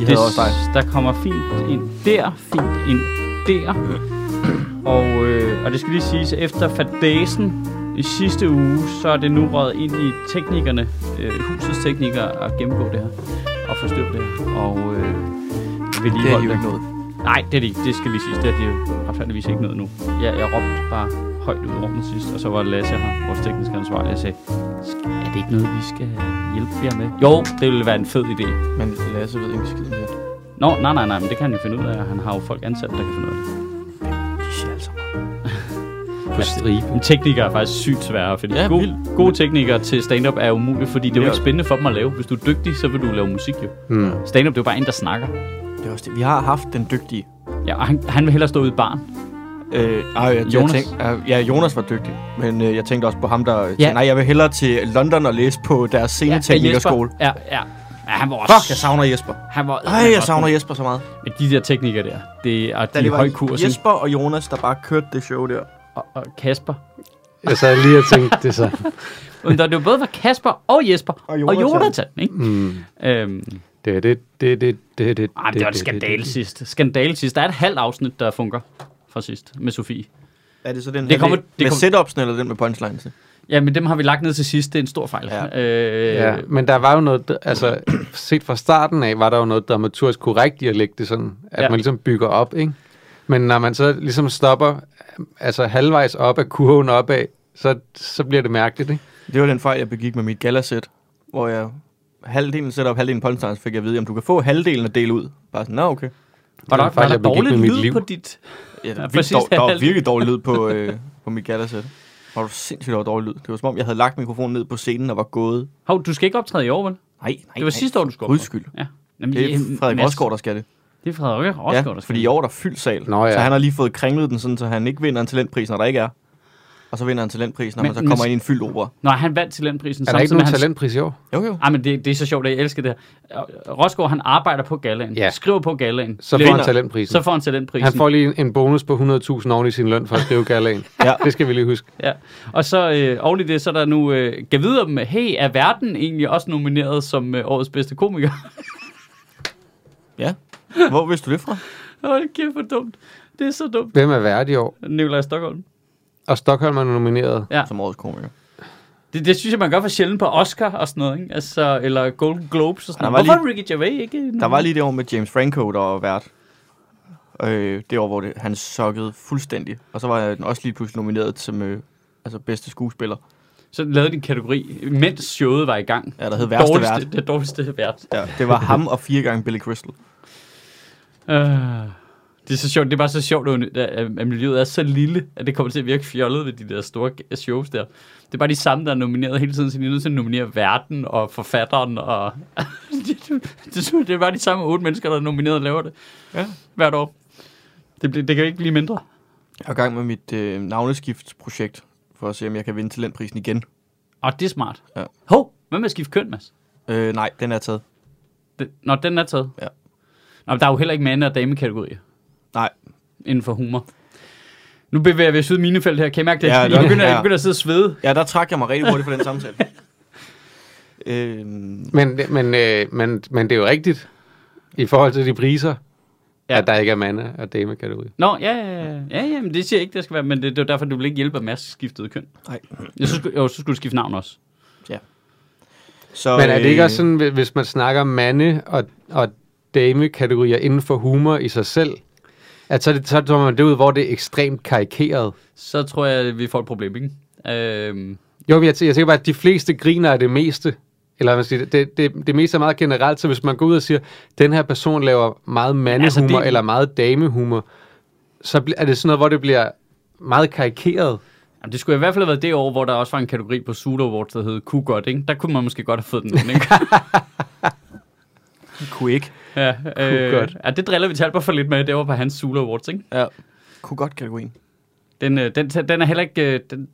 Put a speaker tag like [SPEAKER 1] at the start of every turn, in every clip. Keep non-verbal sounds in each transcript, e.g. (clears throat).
[SPEAKER 1] De havde også dig.
[SPEAKER 2] Øhm, Der kommer fint ind der, fint ind der. Og, øh, og det skal lige siges, at efter fadæsen i sidste uge, så er det nu røget ind i teknikerne, øh, husets teknikere, at gennemgå det her og forstå det her. Og øh, vil lige
[SPEAKER 1] Det er de jo
[SPEAKER 2] holde
[SPEAKER 1] ikke noget.
[SPEAKER 2] Nej, det er det ikke. Det skal lige siges. Det er det jo retfærdigvis ikke noget nu. Jeg, jeg råbte bare højt ud i rummet sidst, og så var Lasse her, vores tekniske ansvarlig, og sagde, "Sk- er det ikke noget, vi skal hjælpe jer med? Jo, det ville være en fed idé.
[SPEAKER 1] Men Lasse ved ikke skid om det.
[SPEAKER 2] Nå, nej, nej, nej, men det kan han jo finde ud af. Han har jo folk ansat, der kan finde ud af det.
[SPEAKER 1] De siger altså meget.
[SPEAKER 3] På stribe.
[SPEAKER 2] Men teknikere er faktisk sygt svære, fordi
[SPEAKER 1] Ja,
[SPEAKER 2] ja, gode,
[SPEAKER 1] vildt.
[SPEAKER 2] gode teknikere til stand-up er umulige, fordi det er jo
[SPEAKER 1] Ja. Hmm.
[SPEAKER 2] ikke spændende for dem at lave. Hvis du er dygtig, så vil du lave musik jo.
[SPEAKER 3] Mm.
[SPEAKER 2] Stand-up, det er jo bare en, der snakker.
[SPEAKER 1] Det er også det. Vi har haft den dygtige.
[SPEAKER 2] Ja, og han, han vil hellere stå ude i barn.
[SPEAKER 1] Øh, ej, jeg,
[SPEAKER 2] Jonas.
[SPEAKER 1] Jonas. Jeg tænkte, øh, ja, Jonas var dygtig. Men øh, jeg tænkte også på ham, der... Ja.
[SPEAKER 2] Ja.
[SPEAKER 1] Tænkte, nej, jeg vil hellere til London og læse på deres sceneteknikerskole.
[SPEAKER 2] Ja, ja, ja. Ja, han var også...
[SPEAKER 1] Fuck, jeg savner Jesper.
[SPEAKER 2] Han var,
[SPEAKER 1] Ej, jeg savner Jesper så meget.
[SPEAKER 2] Men de der teknikere der, det er, og de
[SPEAKER 1] det
[SPEAKER 2] er høj kurs, yes.
[SPEAKER 1] Jesper og Jonas, der bare kørte det show der.
[SPEAKER 2] og, og Kasper.
[SPEAKER 3] Jeg sad lige og tænkte det så.
[SPEAKER 2] Men der, det var både var Kasper og Jesper og
[SPEAKER 1] Og
[SPEAKER 2] Jonathan,
[SPEAKER 1] Jonathan. Hmm.
[SPEAKER 2] og Jonathan ikke?
[SPEAKER 3] Mm.
[SPEAKER 2] Øhm,
[SPEAKER 3] Det, det, det, det, det, det,
[SPEAKER 2] ej, Ah, det var en skandale sidst. Skandale sidst. Der er et halvt afsnit, der fungerer fra sidst med Sofie.
[SPEAKER 1] Er det så den
[SPEAKER 2] Det kommer-
[SPEAKER 1] med,
[SPEAKER 2] det
[SPEAKER 1] med
[SPEAKER 2] kommer-
[SPEAKER 1] setupsen eller den med punchlines?
[SPEAKER 2] Ja, men dem har vi lagt ned til sidst. Det er en stor fejl.
[SPEAKER 1] Ja.
[SPEAKER 2] Øh,
[SPEAKER 3] Ja, men der var jo noget, altså set fra starten af, var der jo noget dramaturgisk korrekt i at lægge det sådan, at
[SPEAKER 2] Ja.
[SPEAKER 3] ja. man ligesom bygger op, ikke? Men når man så ligesom stopper, altså halvvejs op af kurven opad, så, så bliver det mærkeligt, ikke?
[SPEAKER 1] Det var den fejl, jeg begik med mit galasæt, hvor jeg halvdelen setup, halvdelen punchlines, fik jeg at vide, om du kan få halvdelen og dele ud. Bare sådan, nå okay.
[SPEAKER 2] Var der,
[SPEAKER 3] Det er en
[SPEAKER 2] var
[SPEAKER 3] fejl,
[SPEAKER 2] der
[SPEAKER 3] jeg begik
[SPEAKER 2] dårlig
[SPEAKER 3] med mit
[SPEAKER 2] lyd
[SPEAKER 3] liv.
[SPEAKER 2] på dit...
[SPEAKER 1] Ja, det
[SPEAKER 2] Ja,
[SPEAKER 1] var
[SPEAKER 2] præcis
[SPEAKER 1] vildt dår, der var
[SPEAKER 2] halvdelen.
[SPEAKER 1] virkelig dårlig lyd på, øh, på mit galasæt. Var du sindssygt der var dårlig lyd. Det var som om, jeg havde lagt mikrofonen ned på scenen og var gået.
[SPEAKER 2] Hov, du skal ikke optræde i år, vel?
[SPEAKER 1] Nej, nej,
[SPEAKER 2] Det var
[SPEAKER 1] nej.
[SPEAKER 2] sidste år, du skulle optræde.
[SPEAKER 1] Udskyld.
[SPEAKER 2] Ja. Jamen,
[SPEAKER 1] Det er
[SPEAKER 2] en
[SPEAKER 1] Frederik
[SPEAKER 2] masse-
[SPEAKER 1] Rosgaard, der skal det.
[SPEAKER 2] Det er Frederik Rosgaard, der
[SPEAKER 1] ja,
[SPEAKER 2] skal
[SPEAKER 1] fordi i år er der fyldt sal.
[SPEAKER 3] Nå ja.
[SPEAKER 1] Så han har lige fået kringlet den, sådan, så han ikke vinder en talentpris, når der ikke er. Og så vinder han talentpris, når
[SPEAKER 2] Men-
[SPEAKER 1] man så
[SPEAKER 2] men-
[SPEAKER 1] kommer ind i en fyldt opera.
[SPEAKER 2] Nå, han vandt talentprisen.
[SPEAKER 3] Er der ikke
[SPEAKER 2] samtidig med
[SPEAKER 3] nogen
[SPEAKER 2] hans-
[SPEAKER 3] talentpris i år?
[SPEAKER 1] Jo, jo.
[SPEAKER 2] Ej, men det, det er så sjovt, at jeg elsker det her. Rosgaard, han arbejder på galaen, ja.
[SPEAKER 3] Ja.
[SPEAKER 2] skriver på galaen,
[SPEAKER 3] Så får
[SPEAKER 2] Lønner.
[SPEAKER 3] han talentprisen.
[SPEAKER 2] så får han talentprisen.
[SPEAKER 3] Han får lige en bonus på 100.000 oven i sin løn for at skrive galaen.
[SPEAKER 1] Ja.
[SPEAKER 3] Det skal vi lige huske.
[SPEAKER 2] Ja. Og så øh, oven i det, så er der nu, øh, kan vide om, hey, er verden egentlig også nomineret som øh, årets bedste komiker? (laughs)
[SPEAKER 1] Ja. Hvor vidste du det fra?
[SPEAKER 2] Hold kæft, hvor dumt. Det er så dumt.
[SPEAKER 3] Hvem er værd i år?
[SPEAKER 2] Nikolaj Stockholm.
[SPEAKER 3] Og Stockholm er nomineret.
[SPEAKER 2] Ja.
[SPEAKER 1] Som årets komiker.
[SPEAKER 2] Det, det synes jeg, man gør for sjældent på Oscar og sådan noget, ikke? Altså, eller Golden Globes og sådan
[SPEAKER 1] Der
[SPEAKER 2] noget.
[SPEAKER 1] var
[SPEAKER 2] Hvorfor lige... Ricky Gervais ikke?
[SPEAKER 1] Der
[SPEAKER 2] nomineret?
[SPEAKER 1] var lige det år med James Franco, der var vært. Øh, det år, hvor det, han sukkede fuldstændig. Og så var den også lige pludselig nomineret som øh, altså bedste skuespiller.
[SPEAKER 2] Så lavede de en kategori, mens showet var i gang.
[SPEAKER 1] Ja, der hed værste
[SPEAKER 2] dårligste,
[SPEAKER 1] vært.
[SPEAKER 2] Det dårligste vært.
[SPEAKER 1] Ja, det var ham og fire gange Billy Crystal.
[SPEAKER 2] Øh, det er så sjovt. Det er bare så sjovt, at, at at miljøet er så lille, at det kommer til at virke fjollet ved de der store g- shows der. Det er bare de samme, der er nomineret hele tiden, så de er nødt til at nominere verden og forfatteren. Og (laughs) det, det, det er bare de samme otte mennesker, der er nomineret og laver det
[SPEAKER 1] Ja.
[SPEAKER 2] hvert år. Det, bliver- det kan ikke blive mindre.
[SPEAKER 1] Jeg er i gang med mit øh, navneskiftsprojekt, for at se, om jeg kan vinde talentprisen igen.
[SPEAKER 2] Og det er smart.
[SPEAKER 1] Ja.
[SPEAKER 2] Hov, hvad med at skifte køn, Mads?
[SPEAKER 1] Øh, nej, den er taget.
[SPEAKER 2] Det, når den er taget.
[SPEAKER 1] Ja.
[SPEAKER 2] Nå, men der er jo heller ikke mande- og damekategorier
[SPEAKER 1] Nej,
[SPEAKER 2] inden for humor. Nu bevæger vi os ud i minefelt her. Kan I mærke det?
[SPEAKER 1] Ja,
[SPEAKER 2] jeg,
[SPEAKER 1] det-
[SPEAKER 2] begynder,
[SPEAKER 1] ja.
[SPEAKER 2] jeg begynder at sidde og svede.
[SPEAKER 1] ja, der trak jeg mig rigtig hurtigt for den (laughs) samtale. øh,
[SPEAKER 3] Men, men, øh, men, men det er jo rigtigt, i forhold til de priser,
[SPEAKER 2] Ja.
[SPEAKER 3] ja. at der ikke er mande- og damekategori.
[SPEAKER 2] Nå, ja, ja, ja, ja, ja, men det siger jeg ikke, der skal være, men det, det var derfor, du ville ikke hjælpe, at Mads skiftede køn.
[SPEAKER 1] nej.
[SPEAKER 2] Jeg synes, jo, så skulle du skifte navn også.
[SPEAKER 1] Så,
[SPEAKER 3] Men er det ikke
[SPEAKER 1] øh,
[SPEAKER 3] også sådan, hvi- hvis man snakker mande- og, og damekategorier inden for humor i sig selv, at så, er det, så tror man det ud, hvor det er ekstremt karikeret?
[SPEAKER 2] Så tror jeg, at vi får et problem, ikke? Øhm,
[SPEAKER 3] Jo, men jeg, tæ- jeg tænker bare, at de fleste griner af det meste. Eller hvad man siger, det, det, det meste er meget generelt, så hvis man går ud og siger, den her person laver meget
[SPEAKER 2] altså,
[SPEAKER 3] mandehumor altså,
[SPEAKER 2] det-
[SPEAKER 3] det... eller meget damehumor, så bl- er det sådan noget, hvor det bliver meget karikeret.
[SPEAKER 2] jamen, det skulle i hvert fald have været det år, hvor der også var en kategori på Sudo Awards, der hed Kunne godt, ikke? Der kunne man måske godt have fået den ind,
[SPEAKER 1] (laughs)
[SPEAKER 2] ikke?
[SPEAKER 1] Kunne ikke.
[SPEAKER 2] ja, øh,
[SPEAKER 3] Kunne godt.
[SPEAKER 2] Ja, det driller vi Talbot for lidt med, det var på hans Sudo Awards, ikke?
[SPEAKER 1] Ja. Kunne godt kategorien.
[SPEAKER 2] Den, øh, den, den er heller ikke... Øh, den,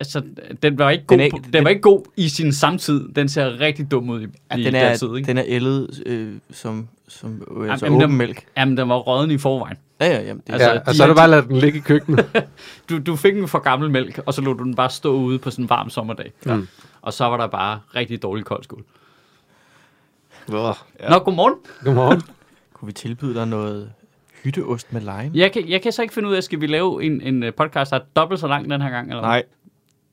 [SPEAKER 2] altså, den var ikke, god, den,
[SPEAKER 1] er
[SPEAKER 2] er,
[SPEAKER 1] ikke-
[SPEAKER 2] den,
[SPEAKER 1] den-
[SPEAKER 2] var ikke god i sin samtid. Den ser rigtig dum ud i, ja, i
[SPEAKER 1] den
[SPEAKER 2] den,
[SPEAKER 1] er,
[SPEAKER 2] der tid, ikke? Den,
[SPEAKER 1] den er ældet øh, som, som øh, altså
[SPEAKER 2] jamen,
[SPEAKER 1] åben
[SPEAKER 2] dem-
[SPEAKER 1] mælk.
[SPEAKER 2] jamen, den var rådden i forvejen.
[SPEAKER 1] Ja, ja, jamen, det,
[SPEAKER 2] Altså,
[SPEAKER 3] Altså, ja,
[SPEAKER 2] de
[SPEAKER 3] og så er
[SPEAKER 2] er-
[SPEAKER 3] det bare at lade den ligge i køkkenet.
[SPEAKER 2] du, du fik en for gammel mælk, og så lod du den bare stå ude på sådan en varm sommerdag. Ja.
[SPEAKER 3] Mm.
[SPEAKER 2] Og så var der bare rigtig dårlig koldskål.
[SPEAKER 1] Altså, ja.
[SPEAKER 2] Ja. Nå, godmorgen.
[SPEAKER 3] Godmorgen.
[SPEAKER 1] Skulle vi tilbyde dig noget hytteost med lime?
[SPEAKER 2] Jeg kan, jeg kan så ikke finde ud af, skal vi lave en, en øh, podcast, der er dobbelt så lang den her gang? Eller hvad?
[SPEAKER 1] Nej.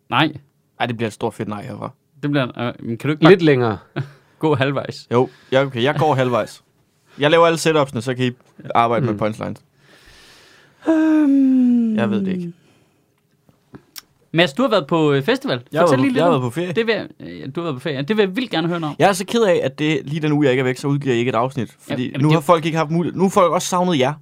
[SPEAKER 2] Nej,
[SPEAKER 1] Ej, det bliver et stort fedt nej herfra.
[SPEAKER 2] det bliver... Øh, men kan du ikke bare
[SPEAKER 3] Lidt længere.
[SPEAKER 2] gå halvvejs?
[SPEAKER 1] Jo, ja, okay, jeg går halvvejs. Jeg laver alle setupsene, så kan I arbejde mm. med
[SPEAKER 3] Mm.
[SPEAKER 1] punchlines.
[SPEAKER 2] Um,
[SPEAKER 1] Jeg ved det ikke.
[SPEAKER 2] Mads, du har været på øh, festival.
[SPEAKER 1] Jeg har
[SPEAKER 2] Fortæl lige
[SPEAKER 1] været på-
[SPEAKER 2] lidt
[SPEAKER 1] jeg har
[SPEAKER 2] om-
[SPEAKER 1] været på ferie.
[SPEAKER 2] Det vil jeg, øh, du har været på ferie. Det vil jeg vildt gerne høre noget om.
[SPEAKER 1] Jeg er så ked af, at det, lige den uge, jeg ikke er væk, så udgiver jeg ikke et afsnit. Fordi
[SPEAKER 2] Jamen,
[SPEAKER 1] nu
[SPEAKER 2] det-
[SPEAKER 1] har folk ikke haft mulighed. Nu har folk også savnet jer.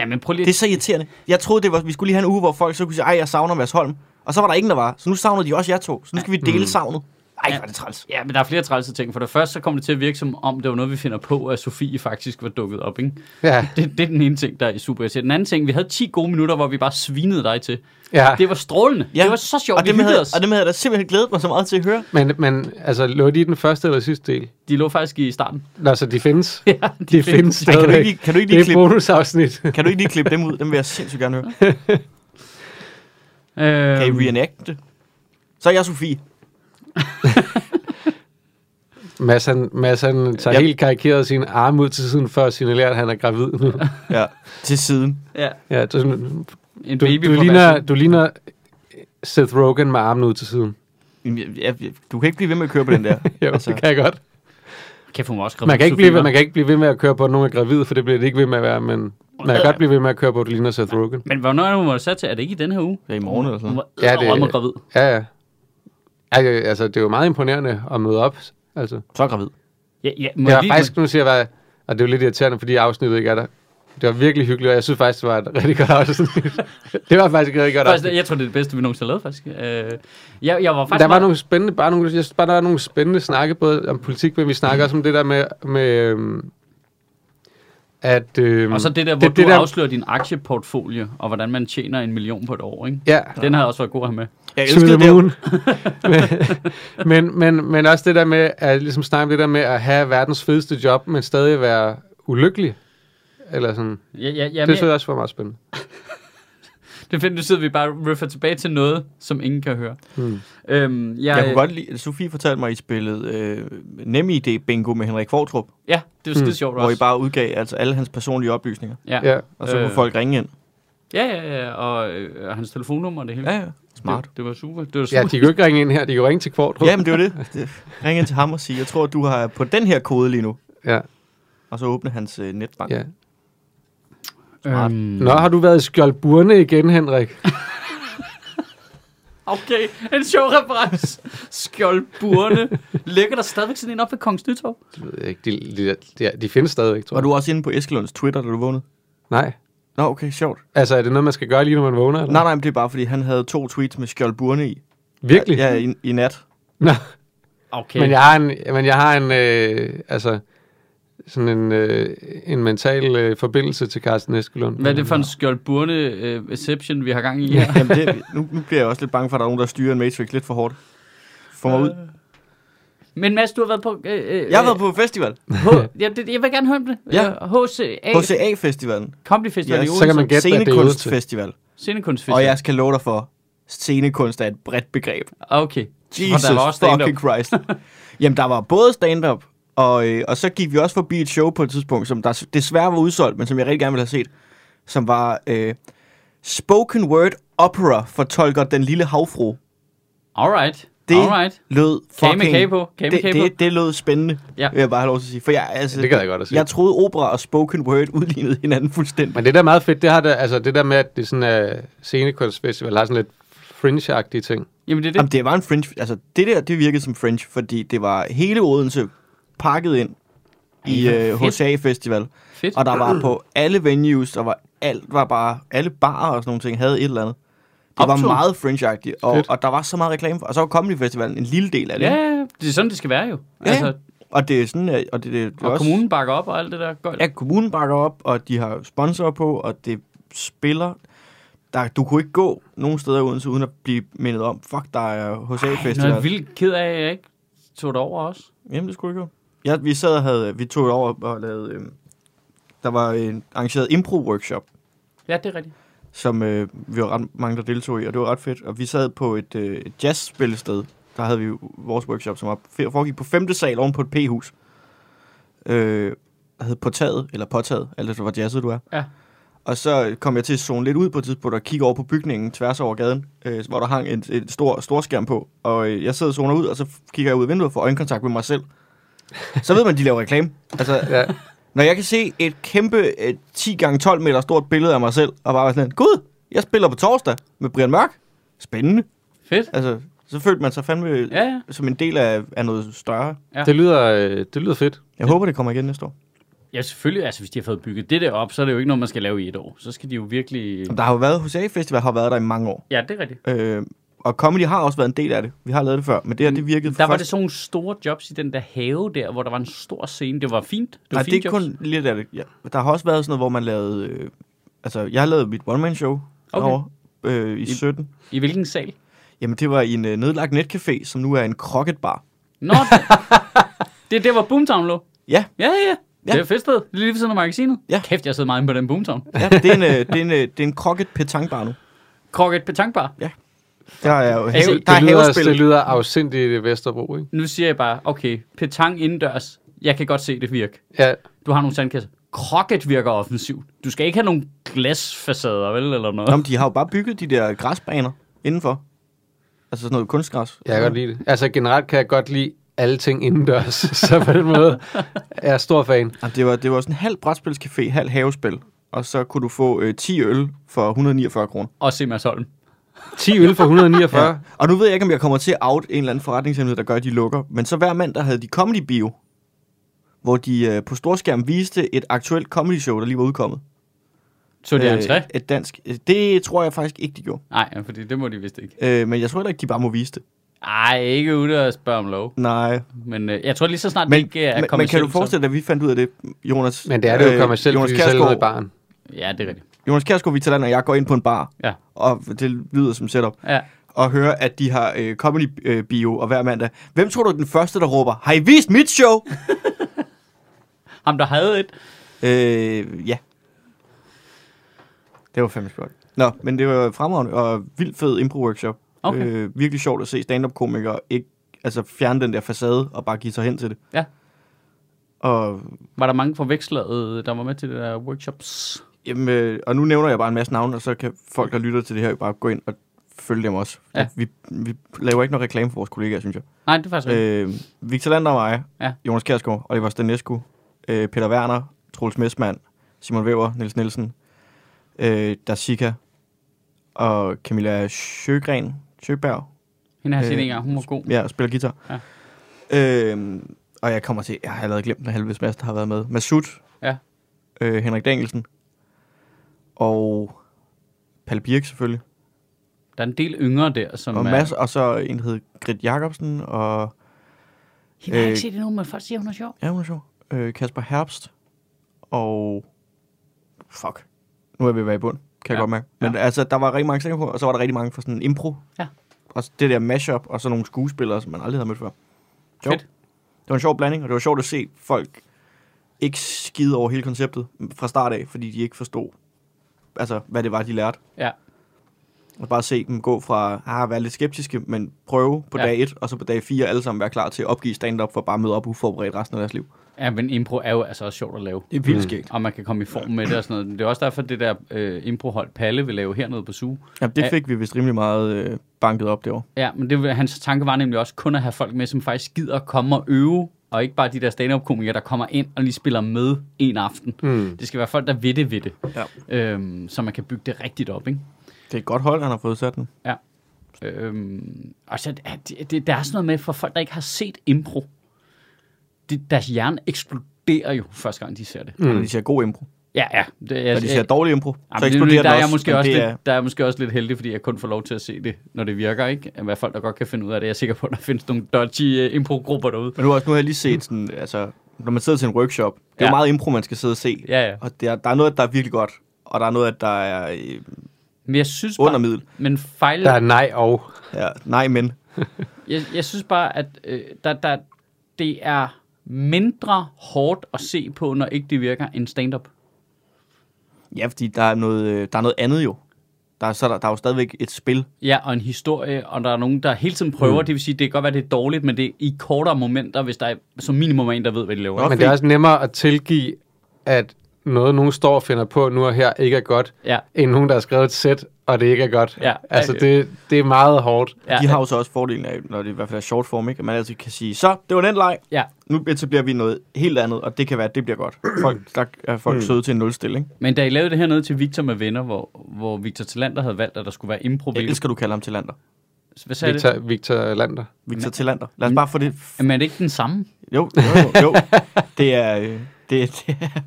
[SPEAKER 2] Ja, men prøv lige...
[SPEAKER 1] Det er så irriterende. Jeg troede, det var, vi skulle lige have en uge, hvor folk så kunne sige, ej, jeg savner Mads Holm. Og så var der ingen, der var. Så nu savnede de også jer to. Så nu skal vi dele savnet. Ej,
[SPEAKER 2] Ja.
[SPEAKER 1] hvor er det træls.
[SPEAKER 2] Ja, men der er flere trælse ting. For det første, så kommer det til at virke som om, det var noget, vi finder på, at Sofie faktisk var dukket op, ikke?
[SPEAKER 3] Ja,
[SPEAKER 2] Det, det er den ene ting, der er super irriterende. Den anden ting, vi havde 10 gode minutter, hvor vi bare svinede dig til.
[SPEAKER 3] ja.
[SPEAKER 2] Det var strålende.
[SPEAKER 1] Ja.
[SPEAKER 2] Det var så sjovt.
[SPEAKER 1] Og
[SPEAKER 2] vi
[SPEAKER 1] det, med
[SPEAKER 2] hyggede
[SPEAKER 1] havde,
[SPEAKER 2] os.
[SPEAKER 1] og det med havde jeg da simpelthen glædet mig så meget til at høre.
[SPEAKER 3] Men, men altså, lå de i den første eller sidste del?
[SPEAKER 2] De lå faktisk i starten.
[SPEAKER 3] Nå, så de
[SPEAKER 2] (laughs)
[SPEAKER 3] findes.
[SPEAKER 2] Ja, de,
[SPEAKER 3] De findes
[SPEAKER 1] Ej, kan, du
[SPEAKER 3] stadigvæk.
[SPEAKER 1] ikke, lige- kan, du ikke
[SPEAKER 3] Det
[SPEAKER 1] lige
[SPEAKER 3] er et
[SPEAKER 1] klippe,
[SPEAKER 3] bonusafsnit.
[SPEAKER 1] kan du ikke lige klippe dem ud? Dem vil jeg sindssygt gerne høre.
[SPEAKER 2] Øh,
[SPEAKER 3] Øhm.
[SPEAKER 1] Kan I reenacte det? Så er jeg Sofie.
[SPEAKER 3] Mads, han, Mads, han tager
[SPEAKER 1] Ja.
[SPEAKER 3] helt karikeret sin arm ud til siden for at signalere, at han er gravid nu.
[SPEAKER 1] Ja. Til siden.
[SPEAKER 2] ja,
[SPEAKER 3] Ja, du, er sådan-
[SPEAKER 2] en
[SPEAKER 3] du,
[SPEAKER 2] baby
[SPEAKER 3] du,
[SPEAKER 2] på
[SPEAKER 3] ligner,
[SPEAKER 2] bassen.
[SPEAKER 3] du ligner Seth Rogen med armen ud til siden.
[SPEAKER 1] Jamen, jeg- jeg- jeg- Du kan ikke blive ved med at køre på den der.
[SPEAKER 3] (laughs) Jo, altså,
[SPEAKER 1] Altså.
[SPEAKER 3] det kan jeg godt.
[SPEAKER 2] Kæft, hun var også gravid,
[SPEAKER 3] Man kan, ikke
[SPEAKER 2] Sofie,
[SPEAKER 3] blive, ved-
[SPEAKER 2] hva'?
[SPEAKER 3] man kan ikke blive ved med at køre på, at nogen er gravid, for det bliver det ikke ved med at være, men man kan godt blive ved med at køre på, at du ligner Seth Rogen.
[SPEAKER 2] Men hvornår er hun var sat til? Er det ikke i den her uge?
[SPEAKER 1] Ja, i morgen eller sådan
[SPEAKER 2] Hun
[SPEAKER 1] noget.
[SPEAKER 2] var ja, det...
[SPEAKER 3] det-
[SPEAKER 2] gravid.
[SPEAKER 3] Ja, ja. Ej, øh, Altså, det er jo meget imponerende at møde op. Altså,
[SPEAKER 1] Så er jeg gravid.
[SPEAKER 2] Ja, ja, må
[SPEAKER 3] det
[SPEAKER 2] jeg
[SPEAKER 3] var
[SPEAKER 2] lige,
[SPEAKER 3] faktisk, nu siger jeg bare, og det er jo lidt irriterende, fordi afsnittet ikke er der. Det var virkelig hyggeligt, og jeg synes faktisk, det var et rigtig godt
[SPEAKER 2] (laughs)
[SPEAKER 3] afsnit. det var faktisk et rigtig godt afsnit.
[SPEAKER 2] Faktisk, jeg tror, det er det bedste, vi nogensinde har lavet, faktisk. Øh, jeg, jeg var faktisk
[SPEAKER 3] Der var
[SPEAKER 2] meget-
[SPEAKER 3] nogle spændende, bare nogle, jeg synes bare, der var nogle spændende snakke, både om politik, men vi snakker også om det der med, med øhm, at... Øhm,
[SPEAKER 2] Og så det der, hvor
[SPEAKER 3] det,
[SPEAKER 2] det, du
[SPEAKER 3] det der-
[SPEAKER 2] afslører din aktieportfolio, og hvordan man tjener en million på et år, ikke?
[SPEAKER 3] ja,
[SPEAKER 2] Den har også været god at have med.
[SPEAKER 1] Jeg
[SPEAKER 3] to
[SPEAKER 1] elskede
[SPEAKER 3] the
[SPEAKER 1] det. jo.
[SPEAKER 3] moon. (laughs) men, men, men også det der med, at ligesom snakke om det der med at have verdens fedeste job, men stadig være ulykkelig. Eller sådan.
[SPEAKER 2] Ja, ja, ja,
[SPEAKER 3] Jamen,
[SPEAKER 2] men,
[SPEAKER 3] det synes jeg også var meget spændende.
[SPEAKER 2] det finder du sidder vi bare og refer tilbage til noget, som ingen kan høre.
[SPEAKER 3] Hmm.
[SPEAKER 2] Øhm, jeg,
[SPEAKER 1] Jeg kunne godt lide, Sofie fortalte mig, at I spillede øh, NemID bingo med Henrik Fortrup,
[SPEAKER 2] Ja, det er jo skide sjovt
[SPEAKER 1] hvor I
[SPEAKER 2] også.
[SPEAKER 1] bare udgav altså alle hans personlige oplysninger.
[SPEAKER 2] Ja.
[SPEAKER 3] Ja.
[SPEAKER 1] Og så øh.
[SPEAKER 2] Øh.
[SPEAKER 1] kunne folk ringe ind.
[SPEAKER 2] ja, ja, ja, og, øh, og hans telefonnummer og det hele.
[SPEAKER 1] Ja, ja. Smart.
[SPEAKER 2] Det, det var super. Det var super.
[SPEAKER 3] ja, de kan jo ikke ringe ind her, de kan jo ringe til Kvartrup.
[SPEAKER 1] Jamen, det er jo det. det. Ring ind til ham og sige, jeg tror, du har på den her kode lige nu.
[SPEAKER 3] Ja,
[SPEAKER 1] Og så åbne hans øh, netbank.
[SPEAKER 3] ja.
[SPEAKER 1] smart.
[SPEAKER 2] øhm,
[SPEAKER 3] Nå, har du været i Skjoldburne igen, Henrik?
[SPEAKER 2] Okay, en sjov reference. Skjoldburne. Ligger der stadigvæk sådan en op ved Kongens Nytorv?
[SPEAKER 3] Det ved jeg ikke. De, de, de, de findes stadigvæk, tror
[SPEAKER 1] Var
[SPEAKER 3] jeg.
[SPEAKER 1] du også inde på Eskelunds Twitter, da du vågnede?
[SPEAKER 3] Nej.
[SPEAKER 1] Nå, okay, sjovt.
[SPEAKER 3] Altså, er det noget, man skal gøre lige, når man vågner? Eller?
[SPEAKER 1] Nej, nej, men det er bare, fordi han havde to tweets med Skjold Burne i.
[SPEAKER 3] Virkelig?
[SPEAKER 1] Ja, i, i nat.
[SPEAKER 3] Nå,
[SPEAKER 2] Okay.
[SPEAKER 3] men jeg har en, men jeg har en øh, altså, sådan en, øh, en mental øh, forbindelse til Carsten Eskelund.
[SPEAKER 2] Hvad er det for en skjoldburne øh, exception, vi har gang i her?
[SPEAKER 1] Jamen, det, nu, nu bliver jeg også lidt bange for, at der er nogen, der styrer en Matrix lidt for hårdt. Få mig ud.
[SPEAKER 2] Men Mads, du har været på... Øh, øh,
[SPEAKER 1] Jeg har været på festival.
[SPEAKER 2] H- ja, det, jeg vil gerne høre om det.
[SPEAKER 1] Ja.
[SPEAKER 2] Øh, HCA.
[SPEAKER 1] HCA-festivalen.
[SPEAKER 2] Comedy Festival
[SPEAKER 1] Ja,
[SPEAKER 2] i
[SPEAKER 3] så kan man
[SPEAKER 2] Odense.
[SPEAKER 3] gætte, hvad det er i Odense.
[SPEAKER 1] Scenekunstfestival.
[SPEAKER 2] Scenekunstfestival.
[SPEAKER 1] Og jeg skal love dig for, scenekunst er et bredt begreb.
[SPEAKER 2] Okay.
[SPEAKER 1] Jesus
[SPEAKER 2] og der var også
[SPEAKER 1] fucking
[SPEAKER 2] stand-up.
[SPEAKER 1] Christ. (laughs) Jamen, der var både stand-up, og, øh, og så gik vi også forbi et show på et tidspunkt, som der s- desværre var udsolgt, men som jeg rigtig gerne ville have set, som var øh, Spoken Word Opera for Tolker Den Lille Havfru.
[SPEAKER 2] Alright.
[SPEAKER 1] Det
[SPEAKER 2] Alright.
[SPEAKER 1] lød
[SPEAKER 2] Kage med
[SPEAKER 1] fucking...
[SPEAKER 2] kage på. Kage med
[SPEAKER 1] det,
[SPEAKER 2] kage på.
[SPEAKER 1] det, det lød spændende,
[SPEAKER 2] Ja.
[SPEAKER 1] ja. vil jeg bare have lov til at sige. For jeg, altså,
[SPEAKER 3] Det gad jeg godt at se.
[SPEAKER 1] jeg troede opera og spoken word udlignede hinanden fuldstændig.
[SPEAKER 3] Men det der er meget fedt, det har der, altså det der med, at det sådan er uh, scenekunstfestival, har sådan lidt fringe-agtige ting.
[SPEAKER 2] Jamen, det er det.
[SPEAKER 1] Jamen, det var en fringe... Altså, det der, det virkede som fringe, fordi det var hele Odense pakket ind i
[SPEAKER 2] Ej,
[SPEAKER 1] øh,
[SPEAKER 2] hvor fedt.
[SPEAKER 1] HCA-festival.
[SPEAKER 2] Fedt.
[SPEAKER 1] Og der var
[SPEAKER 2] (clears throat)
[SPEAKER 1] på alle venues, der var alt var bare, alle barer og sådan nogle ting havde et eller andet. Det var
[SPEAKER 2] Optur.
[SPEAKER 1] meget fringe og,
[SPEAKER 3] Fedt.
[SPEAKER 1] og der var så meget reklame for, og så var Comedy Festivalen en lille del af det.
[SPEAKER 2] Ja, ja, det er sådan, det skal være jo.
[SPEAKER 1] Ja,
[SPEAKER 2] Altså,
[SPEAKER 1] ja. Og det er sådan, at- og det, det, det er
[SPEAKER 2] og
[SPEAKER 1] også,
[SPEAKER 2] kommunen bakker op og alt det der. Godt.
[SPEAKER 1] Ja, kommunen bakker op, og de har sponsorer på, og det spiller. Der, du kunne ikke gå nogen steder uden, uden at blive mindet om, fuck, der er
[SPEAKER 2] Nå, jeg er
[SPEAKER 1] HCA-festival.
[SPEAKER 2] vildt ked af, at jeg ikke tog det over også.
[SPEAKER 1] Jamen, det skulle du ikke gå. Ja, vi sad og havde, vi tog over og lavede, øh, der var en arrangeret impro-workshop,
[SPEAKER 2] Ja, det er rigtigt.
[SPEAKER 1] som øh, vi var ret mange, der deltog i, og det var ret fedt. Og vi sad på et, øh, et jazzspillested, der havde vi jo vores workshop, som var, foregik på femte sal oven på et P-hus. Øh, der hed På taget, eller Påtaget, eller hvor jazzet du er.
[SPEAKER 2] Ja.
[SPEAKER 1] Og så kom jeg til at zone lidt ud på et tidspunkt og kigge over på bygningen tværs over gaden, øh, hvor der hang en, en stor, stor skærm på. Og øh, jeg sidder og zoner ud, og så kigger jeg ud af vinduet og får øjenkontakt med mig selv. Så ved man, at de laver reklame. Altså,
[SPEAKER 2] (laughs)
[SPEAKER 3] Ja.
[SPEAKER 1] når jeg kan se et kæmpe øh, 10x12 meter stort billede af mig selv, og bare være sådan, Gud, jeg spiller på torsdag med Brian Mørk. Spændende.
[SPEAKER 2] Fedt.
[SPEAKER 1] Altså, så følte man sig fandme
[SPEAKER 2] Ja, ja.
[SPEAKER 1] som en del af, af noget større.
[SPEAKER 2] Ja.
[SPEAKER 3] Det, lyder, øh, det lyder fedt.
[SPEAKER 1] Jeg håber, det kommer igen næste år.
[SPEAKER 2] Ja, selvfølgelig. Altså, hvis de har fået bygget det der op, så er det jo ikke noget, man skal lave i et år. Så skal de jo virkelig...
[SPEAKER 1] Der har jo været, Hosea Festival har været der i mange år.
[SPEAKER 2] Ja, det er rigtigt.
[SPEAKER 1] Øh, og comedy har også været en del af det. Vi har lavet det før, men det her, det virkede
[SPEAKER 2] Mm. Der var det sådan nogle store jobs i den der have der, hvor der var en stor scene. Det var fint. Det var
[SPEAKER 1] Nej, det
[SPEAKER 2] fint
[SPEAKER 1] er ikke kun lidt af det. Ja. Der har også været sådan noget, hvor man lavede... Øh, altså, jeg lavede mit one-man-show
[SPEAKER 2] Okay.
[SPEAKER 1] okay. over, øh, i 17.
[SPEAKER 2] I hvilken sal?
[SPEAKER 1] Jamen, det var i en øh, nedlagt netcafé, som nu er en crocketbar.
[SPEAKER 2] Nå, det, (laughs) det er der, hvor Boomtown lå.
[SPEAKER 1] Ja,
[SPEAKER 2] Ja, ja.
[SPEAKER 1] Ja.
[SPEAKER 2] Det er fedt sted. Det er Lige ved siden af magasinet.
[SPEAKER 1] Ja.
[SPEAKER 2] Kæft, jeg sidder meget inde på den Boomtown.
[SPEAKER 1] ja det er en, øh, det er en, øh, det er en crocket petangbar nu.
[SPEAKER 2] Krokket petankbar.
[SPEAKER 1] Der er jo have,
[SPEAKER 2] Altså,
[SPEAKER 1] der er
[SPEAKER 3] det, lyder,
[SPEAKER 1] havespil.
[SPEAKER 3] det lyder afsindigt i Vesterbro, ikke?
[SPEAKER 2] Nu siger jeg bare, okay, petang indendørs. Jeg kan godt se det virke.
[SPEAKER 3] Ja.
[SPEAKER 2] Du har nogle sandkasser. Krokket virker offensivt. Du skal ikke have nogle glasfacader, vel, eller noget.
[SPEAKER 1] Nå, men de har jo bare bygget de der græsbaner indenfor. Altså sådan noget kunstgræs.
[SPEAKER 3] Jeg kan godt lide det. Altså generelt kan jeg godt lide alle ting indendørs, (laughs) så på den måde er jeg stor fan.
[SPEAKER 1] Jamen, det var, det var sådan en halv brætspilscafé, halv havespil. Og så kunne du få øh, 10 øl for 149 kroner.
[SPEAKER 2] Og se Mads Holm.
[SPEAKER 3] 10
[SPEAKER 1] (laughs)
[SPEAKER 3] øl for 149. Ja.
[SPEAKER 1] Og nu ved jeg ikke, om jeg kommer til at out en eller anden forretningsenhed, der gør, at de lukker. Men så hver mandag havde de Comedy Bio, hvor de øh, på storskærm viste et aktuelt comedy show, der lige var udkommet.
[SPEAKER 2] Så det er en træ?
[SPEAKER 1] et dansk. Øh, Det tror jeg faktisk ikke, de gjorde.
[SPEAKER 2] Nej, fordi det må de vist ikke.
[SPEAKER 1] Øh, men jeg tror heller ikke, de bare må vise det.
[SPEAKER 2] Ej, ikke ude og spørge om lov.
[SPEAKER 1] Nej.
[SPEAKER 2] Men øh, jeg tror lige så snart, det
[SPEAKER 1] Men,
[SPEAKER 2] ikke er
[SPEAKER 1] men, men kan
[SPEAKER 2] kommercielt,
[SPEAKER 1] du forestille dig, at vi fandt ud af det, Jonas?
[SPEAKER 3] Men det er det jo
[SPEAKER 1] øh,
[SPEAKER 3] kommercielt,
[SPEAKER 1] Jonas
[SPEAKER 3] fordi vi selv noget i
[SPEAKER 1] Kjærsgaard,
[SPEAKER 3] baren.
[SPEAKER 2] så... Ja, det er rigtigt.
[SPEAKER 1] Jonas Kjærsgaard, Vitaland og jeg går ind på en bar,
[SPEAKER 2] Ja.
[SPEAKER 1] og det lyder som setup.
[SPEAKER 2] Ja.
[SPEAKER 1] og høre, at de har øh, comedy øh, bio og hver mandag. Hvem tror du er den første, der råber, har I vist mit show?
[SPEAKER 2] Ham, der havde et.
[SPEAKER 1] øh, ja. Det var fandme skørt. Nå, men det var fremragende og vildt fed impro-workshop.
[SPEAKER 2] Okay.
[SPEAKER 1] Øh, virkelig sjovt at se stand-up-komikere ikke altså fjerne den der facade og bare give sig hen til det.
[SPEAKER 2] Ja.
[SPEAKER 1] Og,
[SPEAKER 2] Var der mange forvekslede, der var med til det der workshops?
[SPEAKER 1] jamen, øh, og nu nævner jeg bare en masse navne, og så kan folk, der lytter til det her, jo bare gå ind og følge dem også.
[SPEAKER 2] Ja.
[SPEAKER 1] Vi, vi laver ikke noget reklame for vores kollegaer, synes jeg.
[SPEAKER 2] Nej, det er faktisk øh.
[SPEAKER 1] Øh, Victor Lander og mig,
[SPEAKER 2] Ja.
[SPEAKER 1] ja. Jonas Kjærsgaard, Oliver Stanescu, øh, Peter Werner, Troels Messmann, Simon Weber, Niels Nielsen, øh, Dasika og Camilla Sjøgren, Sjøberg,
[SPEAKER 2] Hende har jeg set
[SPEAKER 1] øh,
[SPEAKER 2] en gang, hun var god.
[SPEAKER 1] ja, og spiller guitar.
[SPEAKER 2] Ja.
[SPEAKER 1] Øh, og jeg kommer til, jeg har allerede glemt, at halvvis masse, der har været med. Masud,
[SPEAKER 2] Ja.
[SPEAKER 1] øh, Henrik Danielsen og Palle Birk selvfølgelig.
[SPEAKER 2] Der er en del yngre der, som
[SPEAKER 1] Og,
[SPEAKER 2] er...
[SPEAKER 1] Mads, og så en, der hed Grit Jacobsen, og
[SPEAKER 2] Hende har jeg
[SPEAKER 1] Øh,
[SPEAKER 2] ikke set endnu, men folk siger, hun er sjov.
[SPEAKER 1] Ja, hun er sjov. Øh, Kasper Herbst og... Fuck. Nu er vi ved i bund,
[SPEAKER 2] Ja,
[SPEAKER 1] kan ja. jeg godt mærke. Men ja. altså, der var rigtig mange sanger på, og så var der rigtig mange fra sådan impro.
[SPEAKER 2] Ja.
[SPEAKER 1] Og det der mashup, og så nogle skuespillere, som man aldrig havde mødt før. Sjovt.
[SPEAKER 2] Fedt.
[SPEAKER 1] Det var en sjov blanding, og det var sjovt at se folk ikke skide over hele konceptet fra start af, fordi de ikke forstod, altså, hvad det var, de lærte.
[SPEAKER 2] Ja.
[SPEAKER 1] Og bare se dem gå fra at ah, være lidt skeptiske, men prøve på
[SPEAKER 2] Ja.
[SPEAKER 1] ja. dag 1, og så på dag 4 alle sammen være klar til at opgive stand-up for bare at møde op uforberedt resten af deres liv.
[SPEAKER 2] Ja, men impro er jo altså også sjovt at lave.
[SPEAKER 1] Det er vildt skægt.
[SPEAKER 2] Og man kan komme i form med det og sådan noget. Det er også derfor, det der øh, improhold Palle vil lave hernede på SU.
[SPEAKER 1] Ja,
[SPEAKER 2] Ja.
[SPEAKER 1] det fik vi vist rimelig meget øh, banket op derovre.
[SPEAKER 2] Ja, men det, var- hans tanke var nemlig også kun at have folk med, som faktisk gider at komme og øve, og ikke bare de der stand-up-komikere, der kommer ind og lige spiller med en aften. Mm. Det skal være folk, der ved det ved det,
[SPEAKER 1] Hmm. Ja.
[SPEAKER 2] øhm, så man kan bygge det rigtigt op, ikke?
[SPEAKER 1] Det er et godt hold, han har fået sat den.
[SPEAKER 2] Ja. Øhm, og så, ja, det, det, der er sådan noget med, for folk, der ikke har set impro, det, deres hjerne eksploderer jo første gang, de ser det.
[SPEAKER 1] Mm. Når de ser god impro.
[SPEAKER 2] Ja, ja. Det, jeg,
[SPEAKER 1] Når de ser dårlig impro,
[SPEAKER 2] Jamen,
[SPEAKER 1] så
[SPEAKER 2] Altså, det er
[SPEAKER 1] eksploderer
[SPEAKER 2] jo- der,
[SPEAKER 1] den
[SPEAKER 2] er jeg
[SPEAKER 1] også.
[SPEAKER 2] måske
[SPEAKER 1] men
[SPEAKER 2] også
[SPEAKER 1] det
[SPEAKER 2] lidt,
[SPEAKER 1] er,
[SPEAKER 2] der er jeg måske også lidt heldig, fordi jeg kun får lov til at se det, når det virker, ikke? At være folk, der godt kan finde ud af det. Jeg er sikker på, at der findes nogle dodgy uh, impro-grupper derude.
[SPEAKER 1] Men nu, har- nu har jeg lige set sådan, altså, når man sidder til en workshop, det er
[SPEAKER 2] Mm. Ja.
[SPEAKER 1] jo meget impro, man skal sidde og se.
[SPEAKER 2] Ja, ja.
[SPEAKER 1] Og det er, der er noget, der er virkelig godt, og der er noget, der er øh,
[SPEAKER 2] Men jeg synes bare,
[SPEAKER 1] under middel.
[SPEAKER 2] men fejl,
[SPEAKER 3] Der er nej og.
[SPEAKER 1] Ja, nej, men.
[SPEAKER 2] jeg, jeg synes bare, at øh, der, der, det er mindre hårdt at se på, når ikke det virker, end stand-up.
[SPEAKER 1] Ja, fordi der er noget, øh, der er noget andet jo. Der er, så er der, der er jo stadigvæk et spil.
[SPEAKER 2] Ja, og en historie, og der er nogen, der hele tiden prøver. Mm. Det vil sige, det kan godt være, det er dårligt, men det er i kortere momenter, hvis der er, som minimum er en, der ved, hvad de laver.
[SPEAKER 1] Nå,
[SPEAKER 2] ikke?
[SPEAKER 3] Men det er også nemmere at tilgive, at noget, nogen står og finder på nu og her, ikke er godt,
[SPEAKER 2] Ja.
[SPEAKER 3] end nogen, der har skrevet et sæt, og det ikke er godt.
[SPEAKER 2] Ja.
[SPEAKER 3] Altså, det, det er meget hårdt.
[SPEAKER 2] Ja,
[SPEAKER 1] De har jo så også fordelen af, når det i hvert fald er short form, ikke? at man altid kan sige, så, det var den leg,
[SPEAKER 2] ja.
[SPEAKER 1] nu etablerer vi noget helt andet, og det kan være, at det bliver godt. Folk, der er folk søde til en nulstilling.
[SPEAKER 2] Men da I lavede det her nede til Victor med venner, hvor, hvor Victor Talander havde valgt, at der skulle være impro
[SPEAKER 1] Jeg elsker, du kalder ham til lander.
[SPEAKER 2] Hvad sagde Victor.
[SPEAKER 3] Victor, Victor Lander.
[SPEAKER 1] Victor
[SPEAKER 2] Men-
[SPEAKER 1] til lander. Lad os bare få det...
[SPEAKER 2] det? Jamen er det ikke den samme?
[SPEAKER 1] Jo, jo, jo. Det er, øh, det, er- det, er,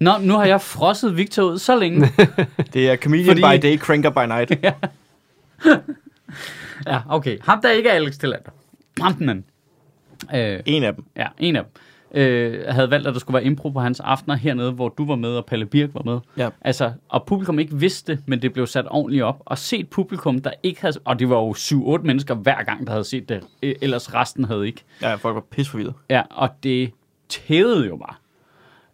[SPEAKER 2] Nå, nu har jeg frosset Victor ud så længe.
[SPEAKER 1] det er comedian
[SPEAKER 2] Fordi-
[SPEAKER 1] Fordi... by day, cranker by night.
[SPEAKER 2] ja, okay. Ham der ikke er Alex Talander. Ham den anden. Øh,
[SPEAKER 1] En af dem.
[SPEAKER 2] ja, en af dem. Øh, havde valgt, at der skulle være impro på hans aftener hernede, hvor du var med, og Palle Birk var med.
[SPEAKER 1] Ja.
[SPEAKER 2] Altså, og publikum ikke vidste det, men det blev sat ordentligt op. Og set publikum, der ikke havde... Og det var jo 7-8 mennesker hver gang, der havde set det. Øh, Ellers resten havde ikke.
[SPEAKER 1] Ja, folk var pisforvirret.
[SPEAKER 2] Ja, og det tævede jo bare.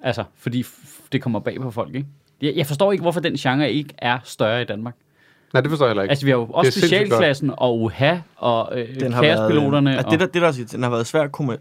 [SPEAKER 2] Altså, fordi f- det kommer bag på folk, ikke? Jeg, jeg forstår ikke, hvorfor den genre ikke er større i Danmark.
[SPEAKER 3] Nej, det forstår jeg heller ikke.
[SPEAKER 2] Altså, vi har jo også
[SPEAKER 3] Det er sindssygt godt.
[SPEAKER 2] specialklassen og UHA og øh, kaospiloterne.
[SPEAKER 1] øh,
[SPEAKER 2] og,
[SPEAKER 1] altså, det, der, det der også, den har været svært at kommer,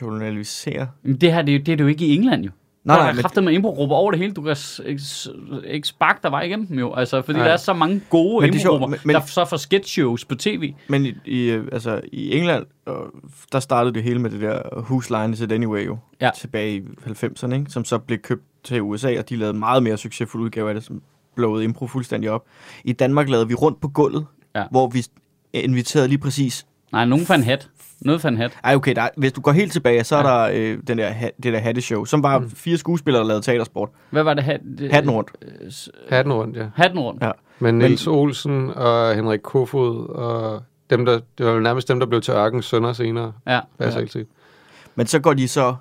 [SPEAKER 1] kommercialisere.
[SPEAKER 2] Jamen, det her det er, jo, det er det jo ikke i England, jo. Nej, nej,
[SPEAKER 1] Nej, nej,
[SPEAKER 2] der er
[SPEAKER 1] men-
[SPEAKER 2] kraftet med impro-grupper over det hele. Du kan s- ikke s- ikke sparke dig vej igennem dem jo. Altså, fordi
[SPEAKER 1] Nej.
[SPEAKER 2] der er så mange gode
[SPEAKER 1] Men det er sjovt,
[SPEAKER 2] impro-grupper,
[SPEAKER 1] men- men-
[SPEAKER 2] der så får sketch shows på tv.
[SPEAKER 1] Men i, i, øh, altså, i England, og der startede det hele med det der Whose Line Is It Anyway jo,
[SPEAKER 2] Ja.
[SPEAKER 1] tilbage i 90'erne, ikke? som så blev købt til USA, og de lavede meget mere succesfuld udgave af det, som blowede impro fuldstændig op. I Danmark lavede vi rundt på gulvet,
[SPEAKER 2] Ja.
[SPEAKER 1] hvor vi inviterede lige præcis...
[SPEAKER 2] Nej, nogen fandt hat. Noget fandt hat.
[SPEAKER 1] Ej, okay, der, er- hvis du går helt tilbage, så er
[SPEAKER 2] Ja.
[SPEAKER 1] der øh, den der, ha- det der hatteshow, som var mm. fire skuespillere, der lavede teatersport.
[SPEAKER 2] Hvad var det? Hat,
[SPEAKER 1] Hatten rundt.
[SPEAKER 3] Hatten rundt, ja.
[SPEAKER 2] Hatten rundt.
[SPEAKER 1] Ja.
[SPEAKER 3] Men
[SPEAKER 1] Men-
[SPEAKER 3] Niels Olsen og Henrik Kofod og dem, der, det var vel nærmest dem, der blev til Ørken Sønder senere.
[SPEAKER 2] Ja.
[SPEAKER 3] Ja. Altså,
[SPEAKER 1] Men så går de så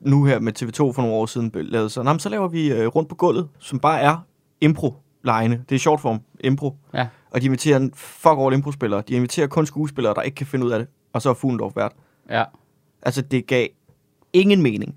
[SPEAKER 1] nu her med TV2 for nogle år siden lavet sådan, "Nå, men så laver vi øh, rundt på gulvet, som bare er impro-lejene. Det er short form, impro.
[SPEAKER 2] ja.
[SPEAKER 1] Og de inviterer en fuck all impro-spillere. De inviterer kun skuespillere, der ikke kan finde ud af det. Og så er Fuglendorf vært.
[SPEAKER 2] ja.
[SPEAKER 1] Altså, det gav ingen mening.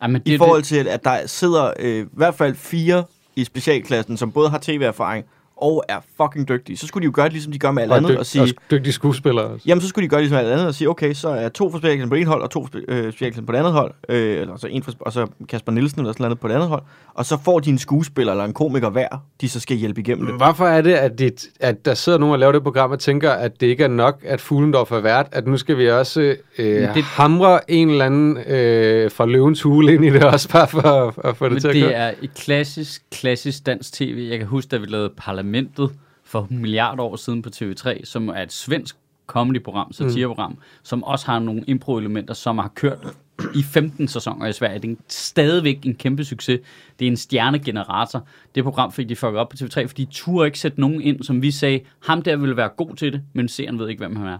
[SPEAKER 2] Ej, men det,
[SPEAKER 1] I
[SPEAKER 2] er
[SPEAKER 1] forhold til, at der sidder øh, i hvert fald fire i specialklassen, som både har tv-erfaring og er fucking dygtige. Så skulle de jo gøre det, ligesom de gør med alt andet, og sige,
[SPEAKER 3] og dygtige skuespillere også.
[SPEAKER 1] Jamen, så skulle de gøre ligesom alt andet og sige, okay, så er to fra Spjærkelsen på en hold, og to fra Spe- øh, Spjærkelsen på det andet hold, øh, eller så en fra, og så Kasper Nielsen eller sådan noget på det andet hold, og så får de en skuespiller eller en komiker hver, de så skal hjælpe igennem det.
[SPEAKER 3] Hvorfor er det, at, det, at der sidder nogen og laver det program og tænker, at det ikke er nok, at Fuglendorf er vært, at nu skal vi også øh,
[SPEAKER 2] det-
[SPEAKER 3] det... hamre en eller anden øh, fra løvens hule ind i det også, bare for at, at få det
[SPEAKER 2] Men
[SPEAKER 3] til at
[SPEAKER 2] det
[SPEAKER 3] køre?
[SPEAKER 2] er et klassisk, klassisk dansk tv. Jeg kan huske, da vi lavede Parlamentet for en milliard år siden på TV3, som er et svensk comedy-program, satireprogram, mm. som også har nogle impro-elementer, som har kørt i 15 sæsoner i Sverige. Det er en, stadigvæk en kæmpe succes. Det er en stjernegenerator. Det program fik de fucket op på TV3, fordi de turde ikke sætte nogen ind, som vi sagde, ham der ville være god til det, men seeren ved ikke, hvem han er.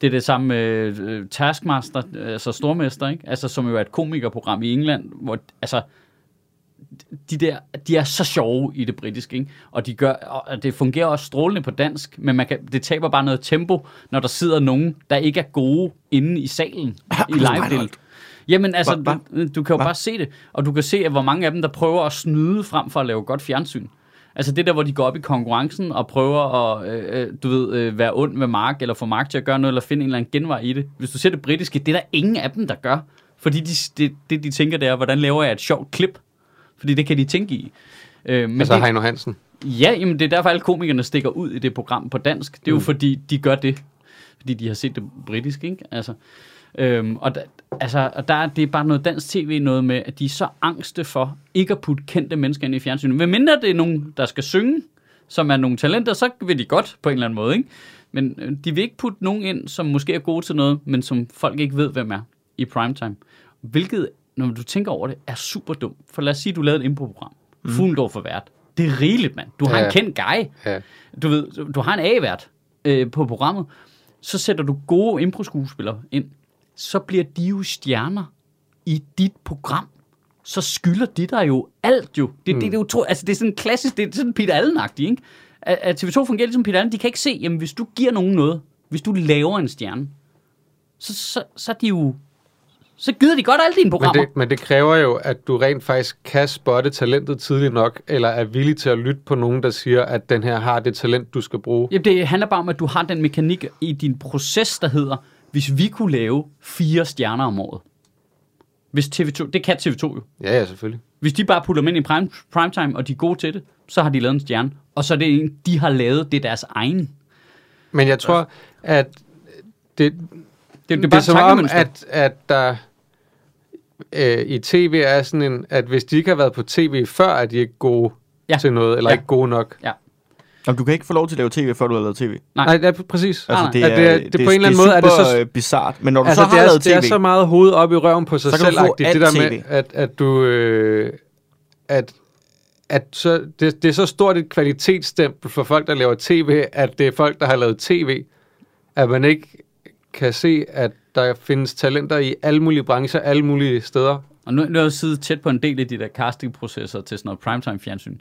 [SPEAKER 2] Det er det samme med øh, Taskmaster, øh, altså Stormester, ikke? Altså, som jo er et komikerprogram i England, hvor altså, de der, de er så sjove i det britiske, ikke? Og, de gør, og det fungerer også strålende på dansk, men man kan, det taber bare noget tempo, når der sidder nogen, der ikke er gode inde i salen
[SPEAKER 1] Ah,
[SPEAKER 2] i live
[SPEAKER 1] Reinholdt.
[SPEAKER 2] Jamen altså,
[SPEAKER 1] Hva-
[SPEAKER 2] du, du kan jo bare se det, og du kan se, at hvor mange af dem, der prøver at snyde frem for at lave godt fjernsyn. Altså det der, hvor de går op i konkurrencen og prøver at, øh, øh, du ved, øh, være ond ved Mark, eller få Mark til at gøre noget, eller finde en eller anden genvej i det. Hvis du ser det britiske, det er der ingen af dem, der gør. Fordi de, det, det, de tænker, det er, hvordan laver jeg et sjovt klip? Fordi det kan de tænke i. Øh, men
[SPEAKER 3] Altså
[SPEAKER 2] det,
[SPEAKER 3] Heino Hansen.
[SPEAKER 2] ja, jamen, det er derfor, alle komikerne stikker ud i det program på dansk. Det er jo mm. fordi, de gør det. Fordi de har set det britisk, ikke? Altså, øhm, og der, altså, og der, er- det er bare noget dansk tv, noget med, at de er så angste for ikke at putte kendte mennesker ind i fjernsynet. Men mindre det er nogen, der skal synge, som er nogle talenter, så vil de godt på en eller anden måde, ikke? Men øh, de vil ikke putte nogen ind, som måske er gode til noget, men som folk ikke ved, hvem er i primetime. Hvilket, når du tænker over det, er super dumt. For lad os sige, du lavede et improprogram. Mm. Fuglendorf for vært. Det er rigeligt, mand. Du har
[SPEAKER 3] Ja.
[SPEAKER 2] en kendt guy.
[SPEAKER 3] Ja.
[SPEAKER 2] Du ved, du har en A-vært øh, på programmet. Så sætter du gode improskuespillere ind. Så bliver de jo stjerner i dit program. Så skylder de dig jo alt jo. Det,
[SPEAKER 3] Hmm.
[SPEAKER 2] mm. det, det, er utro, altså, det er sådan klassisk, det er sådan Peter allen ikke? At, at TV2 fungerer ligesom Peter Allen. De kan ikke se, jamen hvis du giver nogen noget, hvis du laver en stjerne, så, så, så er de jo... Så gider de godt alle dine
[SPEAKER 3] Men
[SPEAKER 2] programmer.
[SPEAKER 3] det, men det kræver jo, at du rent faktisk kan spotte talentet tidligt nok, eller er villig til at lytte på nogen, der siger, at den her har det talent, du skal bruge.
[SPEAKER 2] Jamen, det handler bare om, at du har den mekanik i din proces, der hedder, hvis vi kunne lave fire stjerner om året, Hvis TV2, det kan TV2 jo.
[SPEAKER 3] Ja, ja, selvfølgelig.
[SPEAKER 2] Hvis de bare putter dem ind i prime, primetime, og de er gode til det, så har de lavet en stjerne. Og så er det en, de har lavet, det er deres egen. Det,
[SPEAKER 3] Men jeg tror, at det,
[SPEAKER 2] det er
[SPEAKER 3] det er
[SPEAKER 2] bare det
[SPEAKER 3] som om,
[SPEAKER 2] tankemønster.
[SPEAKER 3] at, at der øh, i tv er sådan en, at hvis de ikke har været på tv før, er de ikke gode
[SPEAKER 2] Ja.
[SPEAKER 3] ja. til noget, eller
[SPEAKER 2] Ja.
[SPEAKER 3] ja. ikke gode nok.
[SPEAKER 2] Ja.
[SPEAKER 1] Jamen, du kan ikke få lov til at lave tv, før du har lavet tv.
[SPEAKER 2] Nej.
[SPEAKER 3] Nej, Nej det er pr- præcis.
[SPEAKER 2] Ja.
[SPEAKER 3] Ja.
[SPEAKER 2] nej.
[SPEAKER 1] Altså, det, er,
[SPEAKER 3] At det er- det- på en eller anden måde er det
[SPEAKER 1] super,
[SPEAKER 3] så-
[SPEAKER 1] øh, bizart. Men når du
[SPEAKER 3] Altså,
[SPEAKER 1] så har
[SPEAKER 3] det, er,
[SPEAKER 1] lavet
[SPEAKER 3] det er
[SPEAKER 1] tv...
[SPEAKER 3] så meget hoved op i røven på sig
[SPEAKER 1] Så kan du
[SPEAKER 3] selv,
[SPEAKER 1] få alt
[SPEAKER 3] det der med,
[SPEAKER 1] TV.
[SPEAKER 3] at, at du... Øh, at, at så, det, det er så stort et kvalitetsstempel for folk, der laver tv, at det er folk, der har lavet tv, at man ikke kan se, at der findes talenter i alle mulige brancher, alle mulige steder.
[SPEAKER 2] Og nu, nu er jeg jo siddet tæt på en del af de der castingprocesser til sådan noget primetime-fjernsyn.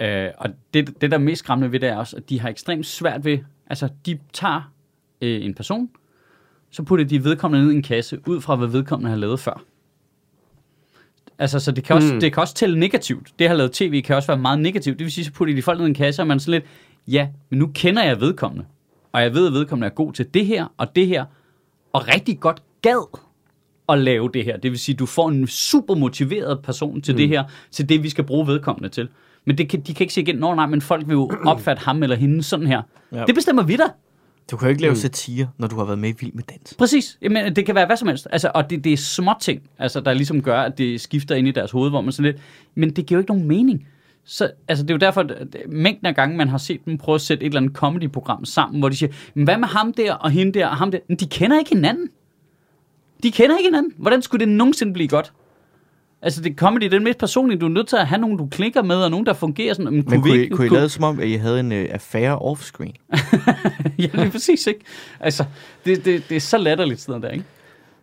[SPEAKER 2] Øh, og det, det, der er mest skræmmende ved det, er også, at de har ekstremt svært ved... Altså, de tager øh, en person, så putter de vedkommende ned i en kasse, ud fra hvad vedkommende har lavet før. Altså, så det kan, også, mm.
[SPEAKER 3] Mm.
[SPEAKER 2] det kan også tælle negativt. Det at have lavet tv kan også være meget negativt. Det vil sige, så putter de folk ned i en kasse, og man er sådan lidt, ja, men nu kender jeg vedkommende. Og jeg ved, at vedkommende er god til det her og det her, og rigtig godt gad at lave det her. Det vil sige, du får en super motiveret person til mm. det her, til det, vi skal bruge vedkommende til. Men det kan, de kan ikke sige igen, nå nej, men folk vil jo opfatte ham eller hende sådan her.
[SPEAKER 1] Ja.
[SPEAKER 2] Det bestemmer vi da.
[SPEAKER 1] Du kan jo ikke lave satire, når du har været med i Vild med Dans.
[SPEAKER 2] Præcis. Jamen, det kan være hvad som helst. Altså, og det, det er små ting, altså, der ligesom gør, at det skifter ind i deres hoved, hvor man sådan lidt... Men det giver jo ikke nogen mening. Så, altså, det er jo derfor, at at mængden af gange, man har set dem prøve at sætte et eller andet comedy-program sammen, hvor de siger, men hvad med ham der og hende der og ham der? Men de kender ikke hinanden. De kender ikke hinanden. Hvordan skulle det nogensinde blive godt? Altså, det comedy, det er mest personligt. Du er nødt til at have nogen, du klikker med, og nogen, der fungerer sådan. Men,
[SPEAKER 1] Men kunne, I,
[SPEAKER 2] ikke-
[SPEAKER 1] kunne I lade som om, at I havde en øh, affære off-screen?
[SPEAKER 2] (laughs) ja, lige præcis, ikke? Altså, det, det, det er så latterligt sådan noget der, ikke?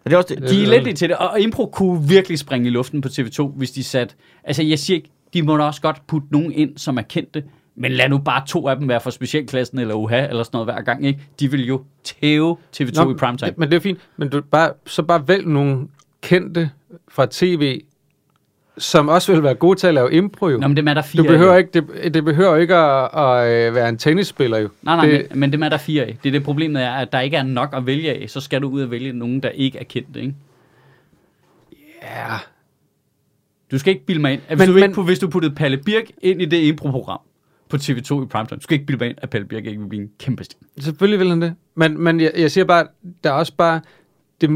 [SPEAKER 1] Og det er også det,
[SPEAKER 2] De er
[SPEAKER 3] Øh,
[SPEAKER 2] elendige til det, og impro kunne virkelig springe i luften på TV2, hvis de satte... Altså, jeg siger ikke, de må da også godt putte nogen ind, som er kendte, men lad nu bare to af dem være fra specialklassen eller UHA eller sådan noget hver gang, ikke? De vil jo tæve TV2 Nå, i primetime.
[SPEAKER 3] Det, men det er fint. Men du bare, så bare vælg nogle kendte fra tv, som også vil være gode til at lave impro, jo.
[SPEAKER 2] Nå, men det er der fire
[SPEAKER 3] du behøver
[SPEAKER 2] af.
[SPEAKER 3] ikke, det, det behøver ikke at, at øh, være en tennisspiller, jo.
[SPEAKER 2] Nej, nej,
[SPEAKER 3] det,
[SPEAKER 2] det... men, men det er der fire af. Det er det problemet er, at der ikke er nok at vælge af, så skal du ud og vælge nogen, der ikke er kendte, ikke?
[SPEAKER 3] ja.
[SPEAKER 2] Du skal ikke bilde mig ind. at Hvis, men,
[SPEAKER 3] Men-
[SPEAKER 2] du ikke,
[SPEAKER 3] men-
[SPEAKER 2] pu- hvis du puttede Palle Birk ind i det impro-program på TV2 i primetime, du skal ikke bilde mig ind, at Palle Birk ikke vil blive en kæmpe stjerne.
[SPEAKER 3] Selvfølgelig vil han det. Men, men jeg, jeg siger bare, der er også bare... Det,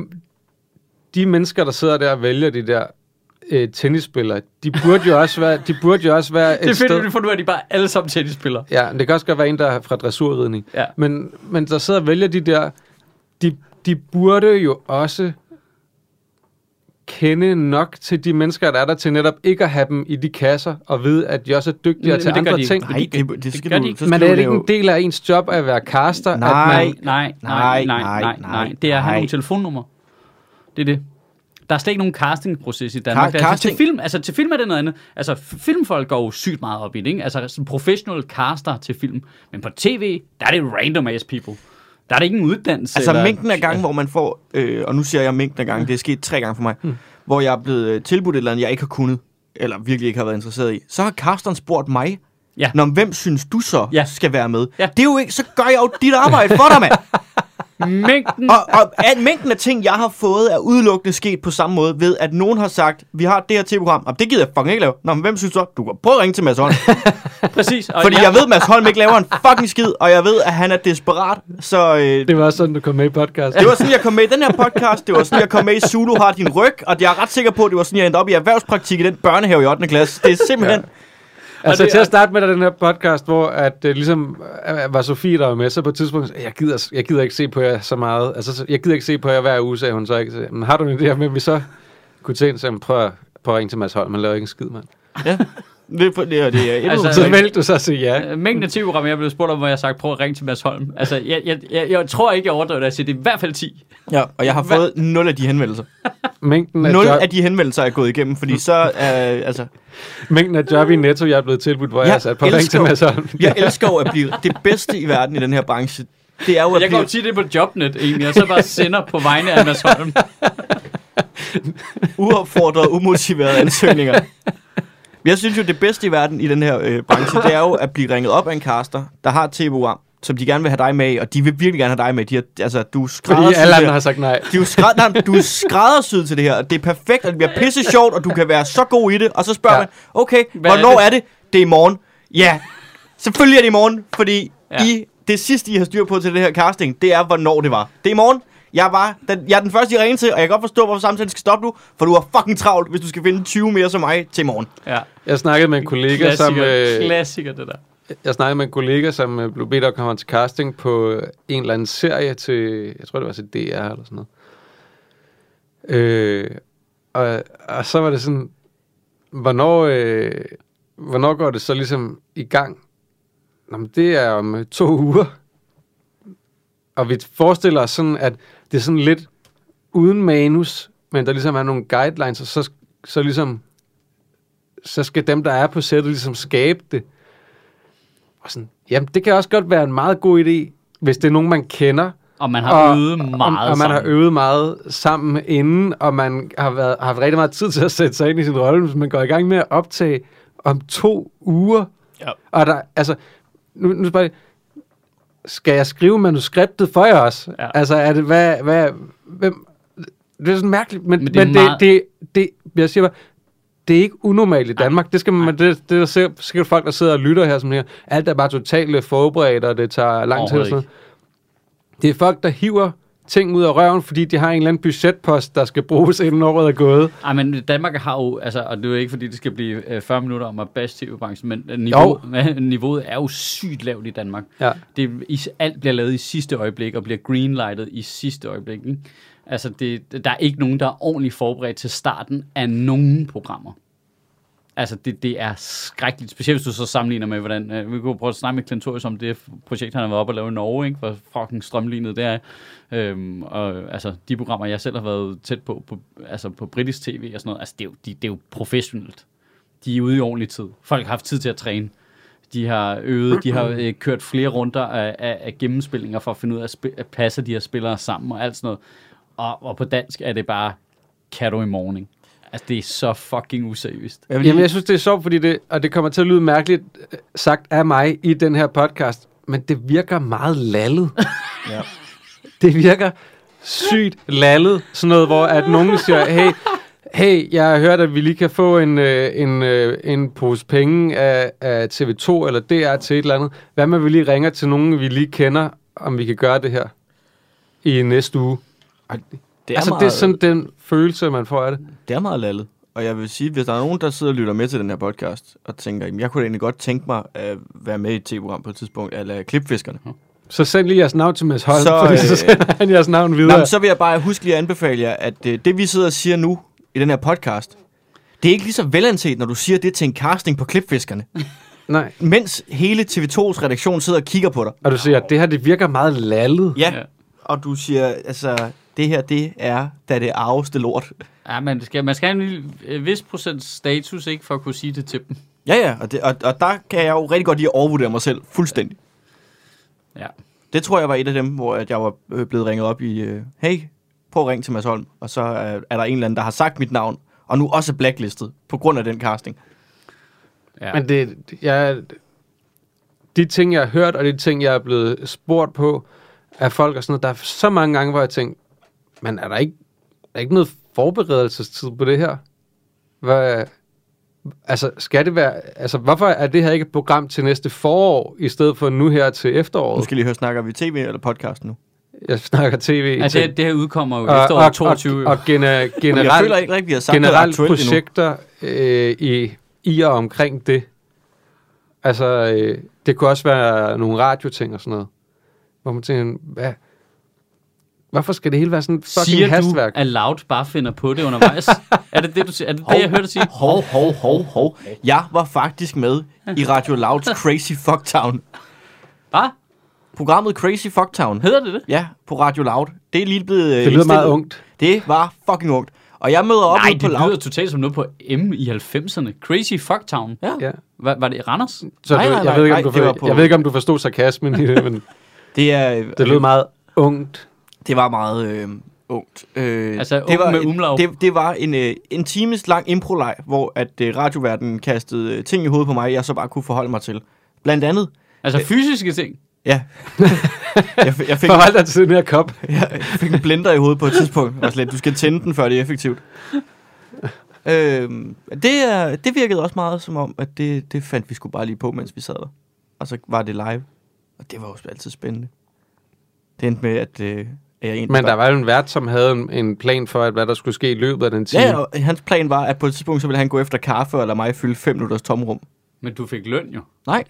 [SPEAKER 3] de mennesker, der sidder der og vælger de der øh, tennisspillere, de burde jo også være, de burde jo også være
[SPEAKER 2] (laughs) Det er
[SPEAKER 3] et sted...
[SPEAKER 2] fedt, at vi får nu, at de bare alle sammen tennisspillere.
[SPEAKER 3] Ja, men det kan også godt være en, der er fra dressurridning.
[SPEAKER 2] Ja.
[SPEAKER 3] Men, men der sidder og vælger de der... De, de burde jo også kende nok til de mennesker, der er der, til netop ikke at have dem i de kasser, og vide, at de også er dygtigere
[SPEAKER 2] Men-
[SPEAKER 3] til
[SPEAKER 2] men det gør
[SPEAKER 3] andre
[SPEAKER 2] de ikke.
[SPEAKER 3] ting.
[SPEAKER 1] Nej,
[SPEAKER 2] det-
[SPEAKER 1] det, det,
[SPEAKER 2] det
[SPEAKER 1] det skal
[SPEAKER 2] gør
[SPEAKER 1] du...
[SPEAKER 2] de ikke.
[SPEAKER 1] så skal
[SPEAKER 3] Men
[SPEAKER 1] du
[SPEAKER 3] er det ikke
[SPEAKER 1] lave-
[SPEAKER 3] en del af ens job at være caster?
[SPEAKER 1] Nej.
[SPEAKER 3] At
[SPEAKER 2] Nej,
[SPEAKER 3] man,
[SPEAKER 2] nej, nej,
[SPEAKER 1] Nej,
[SPEAKER 2] nej, nej,
[SPEAKER 1] nej,
[SPEAKER 2] nej.
[SPEAKER 1] nej.
[SPEAKER 2] Det er at have
[SPEAKER 1] Nej.
[SPEAKER 2] nogle telefonnumre. Det er det. Der er slet ikke nogen castingproces i Danmark.
[SPEAKER 1] Ka-
[SPEAKER 2] Ka- altså, til
[SPEAKER 1] casting-
[SPEAKER 2] film, altså til film er det noget andet. Altså f- filmfolk går jo sygt meget op i det, ikke? Altså sådan professional caster til film. Men på tv, der er det random ass people. Der er det ikke en uddannelse.
[SPEAKER 1] Altså
[SPEAKER 2] eller-
[SPEAKER 1] mængden af gange, hvor man får... Øh, og nu siger jeg mængden af gange, det er sket tre gange for mig,
[SPEAKER 2] Hmm.
[SPEAKER 1] hvor jeg er blevet øh, tilbudt et eller andet, jeg ikke har kunnet, eller virkelig ikke har været interesseret i. Så har Carsten spurgt mig,
[SPEAKER 2] Ja.
[SPEAKER 1] Nå, men hvem synes du så
[SPEAKER 2] Ja.
[SPEAKER 1] ja. skal være med?
[SPEAKER 2] Ja.
[SPEAKER 1] Ja. Det er jo ikke, så gør jeg jo dit arbejde for dig,
[SPEAKER 2] (laughs)
[SPEAKER 1] mand.
[SPEAKER 2] Mængden...
[SPEAKER 1] Og, og at mængden af ting, jeg har fået, er udelukkende sket på samme måde, ved at nogen har sagt, vi har det her tv-program, Jamen, det gider jeg fucking ikke lave. Nå, men hvem synes så? Du kan prøve at ringe til Mads
[SPEAKER 2] (laughs)
[SPEAKER 1] Holm.
[SPEAKER 2] præcis. Og
[SPEAKER 1] Fordi jeg ved, Mads Holm ikke laver en fucking skid, og jeg ved, at han er desperat. Så øh, det,
[SPEAKER 3] Det var også sådan, du kom med i podcasten.
[SPEAKER 1] det var sådan, jeg kom med i den her podcast. Det var sådan, jeg kom med i Zulu har din ryg. Og jeg er ret sikker på, at det var sådan, jeg endte op i erhvervspraktik i den børnehave i 8. klasse. Det er simpelthen...
[SPEAKER 3] altså
[SPEAKER 2] det-
[SPEAKER 3] til at starte med der er den her podcast, hvor at, uh, ligesom uh, var Sofie der var med, så på et tidspunkt, jeg gider, jeg gider ikke se på jer så meget. Altså, så- jeg gider ikke se på jer hver uge, sagde hun så ikke. Så, Men har du en idé om, hvem vi så kunne tænke sig, prøv at, prøv at ringe til Mads Holm, man laver ikke en skid, mand.
[SPEAKER 1] Ja. Det, er- det, er- det er
[SPEAKER 2] Altså,
[SPEAKER 1] altså,
[SPEAKER 3] Så meldte du så og sagde ja.
[SPEAKER 2] Øh, Mængden af tv-program, jeg blev spurgt om, hvor jeg har sagt, prøv at ringe til Mads Holm. Altså, jeg, jeg, jeg, jeg tror ikke, jeg overdriver det. Altså, det er i hvert fald 10.
[SPEAKER 1] ja, og jeg har
[SPEAKER 2] Hvad?
[SPEAKER 1] fået nul af de henvendelser.
[SPEAKER 3] Mængden af,
[SPEAKER 1] Nul
[SPEAKER 3] job,
[SPEAKER 1] af de henvendelser er jeg gået igennem, fordi så... Øh, altså,
[SPEAKER 3] mængden af job i Netto, jeg er blevet tilbudt, hvor jeg,
[SPEAKER 1] Jeg
[SPEAKER 3] er sat på at ringe til
[SPEAKER 1] elsker-
[SPEAKER 3] Mads Holm.
[SPEAKER 1] Jeg elsker jo at blive det bedste i verden i den her branche. Det er jo at
[SPEAKER 2] Jeg går
[SPEAKER 1] blive...
[SPEAKER 2] jo tit ind på Jobnet, egentlig, og så bare sender på vegne af Mads
[SPEAKER 1] (laughs)
[SPEAKER 2] Holm.
[SPEAKER 1] uopfordrede, umotiverede ansøgninger. Men Jeg synes jo, det bedste i verden i den her øh, branche, det er jo at blive ringet op af en caster, der har et tv-program, som de gerne vil have dig med i, og de vil virkelig gerne have dig med. De har, altså, du er
[SPEAKER 3] Fordi alle
[SPEAKER 1] skræddersyet.
[SPEAKER 3] andre har sagt nej.
[SPEAKER 1] Du er, skræd, nej, du er skræddersyet til det her, og det er perfekt, og det bliver pisse sjovt, og du kan være så god i det. Og så spørger
[SPEAKER 3] Ja.
[SPEAKER 1] ja. man, okay,
[SPEAKER 2] Hvad
[SPEAKER 1] Hvad
[SPEAKER 2] er
[SPEAKER 1] hvornår
[SPEAKER 2] det?
[SPEAKER 1] er det? Det er i morgen. Ja, selvfølgelig er det i morgen, fordi
[SPEAKER 2] Ja.
[SPEAKER 1] ja. I, det sidste, I har styr på til det her casting, det er, hvornår det var. Det er i morgen. Jeg, var den, jeg er den første, I ringer til, og jeg kan godt forstå, hvorfor samtalen skal stoppe nu, for du har fucking travlt, hvis du skal finde 20 mere som mig til i morgen.
[SPEAKER 2] Ja.
[SPEAKER 3] Jeg snakkede med en kollega,
[SPEAKER 2] Klassiker,
[SPEAKER 3] som... øh,
[SPEAKER 2] klassiker, det der.
[SPEAKER 3] Jeg snakkede med en kollega, som øh, blev bedt om at komme til casting på øh, en eller anden serie til, jeg tror det var til DR eller sådan noget. Øh, og, og så var det sådan, hvornår, øh, hvornår går det så ligesom i gang? Nå, men det er om øh, to (laughs) uger. Og vi forestiller os sådan, at det er sådan lidt uden manus, men der ligesom er nogle guidelines, og så, så ligesom, så skal dem, der er på sættet, ligesom skabe det. Og sådan, jamen, det kan også godt være en meget god idé, hvis det er nogen, man kender.
[SPEAKER 2] Og man har
[SPEAKER 3] og,
[SPEAKER 2] øvet
[SPEAKER 3] og-
[SPEAKER 2] meget
[SPEAKER 3] og, og man har
[SPEAKER 2] sammen.
[SPEAKER 3] øvet meget sammen inden, og man har, været, har haft rigtig meget tid til at sætte sig ind i sin rolle, hvis man går i gang med at optage om to uger.
[SPEAKER 2] Ja.
[SPEAKER 3] Og der, altså, nu, nu spørger jeg, skal jeg skrive manuskriptet for jer også?
[SPEAKER 2] Ja.
[SPEAKER 3] Altså, er det, hvad, hvad, hvem, det er sådan mærkeligt, men,
[SPEAKER 2] Men
[SPEAKER 3] men,
[SPEAKER 2] det er
[SPEAKER 3] det, men
[SPEAKER 2] meget-
[SPEAKER 3] det, det, det, jeg siger bare, det er ikke unormalt i Danmark. Det skal man, det, det er der sikkert, sikkert folk, der sidder og lytter her, som her. Alt er bare totalt øh, forberedt, og det tager lang tid. Og
[SPEAKER 2] Overhovedet
[SPEAKER 3] sådan noget. Det er folk, der hiver ting ud af røven, fordi de har en eller anden budgetpost, der skal bruges inden året er gået.
[SPEAKER 2] Ej, men Danmark har jo, altså, og det er jo ikke, fordi det skal blive øh, 40 minutter om at bash tv-branchen, men øh, niveau, niveauet (laughs) er jo sygt lavt i Danmark.
[SPEAKER 3] Ja.
[SPEAKER 2] Det, i, alt bliver lavet i sidste øjeblik, og bliver greenlightet i sidste øjeblik. Ikke? Altså, det, der er ikke nogen, der er ordentligt forberedt til starten af nogen programmer. Altså, det, det er skrækkeligt. Specielt hvis du så sammenligner med, hvordan... Øh, vi kunne prøve at snakke med Klentorius om det projekt, han har været oppe og lave i Norge, ikke? Hvor fucking strømlignet det er. Øhm, og øh, altså, de programmer, jeg selv har været tæt på, på altså på britisk tv og sådan noget, altså, det er jo, de, det er jo professionelt. De er ude i ordentlig tid. Folk har haft tid til at træne. De har øvet, de har
[SPEAKER 3] Mm-hmm.
[SPEAKER 2] øh, kørt flere runder af, af, af gennemspillinger for at finde ud af at, spi- at passe de her spillere sammen og alt sådan noget. Og, og på dansk er det bare, kan du i morgen, ikke? Altså, det er så fucking useriøst.
[SPEAKER 1] Jeg vil lige-
[SPEAKER 3] Jamen, jeg synes, det er sjovt, fordi det, og det kommer til at lyde mærkeligt øh, sagt af mig i den her podcast, men det virker meget lallet.
[SPEAKER 1] (laughs) Ja.
[SPEAKER 3] Det virker sygt lallet, sådan noget, hvor at nogen siger, hey, hey, jeg har hørt, at vi lige kan få en, øh, en, øh, en pose penge af, af TV2 eller DR til et eller andet. Hvad med, at vi lige ringer til nogen, vi lige kender, om vi kan gøre det her i næste uge?
[SPEAKER 1] det, er
[SPEAKER 3] altså,
[SPEAKER 1] meget,
[SPEAKER 3] det er sådan den følelse, man får af det.
[SPEAKER 1] det er meget lallet. Og jeg vil sige, hvis der er nogen, der sidder og lytter med til den her podcast, og tænker, jamen, jeg kunne da egentlig godt tænke mig at være med i et tv-program på et tidspunkt, eller klipfiskerne.
[SPEAKER 3] Så send lige jeres navn til Mads Holm,
[SPEAKER 1] Så,
[SPEAKER 3] så, fordi
[SPEAKER 1] øh,
[SPEAKER 3] så sender han jeres navn
[SPEAKER 1] Nå,
[SPEAKER 3] videre.
[SPEAKER 1] men så vil jeg bare huske lige at anbefale jer, at øh, det vi sidder og siger nu i den her podcast, det er ikke lige så velanset, når du siger det til en casting på klipfiskerne,
[SPEAKER 3] Nej.
[SPEAKER 1] mens hele TV2's redaktion sidder og kigger på dig.
[SPEAKER 3] Og du siger, at det her, det virker meget lallet.
[SPEAKER 2] Ja.
[SPEAKER 1] Ja, og du siger, altså, det her, det er, da det arveste lort.
[SPEAKER 2] Ja, man skal, man skal have en lille, øh, vis procent status, ikke, for at kunne sige det til dem.
[SPEAKER 1] Ja, ja, og, det, og, og der kan jeg jo rigtig godt lide at overvurdere mig selv fuldstændig.
[SPEAKER 2] Ja.
[SPEAKER 1] Det tror jeg var et af dem, hvor at jeg var øh, blevet ringet op i, øh, hey, prøv at ringe til Mads Holm, og så øh, er der en eller anden, der har sagt mit navn, og nu også er blacklistet på grund af den casting.
[SPEAKER 2] ja.
[SPEAKER 3] Men det, jeg, de ting, jeg har hørt, og de ting, jeg er blevet spurgt på af folk og sådan noget, der er så mange gange, hvor jeg tænker, men er der ikke, er der ikke noget forberedelsestid på det her? Hvad, altså, skal det være, altså, hvorfor er det her ikke et program til næste forår, i stedet for nu her til
[SPEAKER 1] Nu
[SPEAKER 3] efteråret?
[SPEAKER 1] skal jeg lige høre, snakker vi tv eller podcast nu?
[SPEAKER 3] Jeg snakker tv.
[SPEAKER 2] altså,
[SPEAKER 3] til-
[SPEAKER 2] det, det her udkommer jo efteråret 22.
[SPEAKER 3] Og, og, og
[SPEAKER 1] (laughs)
[SPEAKER 3] gene,
[SPEAKER 1] Jamen, jeg føler
[SPEAKER 3] generelt,
[SPEAKER 1] ikke rigtig, vi har sagt noget
[SPEAKER 3] generelt
[SPEAKER 1] aktuelt endnu.
[SPEAKER 3] projekter øh, i, i og omkring det. Altså, øh, det kunne også være nogle radioting og sådan noget. Hvor man tænker, hvad? Hvorfor skal det hele være sådan et fucking
[SPEAKER 2] Siger
[SPEAKER 3] hastværk?
[SPEAKER 2] du, at Loud bare finder på det
[SPEAKER 3] (laughs)
[SPEAKER 2] undervejs? er det det, du siger? Er det det, jeg hørte dig sige?
[SPEAKER 1] Hov, hov, hov, hov. Jeg var faktisk med i Radio Louds Crazy Fucktown.
[SPEAKER 2] Hvad?
[SPEAKER 1] Programmet Crazy Fucktown.
[SPEAKER 2] Hedder det det?
[SPEAKER 1] Ja, på Radio Loud. Det er lige blevet øh,
[SPEAKER 3] det lyder
[SPEAKER 1] indstillet.
[SPEAKER 3] meget ungt.
[SPEAKER 1] Det var fucking ungt. Og jeg møder op
[SPEAKER 2] Nej,
[SPEAKER 1] ude på
[SPEAKER 2] det
[SPEAKER 1] Loud.
[SPEAKER 2] lyder totalt som noget på M i 90'erne. Crazy Fucktown.
[SPEAKER 1] Ja.
[SPEAKER 3] Ja.
[SPEAKER 2] Var, var det i Randers?
[SPEAKER 3] Så
[SPEAKER 1] Nej,
[SPEAKER 3] du,
[SPEAKER 1] nej, nej,
[SPEAKER 3] jeg, ved ikke,
[SPEAKER 1] nej,
[SPEAKER 3] om du
[SPEAKER 1] det var
[SPEAKER 3] for,
[SPEAKER 1] på-
[SPEAKER 3] jeg ved ikke, om du forstod sarkasmen i
[SPEAKER 1] (laughs)
[SPEAKER 3] det, men
[SPEAKER 1] Det, er, øh,
[SPEAKER 3] det lød meget ungt.
[SPEAKER 1] det var meget øh, ungt. Øh,
[SPEAKER 2] Altså,
[SPEAKER 1] det
[SPEAKER 2] ung
[SPEAKER 1] var,
[SPEAKER 2] med umlaut.
[SPEAKER 1] Det, det var en, øh, en times lang improleg, hvor at øh, radioverdenen kastede øh, ting i hovedet på mig, jeg så bare kunne forholde mig til. Blandt andet
[SPEAKER 2] Altså fysiske ting.
[SPEAKER 1] Ja. jeg, f- jeg, fik,
[SPEAKER 3] Forhold dig til den her kop.
[SPEAKER 1] jeg fik en blender i hovedet på et tidspunkt. Og slet, du skal tænde den, før det er effektivt. Øhm, det, er- det virkede også meget som om, at det, det fandt vi sgu bare lige på, mens vi sad der. Og så var det live. Og det var jo altid spændende. Det endte med, at, øh, at jeg egentlig
[SPEAKER 3] Men
[SPEAKER 1] bare-
[SPEAKER 3] der var jo en vært, som havde en, en plan for, at hvad der skulle ske i løbet af den time.
[SPEAKER 1] Ja, og hans plan var, at på et tidspunkt, så ville han gå efter kaffe eller mig fylde 5 minutters tomrum.
[SPEAKER 2] Men du fik løn jo.
[SPEAKER 1] Nej.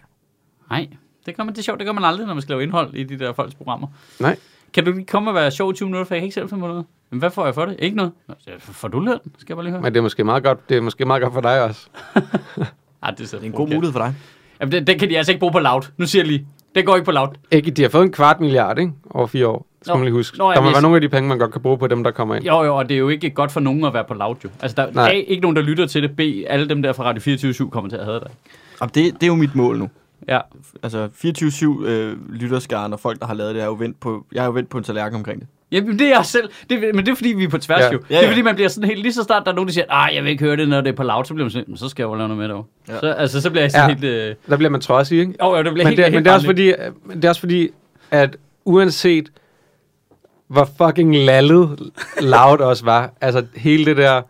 [SPEAKER 2] Nej, det gør man, det er sjovt. Det gør man aldrig, når man skal lave indhold i de der folks programmer.
[SPEAKER 3] Nej.
[SPEAKER 2] Kan du lige komme og være sjov i 20 minutter, for jeg kan ikke selv finde på noget? Men hvad får jeg for det? Ikke noget. Nå, så Får du løn? Skal jeg bare lige høre.
[SPEAKER 3] Men det er måske meget godt, det er måske meget godt for dig også.
[SPEAKER 2] Ej, Ah, det, er, så
[SPEAKER 1] Det er en god mulighed for dig.
[SPEAKER 2] Jamen, den, den, kan de altså ikke bruge på loud. Nu siger jeg lige. Det går ikke på loud.
[SPEAKER 3] Ikke, de har fået en kvart milliard, ikke? Over fire år. Det skal
[SPEAKER 2] Nå.
[SPEAKER 3] man lige huske.
[SPEAKER 2] Nå,
[SPEAKER 3] Nå,
[SPEAKER 2] ja,
[SPEAKER 3] der må
[SPEAKER 2] hvis-
[SPEAKER 3] være nogle af de penge, man godt kan bruge på dem, der kommer ind.
[SPEAKER 2] Jo, jo, og det er jo ikke godt for nogen at være på loud, jo. Altså, der er
[SPEAKER 3] Nej.
[SPEAKER 2] A, ikke nogen, der lytter til det. B, alle dem der fra Radio 24 kommer til at have dig.
[SPEAKER 1] Og det, det er jo mit mål nu.
[SPEAKER 2] Ja,
[SPEAKER 1] Altså 24-7 øh, lytterskaren og folk, der har lavet det, er jo vendt på, jeg er jo vendt på en tallerken omkring det.
[SPEAKER 2] Jamen, det er jeg selv. Det, er- men det er, fordi vi er på tværs,
[SPEAKER 3] Ja.
[SPEAKER 2] jo.
[SPEAKER 1] Ja,
[SPEAKER 2] Det er,
[SPEAKER 1] ja.
[SPEAKER 2] fordi man bliver sådan helt... Lige så snart der er nogen, der siger, nej, jeg vil ikke høre det, når det er på loud, så bliver man sådan, "Men så skal jeg jo lave noget med derovre. Ja.
[SPEAKER 1] Ja.
[SPEAKER 2] Så, altså, så bliver jeg sådan
[SPEAKER 3] Ja.
[SPEAKER 2] helt... Øh...
[SPEAKER 3] Der bliver man trodsig, ikke?
[SPEAKER 2] Jo, jo, det bliver
[SPEAKER 3] Men
[SPEAKER 2] helt,
[SPEAKER 3] det, er,
[SPEAKER 2] helt
[SPEAKER 3] men det er også
[SPEAKER 2] barnligt.
[SPEAKER 3] fordi, øh, men det er også fordi, at uanset hvor fucking lallet loud også var, altså hele det der,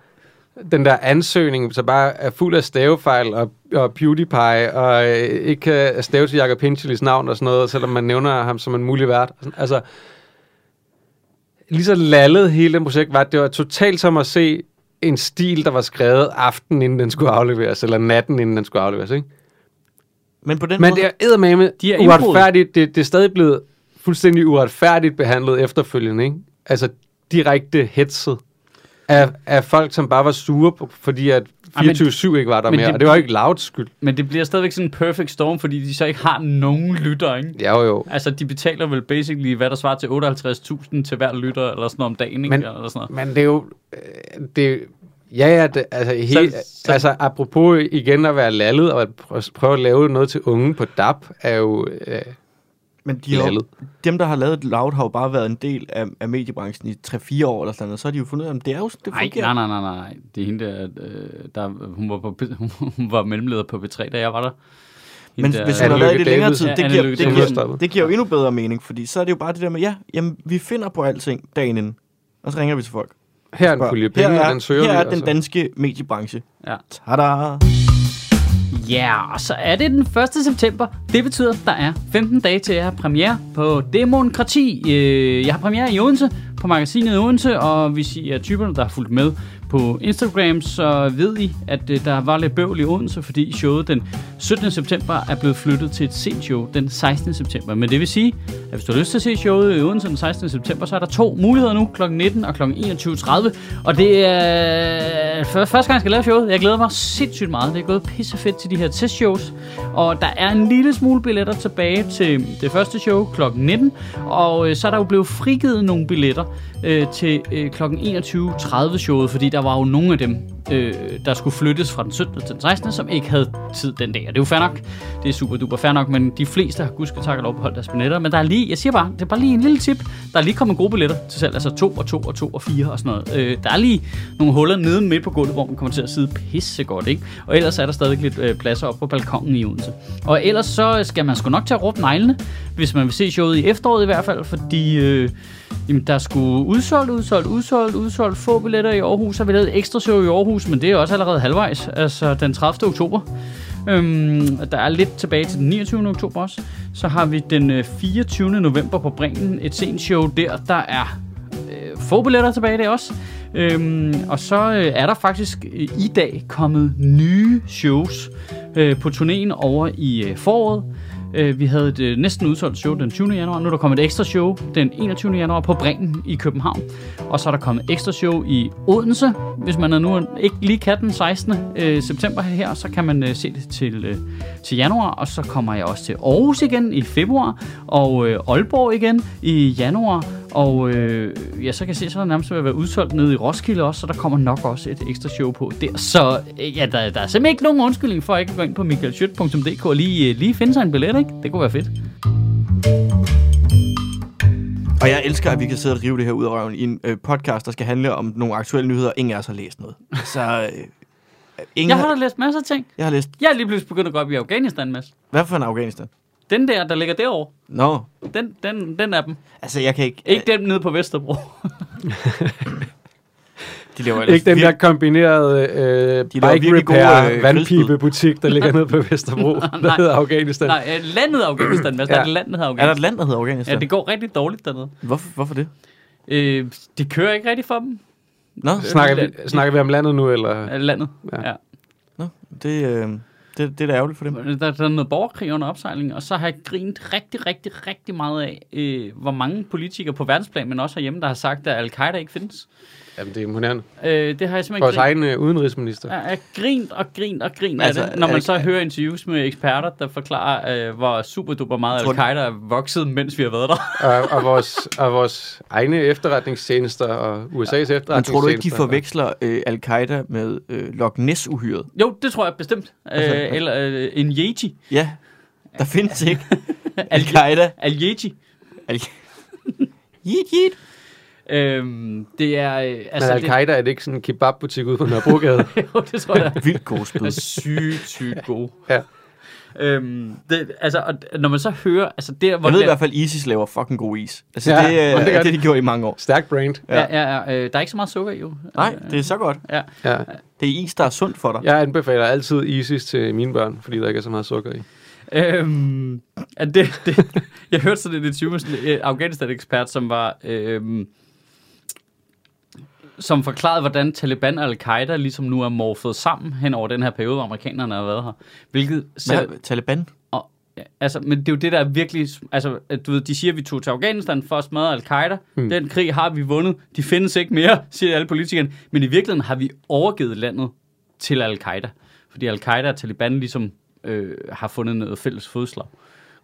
[SPEAKER 3] den der ansøgning, så bare er fuld af stavefejl og, og PewDiePie, og øh, ikke kan stave til Jacob Hinchelis navn og sådan noget, selvom man nævner ham som en mulig vært. Altså, lige så lallet hele det projekt var, at det var totalt som at se en stil, der var skrevet aftenen, inden den skulle afleveres, eller natten, inden den skulle afleveres, ikke?
[SPEAKER 1] Men på den
[SPEAKER 3] Men
[SPEAKER 1] måde,
[SPEAKER 3] det er eddermame
[SPEAKER 2] De er indbrud.
[SPEAKER 3] uretfærdigt. Det, det er stadig blevet fuldstændig uretfærdigt behandlet efterfølgende, ikke? Altså direkte hetset af, af folk, som bare var sure, på, fordi at
[SPEAKER 2] Ej, men-
[SPEAKER 3] 24-7 ikke var der
[SPEAKER 2] men
[SPEAKER 3] mere.
[SPEAKER 2] det-
[SPEAKER 3] og det var jo ikke lavt skyld.
[SPEAKER 2] Men det bliver stadigvæk sådan en perfect storm, fordi de så ikke har nogen lytter, ikke?
[SPEAKER 3] Ja, jo, jo.
[SPEAKER 2] Altså, de betaler vel basically, hvad der svarer til 58.000 til hver lytter, eller sådan noget om dagen, ikke?
[SPEAKER 3] Men-
[SPEAKER 2] eller sådan noget.
[SPEAKER 3] Men det er jo... øh, Det, er- ja, ja, det, altså, helt,
[SPEAKER 2] Så- så-
[SPEAKER 3] altså apropos igen at være lallet og at prø- prøve at lave noget til unge på DAP, er jo... Øh,
[SPEAKER 1] men de har, jo-
[SPEAKER 3] lallet.
[SPEAKER 1] dem, der har lavet Loud, har jo bare været en del af, af mediebranchen i 3-4 år eller sådan noget, og så har de jo fundet ud af, at det er jo sådan, det
[SPEAKER 2] Nej,
[SPEAKER 1] fungerer.
[SPEAKER 2] nej, nej, nej, nej. Det er hende der, øh, der hun, var på, P- (laughs) hun var mellemleder på B3, da jeg var der. Hende
[SPEAKER 1] Men
[SPEAKER 2] der,
[SPEAKER 1] hvis man har
[SPEAKER 3] Anne
[SPEAKER 1] været i
[SPEAKER 3] Lykke
[SPEAKER 1] det længere
[SPEAKER 3] Davidsen.
[SPEAKER 1] tid,
[SPEAKER 2] Ja,
[SPEAKER 1] det
[SPEAKER 2] Anne
[SPEAKER 1] giver,
[SPEAKER 2] Lykke
[SPEAKER 1] det,
[SPEAKER 3] Davidsen.
[SPEAKER 1] giver, det giver jo endnu bedre mening, fordi så er det jo bare det der med, ja, jamen, vi finder på alting dagen inden, og så ringer vi til folk.
[SPEAKER 3] her er en
[SPEAKER 1] Spørg,
[SPEAKER 3] pulje penge,
[SPEAKER 1] her
[SPEAKER 3] og
[SPEAKER 1] er,
[SPEAKER 3] den søger
[SPEAKER 1] her
[SPEAKER 3] vi, altså."
[SPEAKER 1] er
[SPEAKER 3] og
[SPEAKER 1] den
[SPEAKER 3] så-
[SPEAKER 1] danske mediebranche.
[SPEAKER 2] Ja.
[SPEAKER 1] Tada!
[SPEAKER 2] Ja, og så er det den 1. september. Det betyder, at der er 15 dage til, at jeg har premiere på Demokrati. Øh, Jeg har premiere i Odense, på magasinet Odense, og hvis I er typerne, der har fulgt med på Instagram, så ved I, at øh, der var lidt bøvl i Odense, fordi showet den 17. september er blevet flyttet til et sent show den 16. september. Men det vil sige, at hvis du har lyst til at se showet i Odense den 16. september, så er der to muligheder nu, kl. 19 og kl. 21.30. Og det er for første gang, jeg skal lave showet. Jeg glæder mig sindssygt meget. Det er gået pisse fedt til de her testshows. Og der er en lille smule billetter tilbage til det første show kl. 19. Og øh, så er der jo blevet frigivet nogle billetter øh, til øh, kl. 21.30 showet, fordi der var jo nogle af dem, øh, der skulle flyttes fra den 17. til den 16., som ikke havde tid den dag. Og det er jo fair nok. Det er super duper fair nok, men de fleste har gudske tak og lov beholdt deres billetter. Men der er lige, jeg siger bare, det er bare lige en lille tip. Der er lige kommet gode billetter til salg, altså 2 og 2 og 2 og 4 og sådan noget. Øh, der er lige nogle huller nede midt på gulvet, hvor man kommer til at sidde pisse godt, ikke? Og ellers er der stadig lidt øh, pladser op på balkongen i Odense. Og ellers så øh, skal man sgu nok til at råbe neglene, hvis man vil se showet i efteråret i hvert fald, fordi øh, Jamen, der skulle udsolgt, udsolgt, udsolgt, udsolgt få billetter i Aarhus. Så har vi lavet et ekstra show i Aarhus, men det er også allerede halvvejs, altså den 30. oktober. Øhm, og der er lidt tilbage til den 29. oktober også. Så har vi den øh, 24. november på Bremen, et sent show der. Der er øh, få billetter tilbage der også. Øhm, og så øh, er der faktisk øh, i dag kommet nye shows øh, på turnéen over i øh, foråret. Øh, vi havde et øh, næsten udsolgt show den 20. januar. Nu er der kommet et ekstra show den 21. januar på Bremen i København. Og så er der kommet et ekstra show i Odense. Hvis man er nu ikke lige kan den 16. Øh, september her, så kan man øh, se det til, øh, til januar. Og så kommer jeg også til Aarhus igen i februar. Og øh, Aalborg igen i januar. Og øh, ja, så kan jeg se, så er der nærmest ved at være udsolgt nede i Roskilde også, så der kommer nok også et ekstra show på der. Så øh, ja, der, der er simpelthen ikke nogen undskyldning for at ikke gå ind på michaelschødt.dk og lige, øh, lige finde sig en billet, ikke? Det kunne være fedt.
[SPEAKER 1] Og jeg elsker, at vi kan sidde og rive det her ud af røven i en øh, podcast, der skal handle om nogle aktuelle nyheder, ingen af os har læst noget. Så øh, ingen
[SPEAKER 2] Jeg har da læst masser af ting.
[SPEAKER 1] jeg har læst...
[SPEAKER 2] Jeg er lige pludselig begyndt at gå op i Afghanistan, Mads.
[SPEAKER 1] Hvad for en Afghanistan?
[SPEAKER 2] Den der, der ligger derovre,
[SPEAKER 1] Nå,
[SPEAKER 2] den, den, den af dem.
[SPEAKER 1] altså jeg kan ikke...
[SPEAKER 2] Ikke den nede på Vesterbro.
[SPEAKER 1] Øh, de laver ellers
[SPEAKER 3] Ikke den der
[SPEAKER 1] virkelig-
[SPEAKER 3] kombinerede øh, bike
[SPEAKER 1] Altså, laver virkelig gode,
[SPEAKER 3] repair
[SPEAKER 1] øh,
[SPEAKER 3] øh, vandpipebutik, der ligger nede
[SPEAKER 1] (laughs)
[SPEAKER 3] på Vesterbro, (laughs) der hedder Afghanistan.
[SPEAKER 2] Nej, øh, landet Afghanistan, Mads. Der er
[SPEAKER 3] Ja.
[SPEAKER 2] et land, der hedder
[SPEAKER 1] Er der et
[SPEAKER 2] Afghanistan.
[SPEAKER 1] land, der hedder Afghanistan?
[SPEAKER 2] Ja, det går rigtig dårligt dernede.
[SPEAKER 1] hvorfor, hvorfor det?
[SPEAKER 2] Øh, de kører ikke rigtig for dem,
[SPEAKER 1] Nå,
[SPEAKER 3] Øh, Snakker vi, snakker vi om landet nu, eller?
[SPEAKER 2] øh, landet.
[SPEAKER 3] Ja.
[SPEAKER 2] Ja.
[SPEAKER 1] nå det, øh, det, det er da ærgerligt for dem.
[SPEAKER 2] Der, der er noget borgerkrig under opsejling, og så har jeg grint rigtig, rigtig, rigtig meget af, øh, hvor mange politikere på verdensplan, men også herhjemme, der har sagt, at al-Qaida ikke findes.
[SPEAKER 3] Jamen, det er imponerende.
[SPEAKER 2] Øh, det har jeg simpelthen
[SPEAKER 3] For vores
[SPEAKER 2] grint-
[SPEAKER 3] egen øh, udenrigsminister.
[SPEAKER 2] Jeg er grint og grint og grint
[SPEAKER 1] Altså,
[SPEAKER 2] altså, af det, når man
[SPEAKER 1] al-
[SPEAKER 2] så hører interviews med eksperter, der forklarer, øh, hvor super duper meget
[SPEAKER 1] Tror du-
[SPEAKER 2] al-Qaida er vokset, mens vi har været der.
[SPEAKER 3] og, og, vores, og vores egne efterretningstjenester og USA's efterretningstjenester.
[SPEAKER 1] Men tror du ikke, de
[SPEAKER 3] og-
[SPEAKER 1] forveksler øh, al-Qaida med øh, Loch Ness-uhyret?
[SPEAKER 2] jo, det tror jeg bestemt. Øh, eller øh, en Yeji.
[SPEAKER 1] Ja, der findes
[SPEAKER 2] (laughs)
[SPEAKER 1] ikke al-Qaida.
[SPEAKER 2] Al-Yeji. (laughs)
[SPEAKER 1] Al- Yeet, yeet.
[SPEAKER 2] Øhm, det er... Øh,
[SPEAKER 1] Altså,
[SPEAKER 3] Men al-Qaida er det ikke sådan en kebabbutik ude på
[SPEAKER 1] (laughs)
[SPEAKER 3] Nørrebrogade?
[SPEAKER 2] det, (laughs) jo, det tror jeg.
[SPEAKER 1] Vildt
[SPEAKER 2] er
[SPEAKER 1] god spyd.
[SPEAKER 2] sygt, sygt
[SPEAKER 1] (laughs)
[SPEAKER 2] gode.
[SPEAKER 3] Ja.
[SPEAKER 2] Øhm, det, altså, og d- når man så hører, altså der, hvor
[SPEAKER 1] Jeg ved i
[SPEAKER 2] det,
[SPEAKER 1] hvert fald, ISIS laver fucking god is. Altså,
[SPEAKER 3] Ja,
[SPEAKER 1] ja, det, øh,
[SPEAKER 3] det
[SPEAKER 1] det
[SPEAKER 3] gør
[SPEAKER 1] er det, de gjorde i mange år.
[SPEAKER 3] Stærk brand.
[SPEAKER 2] ja. Ja, ja, øh, der er ikke så meget sukker i, jo.
[SPEAKER 1] Nej,
[SPEAKER 2] Øh,
[SPEAKER 1] det er så godt.
[SPEAKER 2] ja.
[SPEAKER 3] Ja.
[SPEAKER 1] Det er is, der er sundt for dig.
[SPEAKER 3] Jeg anbefaler altid ISIS til mine børn, fordi der ikke er så meget sukker i.
[SPEAKER 2] Øhm, at det, det, (laughs) jeg hørte sådan et interview med sådan en øh, Afghanistan-ekspert, som var... Øhm, som forklarede, hvordan Taliban og Al-Qaida ligesom nu er morfet sammen hen over den her periode, hvor amerikanerne har været her. Hvilket selv,
[SPEAKER 1] Hvad? Taliban?
[SPEAKER 2] Og, ja, altså, men det er jo det, der er virkelig... Altså, at du ved, de siger, at vi tog til Afghanistan for at smadre al-Qaida. Mm. Den krig har vi vundet. De findes ikke mere, (laughs) siger alle politikerne. Men i virkeligheden har vi overgivet landet til al-Qaida. Fordi al-Qaida og Taliban ligesom øh, har fundet noget fælles fodslag.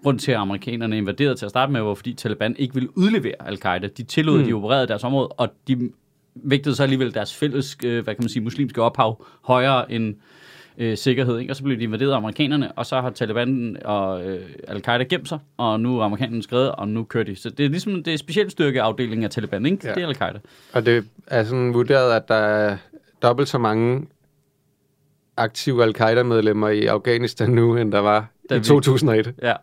[SPEAKER 2] Grunden til, at amerikanerne invaderede til at starte med, var fordi Taliban ikke ville udlevere al-Qaida. De tillod, mm. at de opererede i deres område, og de vægtede så alligevel deres fælles, øh, hvad kan man sige, muslimske ophav højere end øh, sikkerhed. Ikke? Og så blev de invaderet af amerikanerne, og så har Taliban og øh, al-Qaida gemt sig, og nu er amerikanerne skrevet, og nu kører de. Så det er ligesom det er specialstyrkeafdelingen af Taliban, ikke?
[SPEAKER 3] Ja.
[SPEAKER 2] Ja. Det er al-Qaida.
[SPEAKER 3] Og det er sådan vurderet, at der er dobbelt så mange aktive al-Qaida-medlemmer i Afghanistan nu, end der var
[SPEAKER 2] Da
[SPEAKER 3] i
[SPEAKER 2] vi-
[SPEAKER 3] 2001.
[SPEAKER 2] Ja.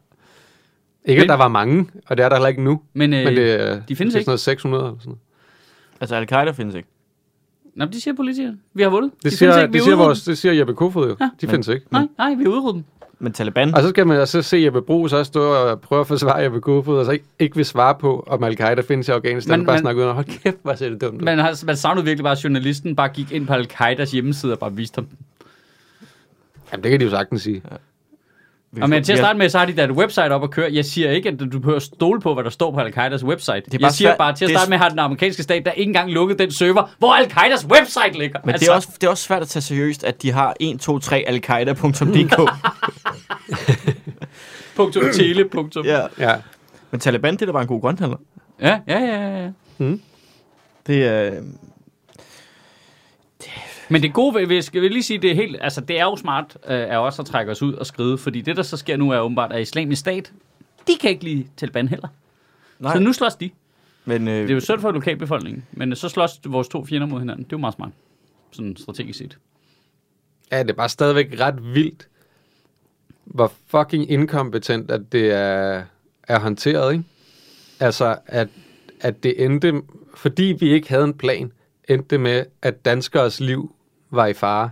[SPEAKER 3] Ikke, at
[SPEAKER 2] Men-
[SPEAKER 3] der var mange, og det er der heller ikke nu.
[SPEAKER 2] Men, øh,
[SPEAKER 3] Men det, er-
[SPEAKER 2] de findes
[SPEAKER 3] det er sådan
[SPEAKER 2] ikke.
[SPEAKER 3] noget 600 eller sådan noget.
[SPEAKER 1] Altså, al-Qaida findes ikke.
[SPEAKER 2] Nå, men det siger politikerne. Vi har vundet.
[SPEAKER 3] Det
[SPEAKER 2] findes
[SPEAKER 3] siger,
[SPEAKER 2] ikke, vi
[SPEAKER 3] det
[SPEAKER 2] har
[SPEAKER 3] siger,
[SPEAKER 2] udryddet
[SPEAKER 3] vores, det siger Jeppe Kofod jo. De findes ikke.
[SPEAKER 2] dem. Nej, nej, vi har udryddet dem.
[SPEAKER 1] Men Taliban?
[SPEAKER 3] Og så skal man og så se Jeppe Brugs også stå og prøve at forsvare Jeppe Kofod, og så ikke, ikke vil svare på, om Al-Qaida findes i Afghanistan,
[SPEAKER 2] Men-
[SPEAKER 3] men, bare
[SPEAKER 2] men-
[SPEAKER 3] snakke ud om, hold kæft, hvor ser det dumt ud.
[SPEAKER 2] Man, har, man savnede virkelig bare, at journalisten bare gik ind på al-Qaidas hjemmeside og bare viste dem.
[SPEAKER 3] Jamen, det kan de jo sagtens sige.
[SPEAKER 1] Vi-
[SPEAKER 2] Og men til at
[SPEAKER 1] vi har-
[SPEAKER 2] starte med, så har de da et website op at køre. Jeg siger ikke, at du behøver at stole på, hvad der står på Al-Qaidas website. Det
[SPEAKER 1] er bare
[SPEAKER 2] jeg siger
[SPEAKER 1] svært-
[SPEAKER 2] bare, til at
[SPEAKER 1] det er-
[SPEAKER 2] starte med har den amerikanske stat der ikke engang lukket den server, hvor Al-Qaidas website ligger. Altså,
[SPEAKER 1] Men det er, også, det er også svært at tage seriøst, at de har 1, 2, 3
[SPEAKER 2] (laughs)
[SPEAKER 1] al-Qaida.dk. (clears throat)
[SPEAKER 2] Punktum tele, punktum.
[SPEAKER 1] ja.
[SPEAKER 3] Ja.
[SPEAKER 1] Men Taliban, det er da bare en god grønthandler.
[SPEAKER 2] Ja, ja, ja, ja.
[SPEAKER 1] Det er... øh,
[SPEAKER 2] Men det gode, ved- ved- skal vi lige sige, det er helt, altså det er jo smart øh, af os at trække os ud og skride, fordi det, der så sker nu, er åbenbart, at islamisk stat, de kan ikke lide Taliban heller.
[SPEAKER 1] Nej,
[SPEAKER 2] Så nu slås de.
[SPEAKER 1] men øh,
[SPEAKER 2] Det er jo synd for lokalbefolkningen, men så slås vores to fjender mod hinanden. Det er jo meget smart, sådan strategisk set.
[SPEAKER 3] ja, det er bare stadigvæk ret vildt, hvor fucking inkompetent, at det er, er håndteret, ikke? Altså, at, at det endte, fordi vi ikke havde en plan, endte det med, at danskers liv var i fare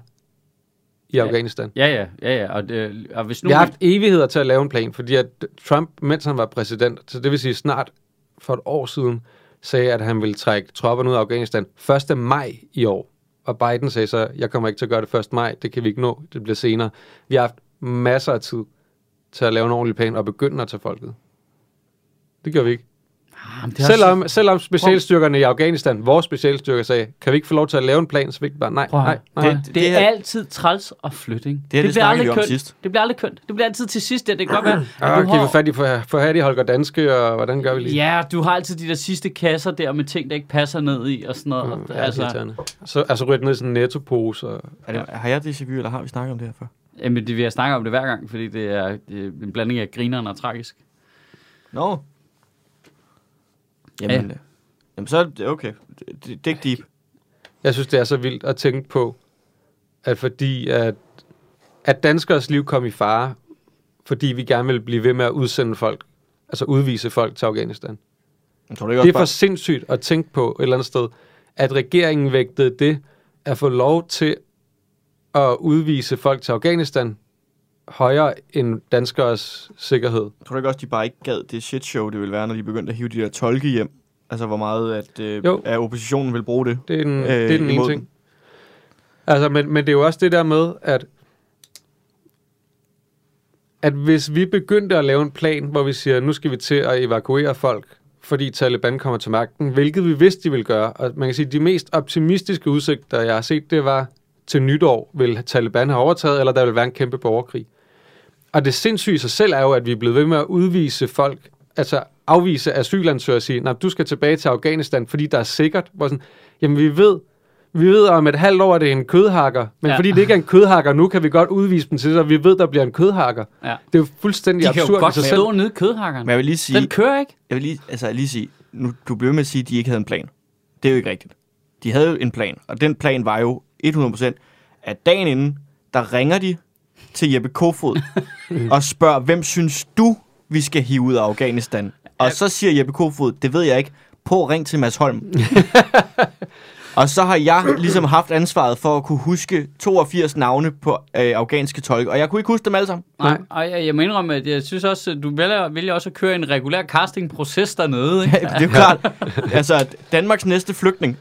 [SPEAKER 3] i ja. Afghanistan.
[SPEAKER 2] Ja, ja, ja, ja. Og, det, og hvis nu...
[SPEAKER 3] Vi har haft evigheder til at lave en plan, fordi at Trump, mens han var præsident, så det vil sige snart for et år siden, sagde, at han ville trække tropperne ud af Afghanistan 1. maj i år. Og Biden sagde så, jeg kommer ikke til at gøre det 1. maj, det kan vi ikke nå, det bliver senere. Vi har haft masser af tid til at lave en ordentlig plan og begynde at tage folket. Det gjorde vi ikke.
[SPEAKER 2] Ah, men det er også-
[SPEAKER 3] Selvom, selvom specialstyrkerne i Afghanistan, vores specialstyrker, sagde, kan vi ikke få lov til at lave en plan, så fik de bare, nej,
[SPEAKER 2] Prøv at
[SPEAKER 3] nej,
[SPEAKER 2] høre.
[SPEAKER 3] nej.
[SPEAKER 2] Det,
[SPEAKER 1] det
[SPEAKER 2] det
[SPEAKER 1] her-
[SPEAKER 2] er altid træls og flytting.
[SPEAKER 1] det snakkede vi om
[SPEAKER 2] kønt.
[SPEAKER 1] sidst.
[SPEAKER 2] Det bliver aldrig kønt. Det bliver altid til sidst, ja, det kan godt være. at
[SPEAKER 3] Ah,
[SPEAKER 2] du
[SPEAKER 3] giv
[SPEAKER 2] har-
[SPEAKER 3] fat i for, for hat i Holger Danske, og hvordan gør vi lige?
[SPEAKER 2] Ja, du har altid de der sidste kasser der med ting, der ikke passer ned i og sådan noget.
[SPEAKER 3] Ja, altså,
[SPEAKER 2] altså,
[SPEAKER 3] så, altså ryger den ned i sådan en nettopose. Og...
[SPEAKER 1] er det, har jeg déjà vu, eller har vi snakket om det her før?
[SPEAKER 2] jamen, det, vi har snakket om det hver gang, fordi det er øh, en blanding af grineren og tragisk.
[SPEAKER 1] Nå. No. Jamen,
[SPEAKER 2] Ja.
[SPEAKER 1] ja. jamen så er det okay. Det, det er ikke deep.
[SPEAKER 3] Jeg synes, det er så vildt at tænke på, at fordi at, at danskers liv kom i fare, fordi vi gerne vil blive ved med at udsende folk, altså udvise folk til Afghanistan.
[SPEAKER 1] Jeg tror det ikke
[SPEAKER 3] Det
[SPEAKER 1] også
[SPEAKER 3] er for
[SPEAKER 1] bare...
[SPEAKER 3] sindssygt at tænke på et eller andet sted, at regeringen vægtede det at få lov til at udvise folk til Afghanistan højere end danskeres sikkerhed.
[SPEAKER 1] Jeg tror du ikke også, de bare ikke gad det shit show, det ville være, når de begyndte at hive de der tolke hjem? Altså, hvor meget at, øh,
[SPEAKER 3] Jo.
[SPEAKER 1] at oppositionen vil bruge det.
[SPEAKER 3] Det er den, øh,
[SPEAKER 1] Øh,
[SPEAKER 3] det er den ene
[SPEAKER 1] imod
[SPEAKER 3] ting. Altså, men, men det er jo også det der med, at, at hvis vi begyndte at lave en plan, hvor vi siger, nu skal vi til at evakuere folk, fordi Taliban kommer til magten, hvilket vi vidste, de ville gøre. Og man kan sige, at de mest optimistiske udsigter, jeg har set, det var, til nytår vil Taliban have overtaget, eller der vil være en kæmpe borgerkrig. Og det sindssyge i sig selv er jo, at vi er blevet ved med at udvise folk, altså afvise asylansøgere og sige, nej, du skal tilbage til Afghanistan, fordi der er sikkert. Hvor sådan, jamen vi ved, vi ved om et halvt år, at det er en kødhakker, men
[SPEAKER 2] Ja.
[SPEAKER 3] ja. fordi det ikke er en kødhakker nu, kan vi godt udvise dem til det, og vi ved, der bliver en kødhakker.
[SPEAKER 2] Ja.
[SPEAKER 3] Det er jo fuldstændig
[SPEAKER 2] De kan
[SPEAKER 3] absurd
[SPEAKER 2] jo
[SPEAKER 3] i
[SPEAKER 2] godt
[SPEAKER 3] sig selv.
[SPEAKER 2] stå nede i kødhakkeren.
[SPEAKER 1] Men jeg vil lige sige,
[SPEAKER 2] Den kører ikke.
[SPEAKER 1] jeg vil lige, altså, jeg vil lige sige nu, du blev med at sige, at de ikke havde en plan. Det er jo ikke rigtigt. De havde jo en plan, og den plan var jo 100%, at dagen inden, der ringer de til Jeppe Kofod og spørger, hvem synes du, vi skal hive ud af Afghanistan? Og så siger Jeppe Kofod, det ved jeg ikke, på ring til Mads Holm. og så har jeg ligesom haft ansvaret for at kunne huske 82 navne på øh, afghanske tolke, og jeg kunne ikke huske dem alle sammen. (laughs)
[SPEAKER 2] Nej,
[SPEAKER 3] Nej.
[SPEAKER 2] og jeg, jeg må indrømme, at jeg synes også, at du vælger, vælger også at køre en regulær casting-proces dernede. Ikke?
[SPEAKER 1] (laughs) Ja, det er jo klart. Altså, Danmarks næste flygtning.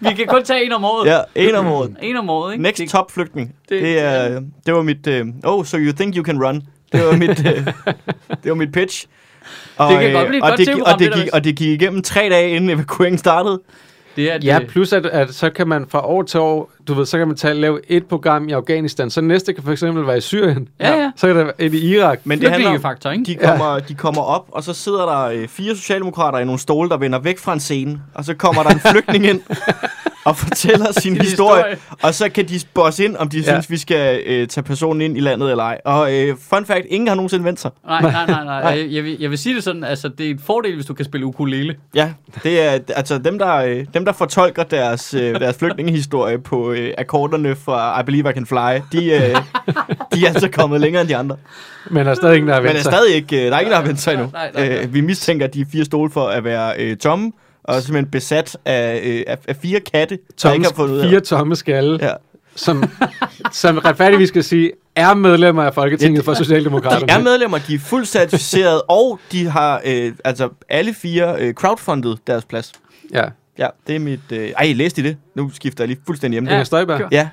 [SPEAKER 2] Vi kan kun tage en om året.
[SPEAKER 1] Ja, en om året.
[SPEAKER 2] En om året, ikke?
[SPEAKER 1] Next
[SPEAKER 2] Det-
[SPEAKER 1] top flygtning.
[SPEAKER 2] det-
[SPEAKER 1] Det, det, er, det var mit... Øh, oh, so you think you can run. Det var mit,
[SPEAKER 2] (laughs)
[SPEAKER 1] øh, det var mit pitch. Og,
[SPEAKER 2] Det kan
[SPEAKER 1] øh,
[SPEAKER 2] godt blive et
[SPEAKER 1] og
[SPEAKER 2] godt
[SPEAKER 1] det,
[SPEAKER 2] tv-program,
[SPEAKER 1] og det,
[SPEAKER 2] det der,
[SPEAKER 1] gik, og det gik igennem tre dage, inden evakueringen startede.
[SPEAKER 2] Det er det.
[SPEAKER 3] Ja, plus at, at så kan man fra år til år, du ved, så kan man tage, lave et program i Afghanistan, så næste kan for eksempel være i Syrien,
[SPEAKER 2] Ja, ja.
[SPEAKER 3] så kan der være et i Irak.
[SPEAKER 1] Men det handler om,
[SPEAKER 2] Flygtningefaktor, ikke?
[SPEAKER 1] de kommer, de kommer op, og så sidder der øh, fire socialdemokrater i nogle stole, der vender væk fra en scene. Og så kommer der en flygtning
[SPEAKER 2] (laughs)
[SPEAKER 1] ind og fortæller sin
[SPEAKER 2] Sin
[SPEAKER 1] historie,
[SPEAKER 2] historie.
[SPEAKER 1] Og så kan de bosse ind, om de ja. synes, vi skal øh, tage personen ind i landet eller ej. Og øh, fun fact, ingen har nogensinde vendt sig.
[SPEAKER 2] Nej, nej, nej,
[SPEAKER 1] (laughs)
[SPEAKER 2] nej. Jeg, jeg, vil, jeg vil sige det sådan, altså det er en fordel, hvis du kan spille ukulele.
[SPEAKER 1] Ja, det er altså dem der øh, dem der fortolker deres øh, deres flygtningehistorie på øh, akkorderne fra I Believe I Can Fly. De øh, de er altså kommet længere end de andre.
[SPEAKER 3] Men der er stadig ingen, der har
[SPEAKER 1] Men
[SPEAKER 3] vendt
[SPEAKER 1] er
[SPEAKER 3] sig.
[SPEAKER 1] stadig ikke øh, der er ingen der har vendt sig endnu.
[SPEAKER 2] Nej, nej, nej.
[SPEAKER 1] Øh, vi mistænker de fire stole for at være øh, tomme og simpelthen besat af, øh, af, af fire katte, der
[SPEAKER 3] tomme,
[SPEAKER 1] ikke har fundet ud af.
[SPEAKER 3] fire tomme skalle, ja.
[SPEAKER 1] Ja.
[SPEAKER 3] som, som retfærdigvis skal sige, er medlemmer af Folketinget
[SPEAKER 1] Ja,
[SPEAKER 3] ja, for Socialdemokraterne.
[SPEAKER 1] De er medlemmer, de er fuldt certificeret, (laughs) og de har øh, altså alle fire øh, crowdfundet deres plads.
[SPEAKER 3] Ja.
[SPEAKER 1] Ja, det er mit... Øh, ej, læste I det? Nu skifter jeg lige fuldstændig hjemme.
[SPEAKER 3] Inger Støjberg.
[SPEAKER 2] kør.
[SPEAKER 1] ja.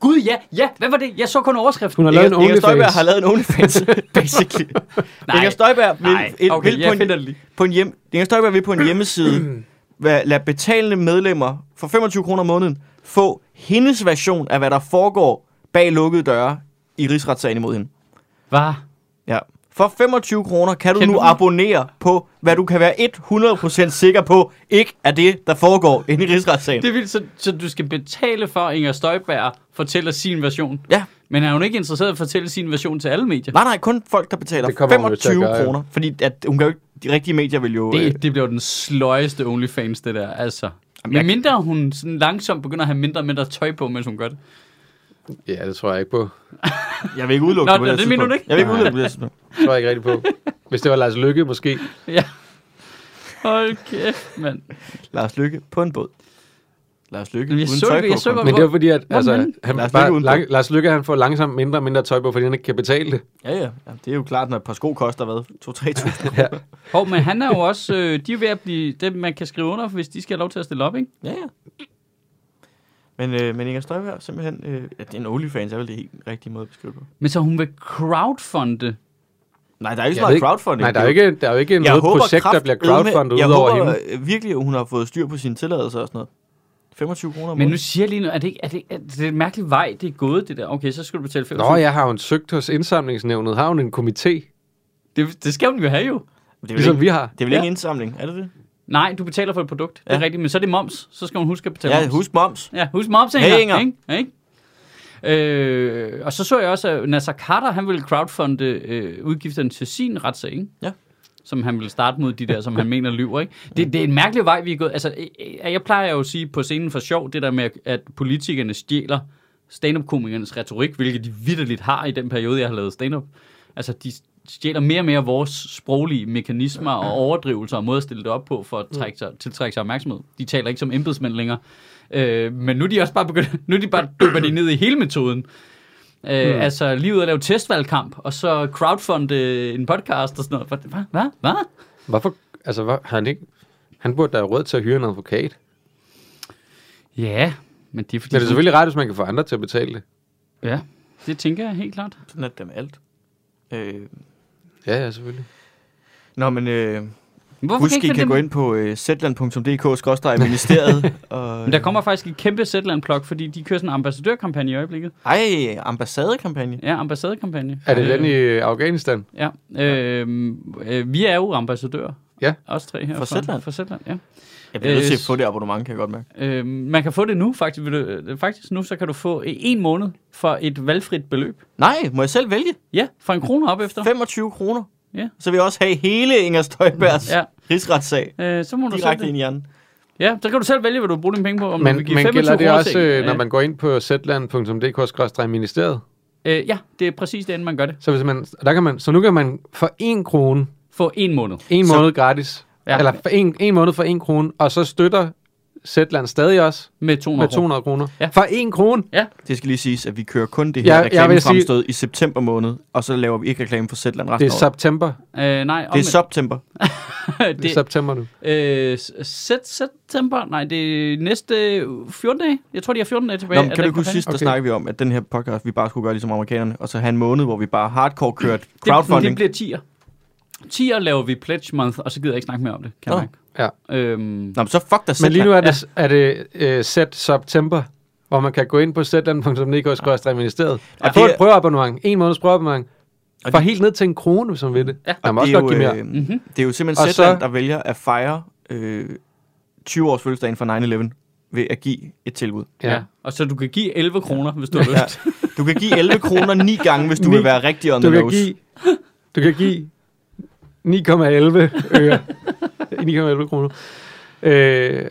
[SPEAKER 2] Gud, ja, ja. Hvad var det? Jeg så kun overskriften.
[SPEAKER 3] Hun har lavet en
[SPEAKER 1] Inger, Inger Støjberg
[SPEAKER 3] OnlyFans.
[SPEAKER 1] har lavet en
[SPEAKER 3] (laughs)
[SPEAKER 1] OnlyFans, basically.
[SPEAKER 2] Nej.
[SPEAKER 1] Nej. Inger Støjberg vil,
[SPEAKER 2] Nej,
[SPEAKER 1] et,
[SPEAKER 2] okay,
[SPEAKER 1] vil
[SPEAKER 2] jeg
[SPEAKER 1] på,
[SPEAKER 2] finder
[SPEAKER 1] en,
[SPEAKER 2] det lige.
[SPEAKER 1] på en hjem, Inger Støjberg vil på en hjemmeside (clears throat) være- lade betalende medlemmer for 25 kroner om måneden få hendes version af, hvad der foregår bag lukkede døre i rigsretssagen imod hende.
[SPEAKER 2] Hvad?
[SPEAKER 1] Ja. For 25 kroner kan du
[SPEAKER 2] Kan
[SPEAKER 1] nu
[SPEAKER 2] du-
[SPEAKER 1] abonnere på, hvad du kan være 100% sikker på, ikke er det, der foregår inde i rigsretssagen.
[SPEAKER 2] Det er vildt, så, så du skal betale for, at Inger Støjberg fortæller sin version.
[SPEAKER 1] Ja.
[SPEAKER 2] Men er hun ikke interesseret i at fortælle sin version til alle medier?
[SPEAKER 1] Nej, nej, kun folk, der betaler
[SPEAKER 3] Det kommer hun jo til at
[SPEAKER 1] 25
[SPEAKER 3] gøre, jo.
[SPEAKER 1] kroner. Fordi at, hun kan jo ikke, de rigtige medier vil jo... øh,
[SPEAKER 2] Det, det bliver jo den sløjeste OnlyFans, det der, altså.
[SPEAKER 1] jeg-
[SPEAKER 2] Men mindre hun sådan langsomt begynder at have mindre og mindre tøj på, mens hun gør
[SPEAKER 1] (laughs)
[SPEAKER 2] det.
[SPEAKER 3] Ja, det tror jeg ikke på.
[SPEAKER 1] Jeg vil ikke udelukke
[SPEAKER 2] Nå,
[SPEAKER 1] det på
[SPEAKER 2] nå,
[SPEAKER 1] det,
[SPEAKER 2] det
[SPEAKER 1] det
[SPEAKER 2] mener du
[SPEAKER 1] tidspunkt.
[SPEAKER 2] ikke?
[SPEAKER 1] Jeg vil ikke
[SPEAKER 3] Nej.
[SPEAKER 1] udelukke det på det tidspunkt.
[SPEAKER 3] Det tror jeg ikke rigtig på. Hvis det var Lars Lykke, måske.
[SPEAKER 2] Ja. Hold kæft, mand.
[SPEAKER 1] Lars Lykke på en båd. Lars Lykke
[SPEAKER 2] Men jeg
[SPEAKER 1] uden
[SPEAKER 2] så
[SPEAKER 1] tøj
[SPEAKER 2] det-
[SPEAKER 1] på.
[SPEAKER 2] jeg så
[SPEAKER 1] kom.
[SPEAKER 2] godt-
[SPEAKER 3] Men det er jo fordi, at altså,
[SPEAKER 2] Hvordan?
[SPEAKER 1] Lars
[SPEAKER 3] han Lars,
[SPEAKER 1] Løkke
[SPEAKER 3] bare,
[SPEAKER 1] uden
[SPEAKER 3] lang, Lars Lykke han får langsomt mindre og mindre tøj på, fordi han ikke kan betale det.
[SPEAKER 1] Ja, ja. Jamen, det er jo klart, når et par sko koster, hvad? 2-3.000.
[SPEAKER 3] Ja.
[SPEAKER 2] Hov, men han er jo også, øh, de er ved at blive dem, man kan skrive under, for, hvis de skal have lov til at stille op, ikke?
[SPEAKER 1] ja, ja. Men, øh, men Inger Støjberg, simpelthen... Øh, ja, det er en OnlyFans, er vel det helt rigtige måde at beskrive det på.
[SPEAKER 2] Men så hun vil crowdfunde.
[SPEAKER 1] Nej, der er jo ikke så
[SPEAKER 3] Jeg ved
[SPEAKER 1] meget
[SPEAKER 3] ikke-
[SPEAKER 1] crowdfunding.
[SPEAKER 3] Nej, der er jo ikke, der er jo ikke noget projekt, der bliver crowdfundet ud
[SPEAKER 1] jeg
[SPEAKER 3] over
[SPEAKER 1] håber
[SPEAKER 3] hende.
[SPEAKER 1] øh, virkelig, at hun har fået styr på sine tilladelser og sådan noget. 25 kroner om
[SPEAKER 2] Men nu
[SPEAKER 1] måneden.
[SPEAKER 2] siger jeg lige nu, er det, ikke, er det, er det en mærkelig vej, det er gået, det der? Okay, så skal du betale 5.
[SPEAKER 3] Nå, jeg har hun søgt hos indsamlingsnævnet. Har hun en komité,
[SPEAKER 2] Det, det skal hun jo have jo.
[SPEAKER 1] Det er vel,
[SPEAKER 3] ligesom
[SPEAKER 1] ikke,
[SPEAKER 3] vi har?
[SPEAKER 1] det er vel ikke en indsamling, er det det?
[SPEAKER 2] Nej, du betaler for et produkt, det er
[SPEAKER 1] Ja.
[SPEAKER 2] rigtigt, men så er det moms, så skal hun huske at betale
[SPEAKER 1] Ja,
[SPEAKER 2] moms.
[SPEAKER 1] husk moms.
[SPEAKER 2] Ja, husk moms, Inger.
[SPEAKER 1] Hey, Inger.
[SPEAKER 2] Ikke? ikke? Øh, og så så jeg også, at Nasser Carter, han ville crowdfunde øh, udgifterne til sin retssag, ikke?
[SPEAKER 1] Ja.
[SPEAKER 2] Som han ville starte mod de der, som han mener lyver, ikke? Det, det er en mærkelig vej, vi er gået. Altså, øh, øh, jeg plejer jo at sige på scenen for sjov, det der med, at politikerne stjæler stand-up-komikernes retorik, hvilket de vidderligt har i den periode, jeg har lavet stand-up. Altså, de stjæler mere og mere vores sproglige mekanismer og overdrivelser og måder at stille det op på for at trække sig, tiltrække sig opmærksomhed. De taler ikke som embedsmænd længere. Øh, men nu er de også bare begyndt, nu er de bare dypper de ned i hele metoden. Øh, mm. Altså lige ud at lave testvalgkamp, og så crowdfunde en podcast og sådan noget. Hvad? Hvad? Hvad?
[SPEAKER 3] Hvorfor, altså, hvor, har han ikke... Han burde da have råd til at hyre en advokat.
[SPEAKER 2] Ja, men det er fordi...
[SPEAKER 3] Men det er selvfølgelig rart, hvis man kan få andre til at betale det.
[SPEAKER 2] Ja, det tænker jeg helt klart.
[SPEAKER 1] Sådan er det med alt. Øh,
[SPEAKER 3] Ja, ja, selvfølgelig.
[SPEAKER 1] nå, men øh,
[SPEAKER 2] Hvorfor
[SPEAKER 1] husk, I
[SPEAKER 2] finde
[SPEAKER 1] kan
[SPEAKER 2] dem?
[SPEAKER 1] gå ind på øh, (laughs) zland.dk-ministeriet. og,
[SPEAKER 2] Men der kommer faktisk et kæmpe Zetland-plok, fordi de kører sådan en ambassadørkampagne i øjeblikket.
[SPEAKER 1] Ej, ambassadekampagne.
[SPEAKER 2] Ja, ambassadekampagne.
[SPEAKER 3] Er det den i øh, Afghanistan?
[SPEAKER 2] Ja. Øhm, øh, vi er jo ambassadører.
[SPEAKER 3] Ja.
[SPEAKER 2] Også tre her.
[SPEAKER 1] For Zetland?
[SPEAKER 2] For Zetland, ja.
[SPEAKER 1] Jeg bliver nødt til
[SPEAKER 2] Øh,
[SPEAKER 1] at få det abonnement, kan jeg godt mærke.
[SPEAKER 2] Øhm, man kan få det nu, faktisk. Vil du, øh, faktisk nu, så kan du få øh, en måned for et valgfrit beløb.
[SPEAKER 1] Nej, må jeg selv vælge?
[SPEAKER 2] Ja, for en krone op efter.
[SPEAKER 1] 25 kroner.
[SPEAKER 2] Ja.
[SPEAKER 1] Så vil jeg også have hele Inger Støjbergs ja.
[SPEAKER 2] Ja.
[SPEAKER 1] rigsretssag
[SPEAKER 2] Øh, så må du selv
[SPEAKER 1] direkte ind
[SPEAKER 2] det.
[SPEAKER 1] i hjernen.
[SPEAKER 2] Ja, så kan du selv vælge, hvad du vil bruge dine penge på. Om
[SPEAKER 3] Men,
[SPEAKER 2] du vil give
[SPEAKER 3] men
[SPEAKER 2] 25
[SPEAKER 3] gælder det
[SPEAKER 2] kroner
[SPEAKER 3] også,
[SPEAKER 2] til en-
[SPEAKER 3] øh, når man går ind på zland.dk-ministeriet?
[SPEAKER 2] Øh, ja, det er præcis det, inden man gør det.
[SPEAKER 3] Så, hvis man, og der kan man, så nu kan man for en krone,
[SPEAKER 2] Få en måned.
[SPEAKER 3] en
[SPEAKER 2] Så-
[SPEAKER 3] måned gratis,
[SPEAKER 2] Ja.
[SPEAKER 3] ja. eller for en, en måned for en krone, og så støtter Zetland stadig også
[SPEAKER 2] Med 200
[SPEAKER 3] med
[SPEAKER 2] kroner.
[SPEAKER 3] 200 kroner.
[SPEAKER 2] Ja.
[SPEAKER 3] Ja. For en krone?
[SPEAKER 1] Det skal lige siges, at vi kører kun det her
[SPEAKER 3] Ja, jeg vil sige-
[SPEAKER 1] reklamefremstød i september måned, og så laver vi ikke reklame for Zetland
[SPEAKER 3] Det
[SPEAKER 1] resten
[SPEAKER 3] er
[SPEAKER 1] af året.
[SPEAKER 3] september.
[SPEAKER 2] Øh, nej,
[SPEAKER 1] Det er
[SPEAKER 2] (laughs) omvendt.
[SPEAKER 1] september.
[SPEAKER 3] Det er september nu.
[SPEAKER 2] Øh, s- set september? Nej, det er næste øh, 14 dage. Jeg tror, de har 14 dage tilbage.
[SPEAKER 1] Nå, men
[SPEAKER 2] af
[SPEAKER 1] kan du
[SPEAKER 2] den
[SPEAKER 1] ikke huske
[SPEAKER 2] kampagne.
[SPEAKER 1] sidst, der okay.
[SPEAKER 3] Okay.
[SPEAKER 1] snakkede vi om, at den her podcast, vi bare skulle gøre ligesom amerikanerne, og så have en måned, hvor vi bare hardcore kørte
[SPEAKER 2] Det,
[SPEAKER 1] crowdfunding.
[SPEAKER 2] det bliver 10'er. 10'er laver vi Pledge Month, og så gider jeg ikke snakke mere om det, kan
[SPEAKER 1] Nå.
[SPEAKER 2] jeg
[SPEAKER 3] Ja.
[SPEAKER 2] mærke. Øhm,
[SPEAKER 1] Nå, men så fuck dig
[SPEAKER 3] Men
[SPEAKER 1] Zetland.
[SPEAKER 3] lige nu er det, er det øh, set september, hvor man kan gå ind på zland.dk-ministeriet
[SPEAKER 1] Og
[SPEAKER 3] og få
[SPEAKER 1] det
[SPEAKER 3] et
[SPEAKER 1] er-
[SPEAKER 3] prøveabonnement. En måneds prøveabonnement.
[SPEAKER 1] Og
[SPEAKER 3] For
[SPEAKER 1] det-
[SPEAKER 3] helt ned til en krone, hvis man vil det.
[SPEAKER 2] Ja.
[SPEAKER 3] Man må
[SPEAKER 1] det,
[SPEAKER 3] også
[SPEAKER 1] er
[SPEAKER 3] godt give
[SPEAKER 1] jo,
[SPEAKER 3] mere.
[SPEAKER 1] øh,
[SPEAKER 2] Mhm.
[SPEAKER 1] det er jo simpelthen
[SPEAKER 3] Og
[SPEAKER 1] Zetland,
[SPEAKER 3] så-
[SPEAKER 1] der vælger at fejre øh, 20-års fødselsdagen for 9-11 ved at give et tilbud.
[SPEAKER 2] ja. ja. Og så du kan give 11 kroner, hvis du har lyst.
[SPEAKER 1] Du kan give 11 kroner 9 gange, hvis du
[SPEAKER 3] (laughs) Ni-
[SPEAKER 1] vil være rigtig on
[SPEAKER 3] Du
[SPEAKER 1] the
[SPEAKER 3] kan
[SPEAKER 1] nose.
[SPEAKER 3] give, du kan give 9,11 øre. (laughs) 9,11 kroner. Øh,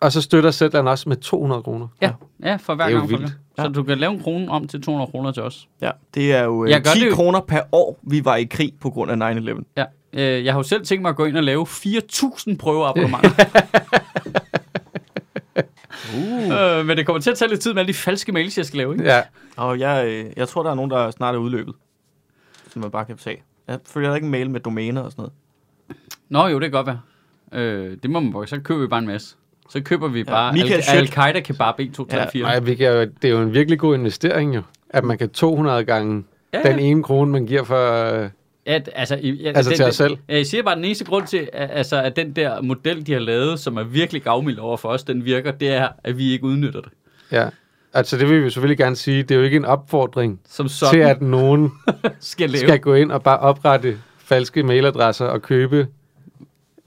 [SPEAKER 3] og så støtter Zetland også med 200 kroner.
[SPEAKER 2] Ja, ja for hver
[SPEAKER 3] Det er jo
[SPEAKER 2] gang.
[SPEAKER 3] vildt.
[SPEAKER 2] Ja. Så du kan lave en krone om til 200 kroner til os.
[SPEAKER 1] Ja, det er jo øh,
[SPEAKER 2] Jeg gør
[SPEAKER 1] 10
[SPEAKER 2] det jo-
[SPEAKER 1] kroner per år, vi var i krig på grund af 9-11.
[SPEAKER 2] Ja. Øh, jeg har jo selv tænkt mig at gå ind og lave 4.000 prøveabonnementer.
[SPEAKER 3] (laughs)
[SPEAKER 2] (laughs) uh. øh, men det kommer til at tage lidt tid med alle de falske mails, jeg skal lave, ikke?
[SPEAKER 3] Ja.
[SPEAKER 1] Og jeg, øh, jeg tror, der er nogen, der snart er udløbet, som man bare kan tage. Jeg følger ikke en mail med domæner og sådan noget.
[SPEAKER 2] Nå jo, det kan godt være. Øh, det må man bare. Så køber vi bare en masse. Så køber vi bare
[SPEAKER 1] Michael
[SPEAKER 2] Al-
[SPEAKER 1] Schødt.
[SPEAKER 2] Al-Qaida kebab 1, 2, 3,
[SPEAKER 1] Ja.
[SPEAKER 2] 4.
[SPEAKER 3] Nej, vi kan jo, det er jo en virkelig god investering jo, at man kan 200 gange
[SPEAKER 2] Ja,
[SPEAKER 3] ja.
[SPEAKER 2] ja.
[SPEAKER 3] den ene krone, man giver for... Øh,
[SPEAKER 2] At, altså, i, ja,
[SPEAKER 3] Altså
[SPEAKER 2] den,
[SPEAKER 3] til os selv.
[SPEAKER 2] Jeg siger bare, at den eneste grund til, at, altså, at den der model, de har lavet, som er virkelig gavmild over for os, den virker, det er, at vi ikke udnytter det.
[SPEAKER 3] ja. Altså, det vil vi selvfølgelig gerne sige, det er jo ikke en opfordring
[SPEAKER 2] Som
[SPEAKER 3] Sådan. til,
[SPEAKER 2] sådan
[SPEAKER 3] at nogen
[SPEAKER 2] skal lave.
[SPEAKER 3] skal gå ind og bare oprette falske mailadresser og købe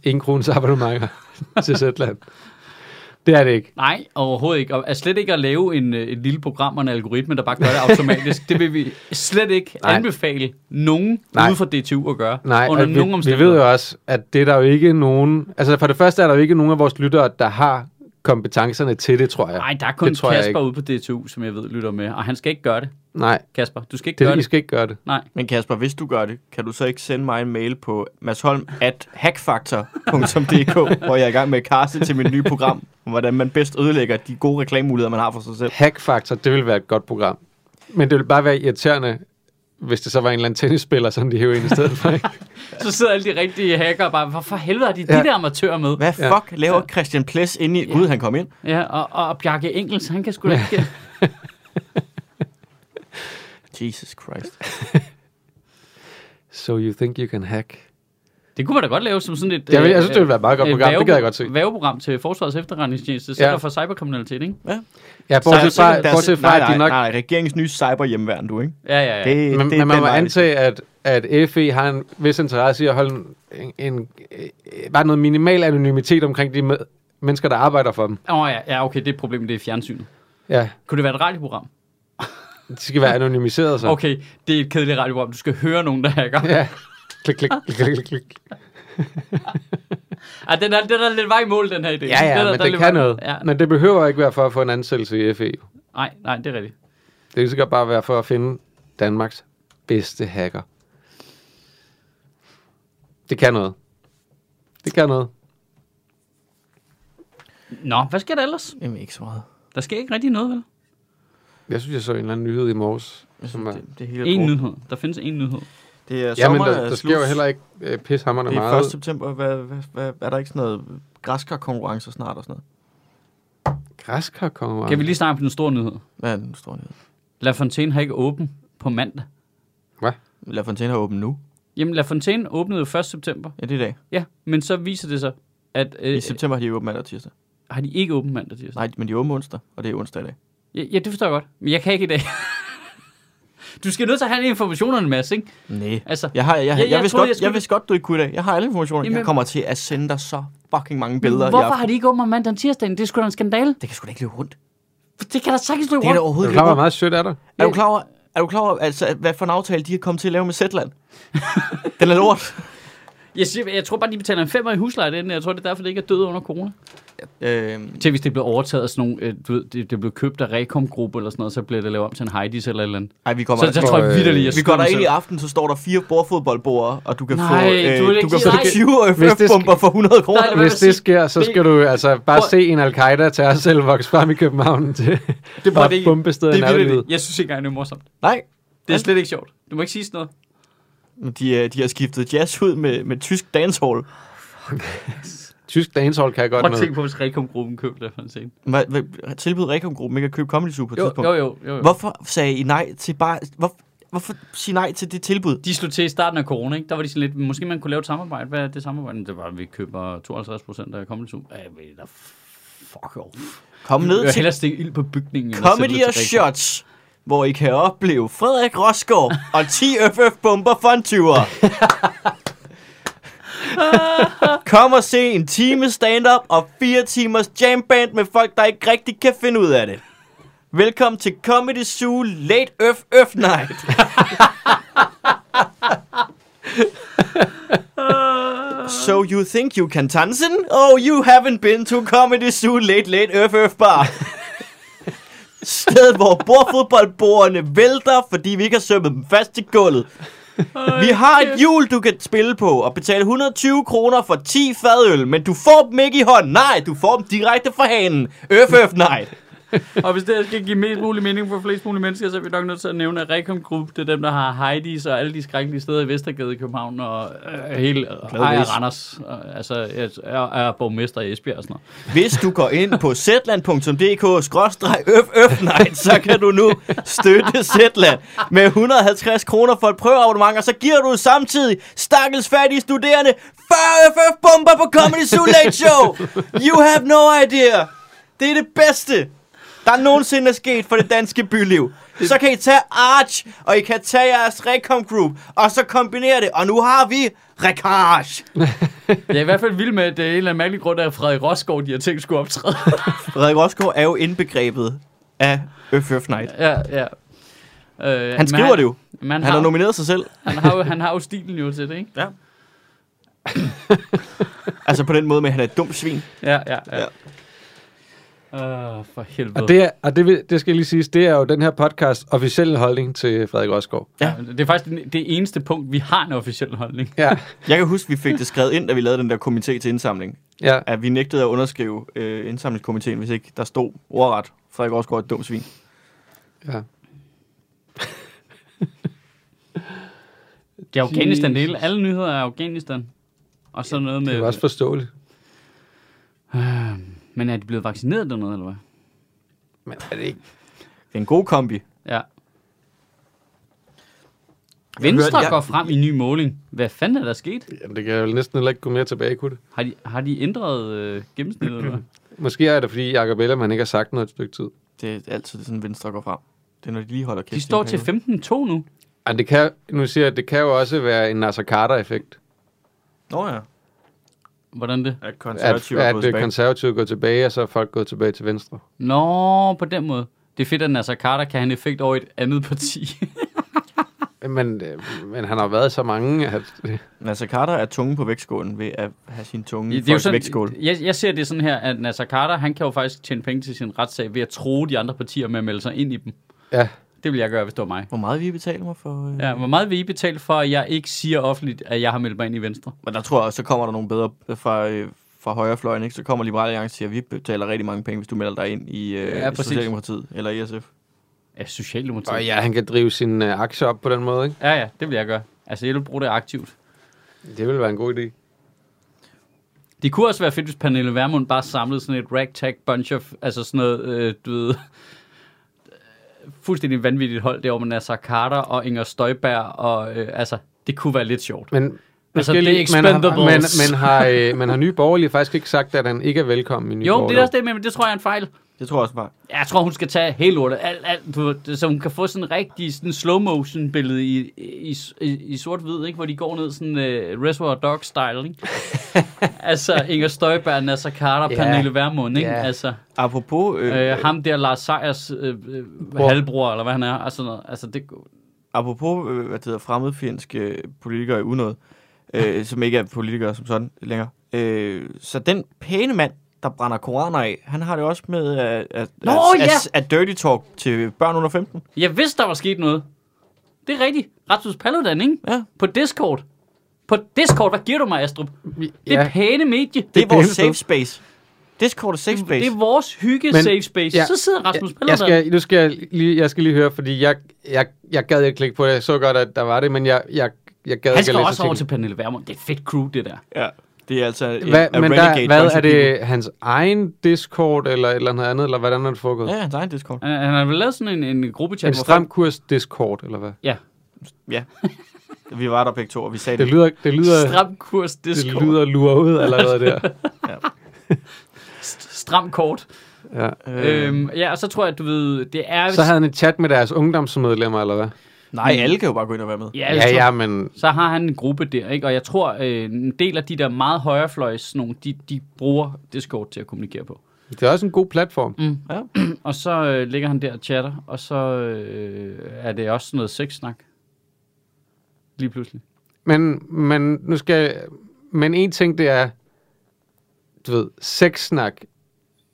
[SPEAKER 3] en
[SPEAKER 2] (laughs)
[SPEAKER 3] krones abonnementer til Zetland. Det er det ikke.
[SPEAKER 2] Nej, overhovedet ikke. Og er slet ikke at lave en, øh, et lille program og en algoritme, der bare gør det automatisk. det vil vi slet ikke
[SPEAKER 3] (laughs) Nej.
[SPEAKER 2] anbefale nogen
[SPEAKER 3] Nej.
[SPEAKER 2] ude for DTU at gøre.
[SPEAKER 3] Nej,
[SPEAKER 2] under
[SPEAKER 3] og
[SPEAKER 2] nogen
[SPEAKER 3] vi, vi
[SPEAKER 2] omstændigheder.
[SPEAKER 3] ved jo også, at det er der jo ikke nogen... Altså, for det første er der jo ikke nogen af vores lyttere, der har kompetencerne til det, tror jeg.
[SPEAKER 2] Nej, der er kun
[SPEAKER 3] Det tror jeg
[SPEAKER 2] Kasper
[SPEAKER 3] ikke.
[SPEAKER 2] ude på DTU, som jeg ved lytter med, og han skal ikke gøre det.
[SPEAKER 3] Nej,
[SPEAKER 2] Kasper, du skal ikke det, gøre
[SPEAKER 3] det, I
[SPEAKER 2] det.
[SPEAKER 3] skal ikke gøre det.
[SPEAKER 2] Nej.
[SPEAKER 1] Men Kasper, hvis du gør det, kan du så ikke sende mig en mail på masholm at hackfactor.dk, hvor jeg er i gang med at kaste til mit nye program, om hvordan man bedst ødelægger de gode reklamemuligheder, man har for sig selv.
[SPEAKER 3] Hackfaktor, det ville være et godt program. Men det ville bare være irriterende, hvis det så var en eller anden tennisspiller, som de hævde ind i stedet for.
[SPEAKER 2] (laughs)
[SPEAKER 3] Ikke?
[SPEAKER 2] Så sidder alle de rigtige hacker og bare, hvorfor helvede har de de
[SPEAKER 3] Ja.
[SPEAKER 2] der amatører med?
[SPEAKER 1] Hvad
[SPEAKER 3] Ja.
[SPEAKER 1] fuck laver Christian Ples inde i... Gud, han kom ind.
[SPEAKER 2] Ja, og, og Bjarke Engels, han kan sgu da ikke...
[SPEAKER 1] Jesus Christ.
[SPEAKER 3] So you think you can hack.
[SPEAKER 2] (laughs) Det kunne man da godt lave som sådan et...
[SPEAKER 3] Jeg, vil,
[SPEAKER 2] øh,
[SPEAKER 3] jeg synes, det ville være et meget godt
[SPEAKER 2] øh,
[SPEAKER 3] program. Det gad jeg godt se.
[SPEAKER 2] Væveprogram til Forsvarets Efterretningstjeneste, Center
[SPEAKER 3] Ja.
[SPEAKER 2] for Cyberkriminalitet, ikke?
[SPEAKER 3] Ja, bortset fra, bortset fra
[SPEAKER 1] nej,
[SPEAKER 3] at
[SPEAKER 1] nej,
[SPEAKER 3] de nok...
[SPEAKER 1] nej, nej, regeringens nye cyberhjemmeværn, du, ikke?
[SPEAKER 2] Ja, ja, ja.
[SPEAKER 1] Det, det,
[SPEAKER 3] Men,
[SPEAKER 1] er
[SPEAKER 3] men man
[SPEAKER 1] den
[SPEAKER 3] må
[SPEAKER 1] vej.
[SPEAKER 3] antage, at, at FE har en vis interesse i at holde en, en, en, øh, bare noget minimal anonymitet omkring de med, mennesker, der arbejder for dem.
[SPEAKER 2] Åh oh, ja, ja, okay, det er et problem, det er fjernsynet.
[SPEAKER 3] Ja,
[SPEAKER 2] Kunne det være et radioprogram?
[SPEAKER 3] de skal være anonymiseret så.
[SPEAKER 2] Okay, det er et kedeligt radioprogram, du skal høre nogen, der hacker.
[SPEAKER 3] (laughs) Ja. Klik, klik, klik, klik, klik.
[SPEAKER 2] Ah, den, er, den er lidt vej i mål, den her idé.
[SPEAKER 3] Ja,
[SPEAKER 2] den er,
[SPEAKER 3] ja,
[SPEAKER 2] den
[SPEAKER 3] men
[SPEAKER 2] er
[SPEAKER 3] det
[SPEAKER 2] lidt
[SPEAKER 3] kan
[SPEAKER 2] vej-
[SPEAKER 3] noget.
[SPEAKER 2] Ja.
[SPEAKER 3] Men det behøver ikke være for at få en ansættelse i FE.
[SPEAKER 2] Nej, nej, det er rigtigt.
[SPEAKER 3] Det kan så godt bare være for at finde Danmarks bedste hacker. Det kan noget. Det kan noget.
[SPEAKER 2] Nå, hvad sker der ellers?
[SPEAKER 1] Jamen, ikke så meget.
[SPEAKER 2] Der sker ikke rigtig noget, vel?
[SPEAKER 3] Jeg synes, jeg så en eller anden nyhed i morges. Som er,
[SPEAKER 1] Det, det er hele
[SPEAKER 2] En
[SPEAKER 1] lort.
[SPEAKER 2] nyhed. Der findes en nyhed.
[SPEAKER 1] Det er
[SPEAKER 3] ja, men
[SPEAKER 1] sommer,
[SPEAKER 3] der, der sker jo heller ikke øh, pishammerne
[SPEAKER 1] det er
[SPEAKER 3] meget.
[SPEAKER 1] 1. september. Hvad, hvad, hvad, er der ikke sådan noget græskarkonkurrencer snart og sådan noget?
[SPEAKER 3] Græskar kommer
[SPEAKER 2] Kan vi lige snakke om den store nyhed?
[SPEAKER 1] Hvad er den store nyhed?
[SPEAKER 2] La Fontaine har ikke åben på mandag.
[SPEAKER 1] La Fontaine har åbent nu.
[SPEAKER 2] Jamen, La Fontaine åbnede jo 1. september.
[SPEAKER 1] Ja, det er i dag.
[SPEAKER 2] Ja, men så viser det sig, at øh,
[SPEAKER 1] I september har de åbent mandag og tirsdag.
[SPEAKER 2] har de ikke åbent mandag tirsdag.
[SPEAKER 1] Nej, men de er åbent onsdag, og det er onsdag i dag.
[SPEAKER 2] Ja, ja, det forstår jeg godt. Men jeg kan ikke i dag. (laughs) du skal nødt til at have alle informationerne, Mads, ikke?
[SPEAKER 1] Nej.
[SPEAKER 2] Altså,
[SPEAKER 1] Jeg, har, jeg, jeg, jeg,
[SPEAKER 2] jeg
[SPEAKER 1] jeg, vidste
[SPEAKER 2] troede,
[SPEAKER 1] godt,
[SPEAKER 2] jeg
[SPEAKER 1] jeg,
[SPEAKER 2] skulle-
[SPEAKER 1] vidste godt, du ikke kunne i dag. Jeg har alle informationer.
[SPEAKER 2] Jamen-
[SPEAKER 1] jeg kommer til at sende dig så fucking mange billeder. i
[SPEAKER 2] hvorfor
[SPEAKER 1] aften.
[SPEAKER 2] har de ikke åbent om mandag og tirsdagen? Det er sgu da en skandale.
[SPEAKER 1] Det kan sgu da ikke løbe rundt.
[SPEAKER 2] Det kan da sagtens løbe
[SPEAKER 1] Det kan da
[SPEAKER 2] rundt.
[SPEAKER 3] Det
[SPEAKER 1] overhovedet
[SPEAKER 3] er
[SPEAKER 1] ikke
[SPEAKER 3] klar,
[SPEAKER 1] løbe
[SPEAKER 3] hvor
[SPEAKER 1] rundt.
[SPEAKER 3] meget sødt er der.
[SPEAKER 1] Er du klar over, er du klar over altså, at hvad for en aftale, de er kommet til at lave med Zetland? (laughs) Den er lort.
[SPEAKER 2] Jeg, siger, jeg tror bare, de betaler en femmer i husleje derinde. Jeg tror, det er derfor, det ikke er død under corona.
[SPEAKER 1] Øhm,
[SPEAKER 2] Til hvis det blev overtaget af sådan nogle, øh, du ved, det, det blev købt af Rekom-gruppe eller sådan noget, så bliver det lavet om til en Heidi's eller et eller andet.
[SPEAKER 1] ej, vi kommer
[SPEAKER 2] Så, så
[SPEAKER 1] der,
[SPEAKER 2] tror jeg
[SPEAKER 3] øh,
[SPEAKER 2] vidderligt, jeg
[SPEAKER 1] vi
[SPEAKER 2] skyder
[SPEAKER 1] går
[SPEAKER 2] mig
[SPEAKER 1] der ind i
[SPEAKER 2] selv.
[SPEAKER 1] aften, så står der fire bordfodboldborde, og du kan
[SPEAKER 2] Nej,
[SPEAKER 1] få, øh,
[SPEAKER 2] du vil ikke
[SPEAKER 1] du kan
[SPEAKER 2] sige
[SPEAKER 1] få
[SPEAKER 2] nej.
[SPEAKER 1] 20
[SPEAKER 3] Hvis det
[SPEAKER 1] AFF-bomber for 100 kroner.
[SPEAKER 2] Nej, det-
[SPEAKER 3] Hvis det sker, så
[SPEAKER 2] Det-
[SPEAKER 3] skal du altså bare
[SPEAKER 2] Prøv-
[SPEAKER 3] se en al-Qaida tage os selv vokse frem i København til (laughs)
[SPEAKER 2] Det
[SPEAKER 3] bare et bombested i
[SPEAKER 2] det, er
[SPEAKER 3] nærheden.
[SPEAKER 2] vildt. Jeg synes ikke engang, det er morsomt.
[SPEAKER 1] Nej,
[SPEAKER 2] Det er slet ikke sjovt. Du må ikke sige sådan noget.
[SPEAKER 1] Men De, øh, de har skiftet jazz ud med, med tysk dancehall.
[SPEAKER 3] Tysk dancehall kan jeg godt
[SPEAKER 2] Prøv at
[SPEAKER 3] noget.
[SPEAKER 2] tænke på, hvis Rekom-gruppen købte det for en scene.
[SPEAKER 1] Hvad, hvad, tilbød Rekom-gruppen ikke at købe Comedy Zoo på et
[SPEAKER 2] Jo,
[SPEAKER 1] tidspunkt?
[SPEAKER 2] jo, jo. jo, jo.
[SPEAKER 1] Hvorfor sagde I nej til bare... Hvor, hvorfor sige nej til det tilbud?
[SPEAKER 2] De slog til i starten af corona, ikke? Der var de sådan lidt, måske man kunne lave et samarbejde. Hvad er det samarbejde? Det var, at vi køber 52 procent af Comedy Zoo. Ej, ved I da fuck off.
[SPEAKER 1] Kom
[SPEAKER 2] Jeg
[SPEAKER 1] ned
[SPEAKER 2] vil
[SPEAKER 1] til
[SPEAKER 2] hellere stikke ild på bygningen. end at sende
[SPEAKER 1] Comedy
[SPEAKER 2] det
[SPEAKER 1] og
[SPEAKER 2] til Rekom.
[SPEAKER 1] Shots, hvor I kan opleve Frederik Rosgaard og 10 FF-bomber for en 20'er. Kom og se en time stand-up og fire timers jamband med folk, der ikke rigtig kan finde ud af det. Velkommen til Comedy Zoo Late Øf Øf Night. So you think you can tansen? Oh, you haven't been to Comedy Zoo Late Late Øf Øf Bar. Sted, hvor bordfodboldbordene vælter, fordi vi ikke har sømmet dem fast til gulvet. Vi har et hjul, du kan spille på og betale 120 kroner for 10 fadøl, men du får dem ikke i hånden. Nej, du får dem direkte fra hanen. Øf, øf, nej.
[SPEAKER 2] Og hvis det her skal give mest mulig mening for flest mulige mennesker, så er vi nok nødt til at nævne, at Rekom Group, det er dem, der har Heidi's og alle de skrækkelige steder i Vestergade i København, og øh, hele ejer Randers, og, altså er, er, er borgmester i Esbjerg og sådan noget.
[SPEAKER 1] Hvis du går ind på zetland.dk-øf-øf-night, så kan du nu støtte Zetland med 150 kroner for et prøveabonnement, og så giver du samtidig stakkels fattige studerende 40 FF-bomber på Comedy Zoo Late Show. You have no idea. Det er det bedste, der nogensinde er sket for det danske byliv. Så kan I tage Arch, og I kan tage jeres Recom Group, og så kombinere det. Og nu har vi Rekage.
[SPEAKER 2] Jeg er i hvert fald vild med, at det er en eller anden mærkelig grund, at Frederik Rosgaard, de her ting, skulle optræde. (laughs)
[SPEAKER 1] Frederik Rosgaard er jo indbegrebet af Øf Øf Night.
[SPEAKER 2] ja, ja. Øh,
[SPEAKER 1] Han skriver det jo.
[SPEAKER 2] Men han, har,
[SPEAKER 1] Han har
[SPEAKER 2] han, har,
[SPEAKER 1] nomineret sig selv.
[SPEAKER 2] han, har, jo- han har jo stilen jo til det, ikke?
[SPEAKER 1] Ja. (laughs) altså på den måde med, at han er et dumt svin.
[SPEAKER 2] Ja, ja, ja. ja. Øh, for helvede.
[SPEAKER 3] Og, det, er, og det, vil- det skal lige siges, det er jo den her podcast officielle holdning til Frederik Rosgaard.
[SPEAKER 2] ja. det er faktisk den- det eneste punkt, vi har en officiel holdning.
[SPEAKER 3] Ja,
[SPEAKER 1] Jeg kan huske, vi fik det skrevet ind, da vi lavede den der komité til indsamling.
[SPEAKER 3] ja.
[SPEAKER 1] At vi nægtede at underskrive øh, indsamlingskomiteen, hvis ikke der stod ordret. Frederik Rosgaard er et dumt svin.
[SPEAKER 3] ja.
[SPEAKER 2] Det er Afghanistan, det hele. Alle nyheder er Afghanistan. Og så noget
[SPEAKER 3] Det
[SPEAKER 2] med...
[SPEAKER 3] er jo også forståeligt.
[SPEAKER 2] (sighs) Men er de blevet vaccineret dernede, eller hvad?
[SPEAKER 3] Men er det ikke?
[SPEAKER 1] Det er en god kombi.
[SPEAKER 2] Ja. Venstre
[SPEAKER 1] hørte- jeg-
[SPEAKER 2] går frem i ny måling. Hvad fanden er der sket?
[SPEAKER 3] Jamen, det kan jeg vel næsten heller ikke gå mere tilbage, kunne det?
[SPEAKER 2] Har de, har de ændret øh, gennemsnittet, eller
[SPEAKER 3] (clears throat)
[SPEAKER 2] hvad?
[SPEAKER 3] Måske er det, fordi Jacob Ellemann ikke har sagt noget et stykke tid.
[SPEAKER 1] Det er altid sådan, Venstre går frem. Det er, når de lige holder kæft.
[SPEAKER 2] De
[SPEAKER 1] i
[SPEAKER 2] står
[SPEAKER 1] en
[SPEAKER 2] til
[SPEAKER 1] periode.
[SPEAKER 2] 15-2 nu.
[SPEAKER 3] Og det kan, nu siger jeg, at det kan jo også være en Nasser Carter-effekt.
[SPEAKER 1] Nå ja.
[SPEAKER 2] Hvordan det?
[SPEAKER 1] At
[SPEAKER 3] At,
[SPEAKER 1] konservative er
[SPEAKER 3] at
[SPEAKER 1] gået
[SPEAKER 3] øh,
[SPEAKER 1] tilbage.
[SPEAKER 3] konservative går tilbage, og så er folk gået tilbage til venstre.
[SPEAKER 2] Nå, på den måde. Det er fedt, at Nasser Carter kan have en effekt over et andet
[SPEAKER 3] (laughs)
[SPEAKER 2] parti.
[SPEAKER 3] Men, øh, men han har været så mange, at...
[SPEAKER 1] Nasser Carter er tunge på vægtskålen ved at have sin tunge i
[SPEAKER 2] det er jo
[SPEAKER 1] folks vægtskål.
[SPEAKER 2] sådan, jeg, jeg ser det sådan her, at Nasser Carter, han kan jo faktisk tjene penge til sin retssag ved at tro de andre partier med at melde sig ind i dem.
[SPEAKER 3] Ja,
[SPEAKER 2] Det vil jeg gøre, hvis det var mig.
[SPEAKER 1] Hvor meget vi betaler mig for... Øh...
[SPEAKER 2] Mm. Ja, hvor meget vil I betale for, at jeg ikke siger offentligt, at jeg har meldt mig ind i Venstre?
[SPEAKER 1] Men der tror jeg også, så kommer der nogle bedre fra, øh, fra højrefløjen, ikke? Så kommer Liberale Alliance og siger, at vi betaler rigtig mange penge, hvis du melder dig ind i øh,
[SPEAKER 2] Ja,
[SPEAKER 1] ja,
[SPEAKER 2] præcis.
[SPEAKER 1] Socialdemokratiet eller ISF.
[SPEAKER 2] Ja, Socialdemokratiet.
[SPEAKER 3] Og ja, han kan drive sin øh, aktie op på den måde, ikke?
[SPEAKER 2] Ja, ja, det vil jeg gøre. Altså, jeg vil bruge det aktivt.
[SPEAKER 3] Det ville være en god idé.
[SPEAKER 2] Det kunne også være fedt, hvis Pernille Vermund bare samlede sådan et ragtag bunch of, altså sådan noget, øh, du ved, øh, fuldstændig vanvittigt hold derovre med Nasser Carter og Inger Støjberg, og øh, altså, det kunne være lidt sjovt.
[SPEAKER 3] Men,
[SPEAKER 2] Altså,
[SPEAKER 3] måske
[SPEAKER 2] det er
[SPEAKER 3] lige- men, har- men,
[SPEAKER 2] Expendables.
[SPEAKER 3] men, har, øh, men har Nye Borgerlige faktisk ikke sagt, at han ikke er velkommen i Nye
[SPEAKER 2] Jo, det
[SPEAKER 3] Borgerlige?
[SPEAKER 2] er også det, men det tror jeg er en fejl.
[SPEAKER 1] Det tror jeg også bare.
[SPEAKER 2] Jeg tror, hun skal tage hele lortet, alt, alt, du, ved, så hun kan få sådan en rigtig sådan slow motion billede i, i, i, i sort-hvid, ikke? hvor de går ned sådan uh, Reservoir Dog-style.
[SPEAKER 3] (laughs)
[SPEAKER 2] Ikke? altså Inger Støjberg, Nasser Carter,
[SPEAKER 3] Ja.
[SPEAKER 2] Pernille Vermund. Ikke?
[SPEAKER 3] Ja.
[SPEAKER 2] Altså,
[SPEAKER 1] Apropos, øh,
[SPEAKER 2] øh,
[SPEAKER 1] øh,
[SPEAKER 2] ham der Lars Seiers øh, øh, halvbror, eller hvad han er. Altså, noget, altså det,
[SPEAKER 1] apropos øh, hvad det hedder, fremmedfjendske øh, politikere i unåde, øh, som ikke er politikere som sådan længere. Øh, så den pæne mand, der brænder koraner af, han har det også med øh, at, at,
[SPEAKER 2] Nå,
[SPEAKER 1] at,
[SPEAKER 2] ja!
[SPEAKER 1] at, at dirty talk til børn under 15.
[SPEAKER 2] jeg vidste, der var sket noget. Det er rigtigt. Rasmus Paludan, ikke?
[SPEAKER 1] Ja.
[SPEAKER 2] På Discord. På Discord, hvad giver du mig, Astrup? Det er
[SPEAKER 3] Ja.
[SPEAKER 2] pæne medie.
[SPEAKER 1] Det er vores
[SPEAKER 3] pænt sted.
[SPEAKER 1] safe space. Discord er safe space.
[SPEAKER 2] Det er vores hygge
[SPEAKER 3] Men-
[SPEAKER 2] safe space. Ja,
[SPEAKER 3] ja.
[SPEAKER 2] så sidder Rasmus
[SPEAKER 3] jeg
[SPEAKER 2] Paludan.
[SPEAKER 3] skal, nu skal jeg, lige, jeg skal lige høre, fordi jeg, jeg, jeg gad ikke klikke på det. Jeg så godt, at der var det, men jeg, jeg, jeg gad
[SPEAKER 2] Han
[SPEAKER 3] ikke
[SPEAKER 2] skal
[SPEAKER 3] at læse
[SPEAKER 2] også over til
[SPEAKER 3] artiklen.
[SPEAKER 2] Pernille Vermund. Det er et fedt crew, det der.
[SPEAKER 1] Ja, det er altså en,
[SPEAKER 3] Hvad,
[SPEAKER 1] en
[SPEAKER 3] men
[SPEAKER 1] renegade
[SPEAKER 3] der, hvad
[SPEAKER 1] bunch
[SPEAKER 3] er
[SPEAKER 1] of people.
[SPEAKER 3] det hans egen Discord, eller et eller andet andet, eller hvordan er det foregået?
[SPEAKER 1] Ja, hans egen Discord.
[SPEAKER 2] Han, han har vel lavet sådan en, en
[SPEAKER 3] en
[SPEAKER 2] gruppechat. hvor
[SPEAKER 3] stram
[SPEAKER 2] folk-
[SPEAKER 3] kurs Discord, eller hvad?
[SPEAKER 2] Ja,
[SPEAKER 1] Ja. Vi var der begge to, og vi sagde
[SPEAKER 3] Det
[SPEAKER 1] det.
[SPEAKER 3] lyder, det lyder,
[SPEAKER 2] stram kurs
[SPEAKER 3] det
[SPEAKER 2] Discord.
[SPEAKER 3] lyder lurer ud allerede
[SPEAKER 2] (laughs)
[SPEAKER 3] der.
[SPEAKER 2] St- Stram kort.
[SPEAKER 3] Ja.
[SPEAKER 1] Øh,
[SPEAKER 2] Øhm, ja, og så tror jeg, at du ved, det er...
[SPEAKER 3] Så havde han et chat med deres ungdomsmedlemmer, eller hvad?
[SPEAKER 1] nej, alle kan jo bare gå ind og være med.
[SPEAKER 2] ja,
[SPEAKER 3] Ja,
[SPEAKER 2] jeg tror-
[SPEAKER 3] ja, men
[SPEAKER 2] Så har han en gruppe der, ikke? Og jeg tror, øh, en del af de der meget højrefløjs, nogle, de, de bruger Discord til at kommunikere på.
[SPEAKER 3] det er også en god platform.
[SPEAKER 2] Og så øh, ligger han der og chatter, og så øh, er det også sådan noget sexsnak. Lige pludselig.
[SPEAKER 3] Men, men nu skal men en ting, det er, du ved, sexsnak.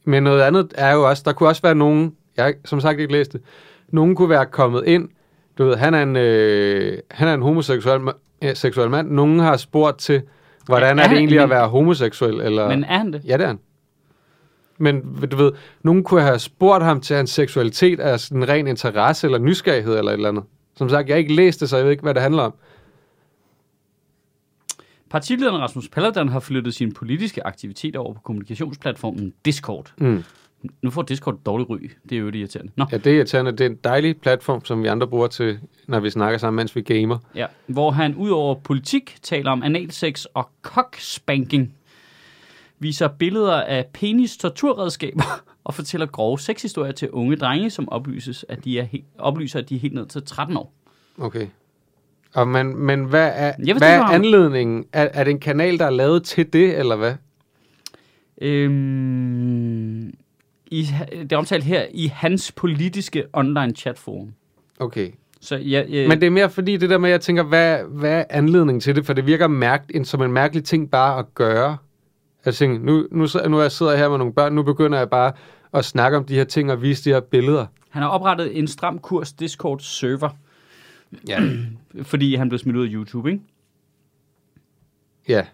[SPEAKER 3] Men noget andet er jo også, der kunne også være nogen, jeg har som sagt ikke læst det, nogen kunne være kommet ind, du ved, han er en, øh, han er en homoseksuel ma- øh, seksuel mand, nogen har spurgt til, hvordan
[SPEAKER 2] Er
[SPEAKER 3] er, det
[SPEAKER 2] han-
[SPEAKER 3] egentlig at
[SPEAKER 2] men-
[SPEAKER 3] være homoseksuel, eller...
[SPEAKER 2] Men er han det?
[SPEAKER 3] Ja, det er han. Men du ved, nogen kunne have spurgt ham til hans seksualitet af sådan ren interesse eller nysgerrighed eller et eller andet. Som sagt, jeg har ikke læst det, så jeg ved ikke, hvad det handler om.
[SPEAKER 2] Partilederen Rasmus Paludan har flyttet sine politiske aktiviteter over på kommunikationsplatformen Discord.
[SPEAKER 3] Mm.
[SPEAKER 2] Nu får Discord et dårligt ry. Det er jo det irriterende. Nå,
[SPEAKER 3] Ja, det er irriterende. Det er en dejlig platform, som vi andre bruger til, når vi snakker sammen, mens vi gamer.
[SPEAKER 2] ja. Hvor han udover politik taler om analsex og kokspanking, viser billeder af penis torturredskaber (laughs) og fortæller grove sexhistorier til unge drenge, som oplyses, at de er helt, oplyser, at de er helt ned til 13 år.
[SPEAKER 3] Okay. Og men, men hvad er,
[SPEAKER 2] ved
[SPEAKER 3] hvad
[SPEAKER 2] ikke,
[SPEAKER 3] er
[SPEAKER 2] hvad-
[SPEAKER 3] anledningen? Er, er det en kanal, der er lavet til det, eller hvad?
[SPEAKER 2] Øhm, i, det er omtalt her i hans politiske online chatforum.
[SPEAKER 3] Okay.
[SPEAKER 2] Så øh, jeg, jeg,
[SPEAKER 3] Men det er mere fordi det der med, at jeg tænker, hvad, hvad er anledningen til det? For det virker mærkt, en, som en mærkelig ting bare at gøre. Jeg tænker, nu, nu, sidder- nu er jeg sidder jeg her med nogle børn, nu begynder jeg bare at snakke om de her ting og vise de her billeder.
[SPEAKER 2] Han har oprettet en stram kurs Discord server,
[SPEAKER 3] Ja.
[SPEAKER 2] fordi han blev smidt ud af YouTube, ikke?
[SPEAKER 3] ja.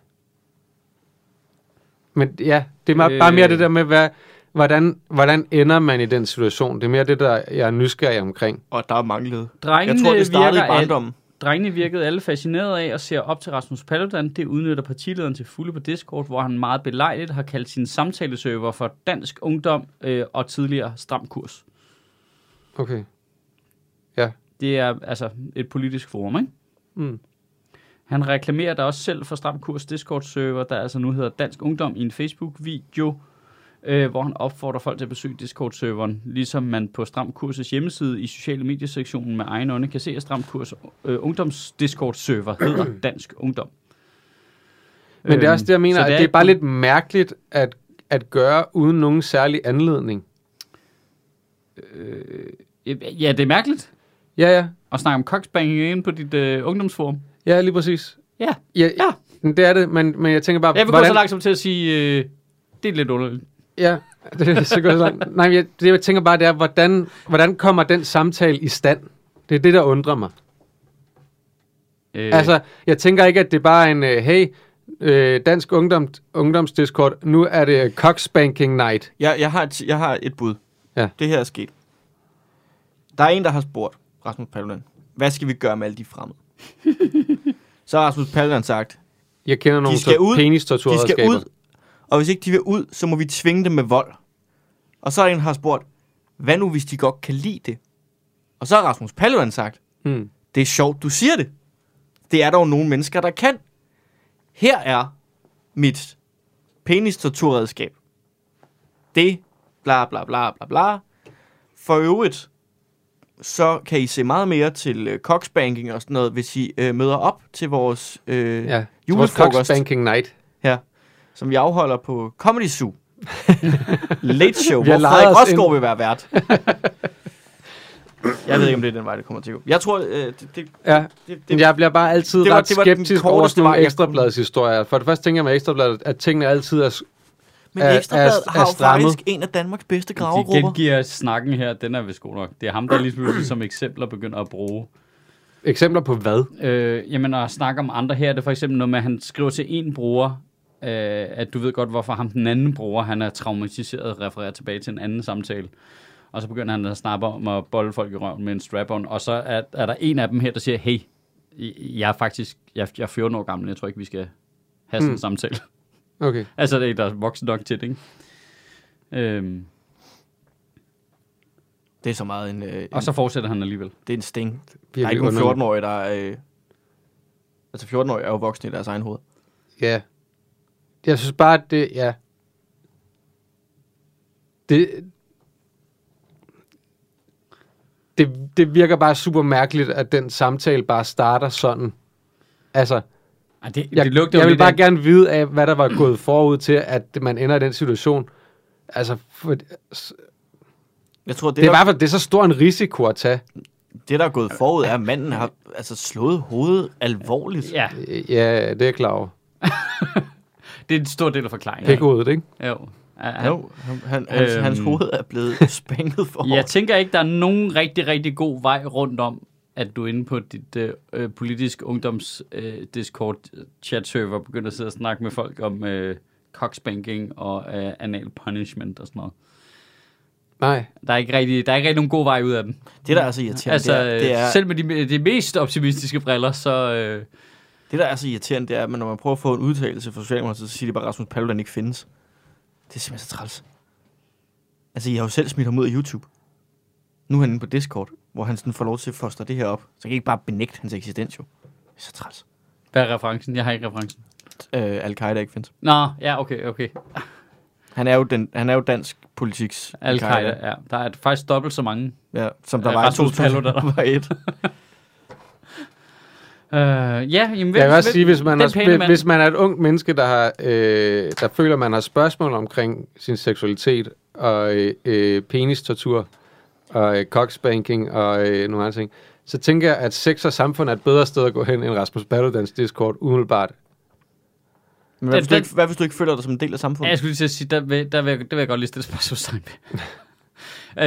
[SPEAKER 3] Men ja, det er meget,
[SPEAKER 2] Øh.
[SPEAKER 3] bare mere det der med, hvad, hvordan, hvordan ender man i den situation? Det er mere det, der jeg er nysgerrig omkring.
[SPEAKER 1] Og der er manglede.
[SPEAKER 2] Drengene
[SPEAKER 1] Jeg tror, det startede i
[SPEAKER 2] øh, virker al-
[SPEAKER 1] barndommen.
[SPEAKER 2] Drengene virkede alle fascineret af og ser op til Rasmus Paludan. Det udnytter partilederen til fulde på Discord, hvor han meget belejligt har kaldt sin samtaleserver for Dansk Ungdom øh, og tidligere Stram Kurs.
[SPEAKER 3] Okay.
[SPEAKER 2] Det er altså et politisk forum, ikke?
[SPEAKER 3] Mm.
[SPEAKER 2] Han reklamerer der også selv for Stram Kurs Discord-server, der altså nu hedder Dansk Ungdom, i en Facebook-video, øh, hvor han opfordrer folk til at besøge Discord-serveren, ligesom man på Stram Kurses hjemmeside i sociale mediesektionen med egen øjne kan se, at Stram Kurs øh, Ungdoms Discord-server hedder
[SPEAKER 3] (clears throat)
[SPEAKER 2] Dansk Ungdom. Øhm,
[SPEAKER 3] Men det er også det, jeg mener,
[SPEAKER 2] så
[SPEAKER 3] at det Øhm, er bare lidt mærkeligt at, at gøre uden nogen særlig anledning.
[SPEAKER 2] Øh, Ja, det er mærkeligt
[SPEAKER 3] Ja, ja.
[SPEAKER 2] at snakke om koksbanging inde på dit øh, ungdomsforum.
[SPEAKER 3] Ja, lige præcis.
[SPEAKER 2] Ja,
[SPEAKER 3] Ja,
[SPEAKER 2] Ja.
[SPEAKER 3] ja. det er det, men, men jeg tænker bare,
[SPEAKER 2] jeg vil gå
[SPEAKER 3] hvordan,
[SPEAKER 2] så langt som til at sige, øh, det er lidt underligt.
[SPEAKER 3] ja, Det, så går jeg så langt. Nej, men jeg, det jeg tænker bare, det er, hvordan, hvordan kommer den samtale i stand? Det er det, der undrer mig.
[SPEAKER 2] Øh,
[SPEAKER 3] Øh. Altså, jeg tænker ikke, at det er bare en, øh, hey, øh, dansk ungdom, ungdomsdiskord, nu er det cockspanking night.
[SPEAKER 1] Jeg, jeg, har, et, jeg har et bud.
[SPEAKER 3] Ja.
[SPEAKER 1] Det her er sket. Der er en, der har spurgt Rasmus Paludan, hvad skal vi gøre med alle de fremmede? så har Rasmus Paludan sagt,
[SPEAKER 3] Jeg kender nogle
[SPEAKER 1] skal ud.
[SPEAKER 3] penis
[SPEAKER 1] de skal ud, og hvis ikke de vil ud, så må vi tvinge dem med vold. Og så er der en, der har spurgt, hvad nu hvis de godt kan lide det? Og så har Rasmus Paludan sagt,
[SPEAKER 3] Hmm.
[SPEAKER 1] det er sjovt, du siger det. Det er dog nogle mennesker, der kan. Her er mit penis-torturredskab. Det, bla bla bla bla bla. For øvrigt, så kan I se meget mere til øh, cocksbanking og sådan noget, hvis I øh, møder op til vores øh, ja,
[SPEAKER 3] Ja, vores
[SPEAKER 1] julefrokost,
[SPEAKER 3] cockspanking night.
[SPEAKER 1] her, som vi afholder på Comedy
[SPEAKER 3] (laughs)
[SPEAKER 1] Zoo. Late Show,
[SPEAKER 3] Vi har
[SPEAKER 1] hvor
[SPEAKER 3] lejet
[SPEAKER 1] Frederik
[SPEAKER 3] os
[SPEAKER 1] Rosgaard vil være vært. Jeg ved ikke, om det er den vej, det kommer til at gå. Jeg tror, øh, det, det,
[SPEAKER 3] Ja,
[SPEAKER 1] det,
[SPEAKER 3] Men
[SPEAKER 1] det,
[SPEAKER 3] jeg bliver bare altid
[SPEAKER 1] det
[SPEAKER 3] det
[SPEAKER 1] var-
[SPEAKER 3] var, ret
[SPEAKER 1] det
[SPEAKER 3] det
[SPEAKER 1] var
[SPEAKER 3] var
[SPEAKER 1] den
[SPEAKER 3] skeptisk over
[SPEAKER 1] korteste
[SPEAKER 3] sådan
[SPEAKER 1] vej,
[SPEAKER 3] nogle
[SPEAKER 1] jeg
[SPEAKER 3] ekstrabladets historier. For det første tænker jeg med ekstrabladet, at tingene altid er... s-
[SPEAKER 1] Men
[SPEAKER 3] er-
[SPEAKER 1] Ekstrabladet
[SPEAKER 3] er-
[SPEAKER 1] har jo
[SPEAKER 3] er strammet.
[SPEAKER 1] faktisk en af Danmarks bedste
[SPEAKER 2] de
[SPEAKER 1] gravegrupper.
[SPEAKER 2] gengiver snakken her, den er vist god nok. Det er ham, der lige pludselig som eksempler begynder at bruge.
[SPEAKER 3] Eksempler på hvad?
[SPEAKER 2] Øh, jamen, at snakke om andre her, det er for eksempel noget med, at han skriver til en bruger, øh, at du ved godt, hvorfor ham den anden bruger, han er traumatiseret og refererer tilbage til en anden samtale. Og så begynder han at snakke om at bolle folk i røven med en strap -on. Og så er, er der en af dem her, der siger, hey, I- jeg er faktisk, jeg, jeg er 14 år gammel, jeg tror ikke, vi skal have
[SPEAKER 3] Hmm.
[SPEAKER 2] sådan en samtale. (laughs)
[SPEAKER 3] Okay.
[SPEAKER 2] Altså, det er en, der er voksen nok til det, ikke? Øhm,
[SPEAKER 1] Det er så meget en, øh, en,
[SPEAKER 2] og så fortsætter han alligevel.
[SPEAKER 1] det er en sting. Der er
[SPEAKER 3] Virkelig
[SPEAKER 1] ikke nogen
[SPEAKER 3] underligt.
[SPEAKER 1] 14-årige, der er... Øh, altså, 14-årige er jo voksne i deres egen hoved.
[SPEAKER 3] Ja. Jeg synes bare, at det... Ja. Det... Det, det virker bare super mærkeligt, at den samtale bare starter sådan. Altså,
[SPEAKER 2] Ej, det,
[SPEAKER 3] jeg,
[SPEAKER 2] det
[SPEAKER 3] det
[SPEAKER 2] lugter jo
[SPEAKER 3] jeg vil
[SPEAKER 2] lidt
[SPEAKER 3] bare
[SPEAKER 2] af-
[SPEAKER 3] gerne vide af, hvad der var gået forud til, at man ender i den situation. Altså, for, det,
[SPEAKER 1] Jeg tror, det,
[SPEAKER 3] det, er
[SPEAKER 1] der,
[SPEAKER 3] bare, for, det er så stor en risiko at tage.
[SPEAKER 1] det, der er gået forud, er, at manden har altså, slået hovedet alvorligt.
[SPEAKER 2] Ja,
[SPEAKER 3] Ja, det er jeg klar over.
[SPEAKER 2] det er en stor del af forklaringen.
[SPEAKER 3] Pikhovedet, ikke?
[SPEAKER 2] Jo. Ja,
[SPEAKER 1] Jo, han, han, hans,
[SPEAKER 2] Øhm.
[SPEAKER 1] hans hoved er blevet (laughs) spænket for
[SPEAKER 2] Jeg
[SPEAKER 1] hårdt.
[SPEAKER 2] tænker ikke, der er nogen rigtig, rigtig god vej rundt om, at du inde på dit øh, øh, politisk ungdoms øh, Discord chat server begynder at sidde og snakke med folk om øh, cockspanking og øh, anal punishment og sådan noget.
[SPEAKER 3] Nej.
[SPEAKER 2] Der er ikke rigtig, der er ikke rigtig nogen god vej ud af den.
[SPEAKER 1] Det, der er så irriterende,
[SPEAKER 2] altså,
[SPEAKER 1] det, er, det, er,
[SPEAKER 2] selv med de, de mest optimistiske briller, så... Øh,
[SPEAKER 1] det, der er så irriterende, det er, at når man prøver at få en udtalelse fra Socialdemokratiet, så siger de bare, at Rasmus Paludan ikke findes. Det er simpelthen så træls. Altså, I har jo selv smidt ham ud af YouTube. Nu er han inde på Discord, hvor han sådan får lov til at fostre det her op. Så kan I ikke bare benægte hans eksistens, jo. Det er så træls.
[SPEAKER 2] hvad er referencen? Jeg har ikke referencen.
[SPEAKER 1] Øh, Al-Qaida ikke findes.
[SPEAKER 2] Nå, ja, okay, okay.
[SPEAKER 1] Han er jo, den, han er jo dansk politiks
[SPEAKER 2] Al-Qaida, ja. Der er faktisk dobbelt så mange.
[SPEAKER 1] Ja, som der
[SPEAKER 2] Øh,
[SPEAKER 1] (laughs) var i
[SPEAKER 2] Rasmus Paludan.
[SPEAKER 1] 2001.
[SPEAKER 2] Øh, ja, jamen, hvem,
[SPEAKER 3] Jeg vil også
[SPEAKER 2] hvem-
[SPEAKER 3] sige, hvis man,
[SPEAKER 2] den
[SPEAKER 3] har,
[SPEAKER 2] pæne
[SPEAKER 3] hvis-
[SPEAKER 2] mand-
[SPEAKER 3] hvis man er et ung menneske, der, har, øh, der føler, man har spørgsmål omkring sin seksualitet og øh, øh, penistortur og øh, cockspanking og øh, nogle andre ting, så tænker jeg, at sex og samfund er et bedre sted at gå hen end Rasmus Paludans Discord, umiddelbart.
[SPEAKER 1] Men hvad,
[SPEAKER 2] Den-
[SPEAKER 1] hvis du
[SPEAKER 2] den-
[SPEAKER 1] ikke, hvad hvis du ikke føler dig som en del af
[SPEAKER 2] Ja,
[SPEAKER 1] samfundet?
[SPEAKER 2] jeg skulle lige til at sige, der vil, der vil, jeg, der vil jeg godt lige stille spørgsmål (laughs) ved.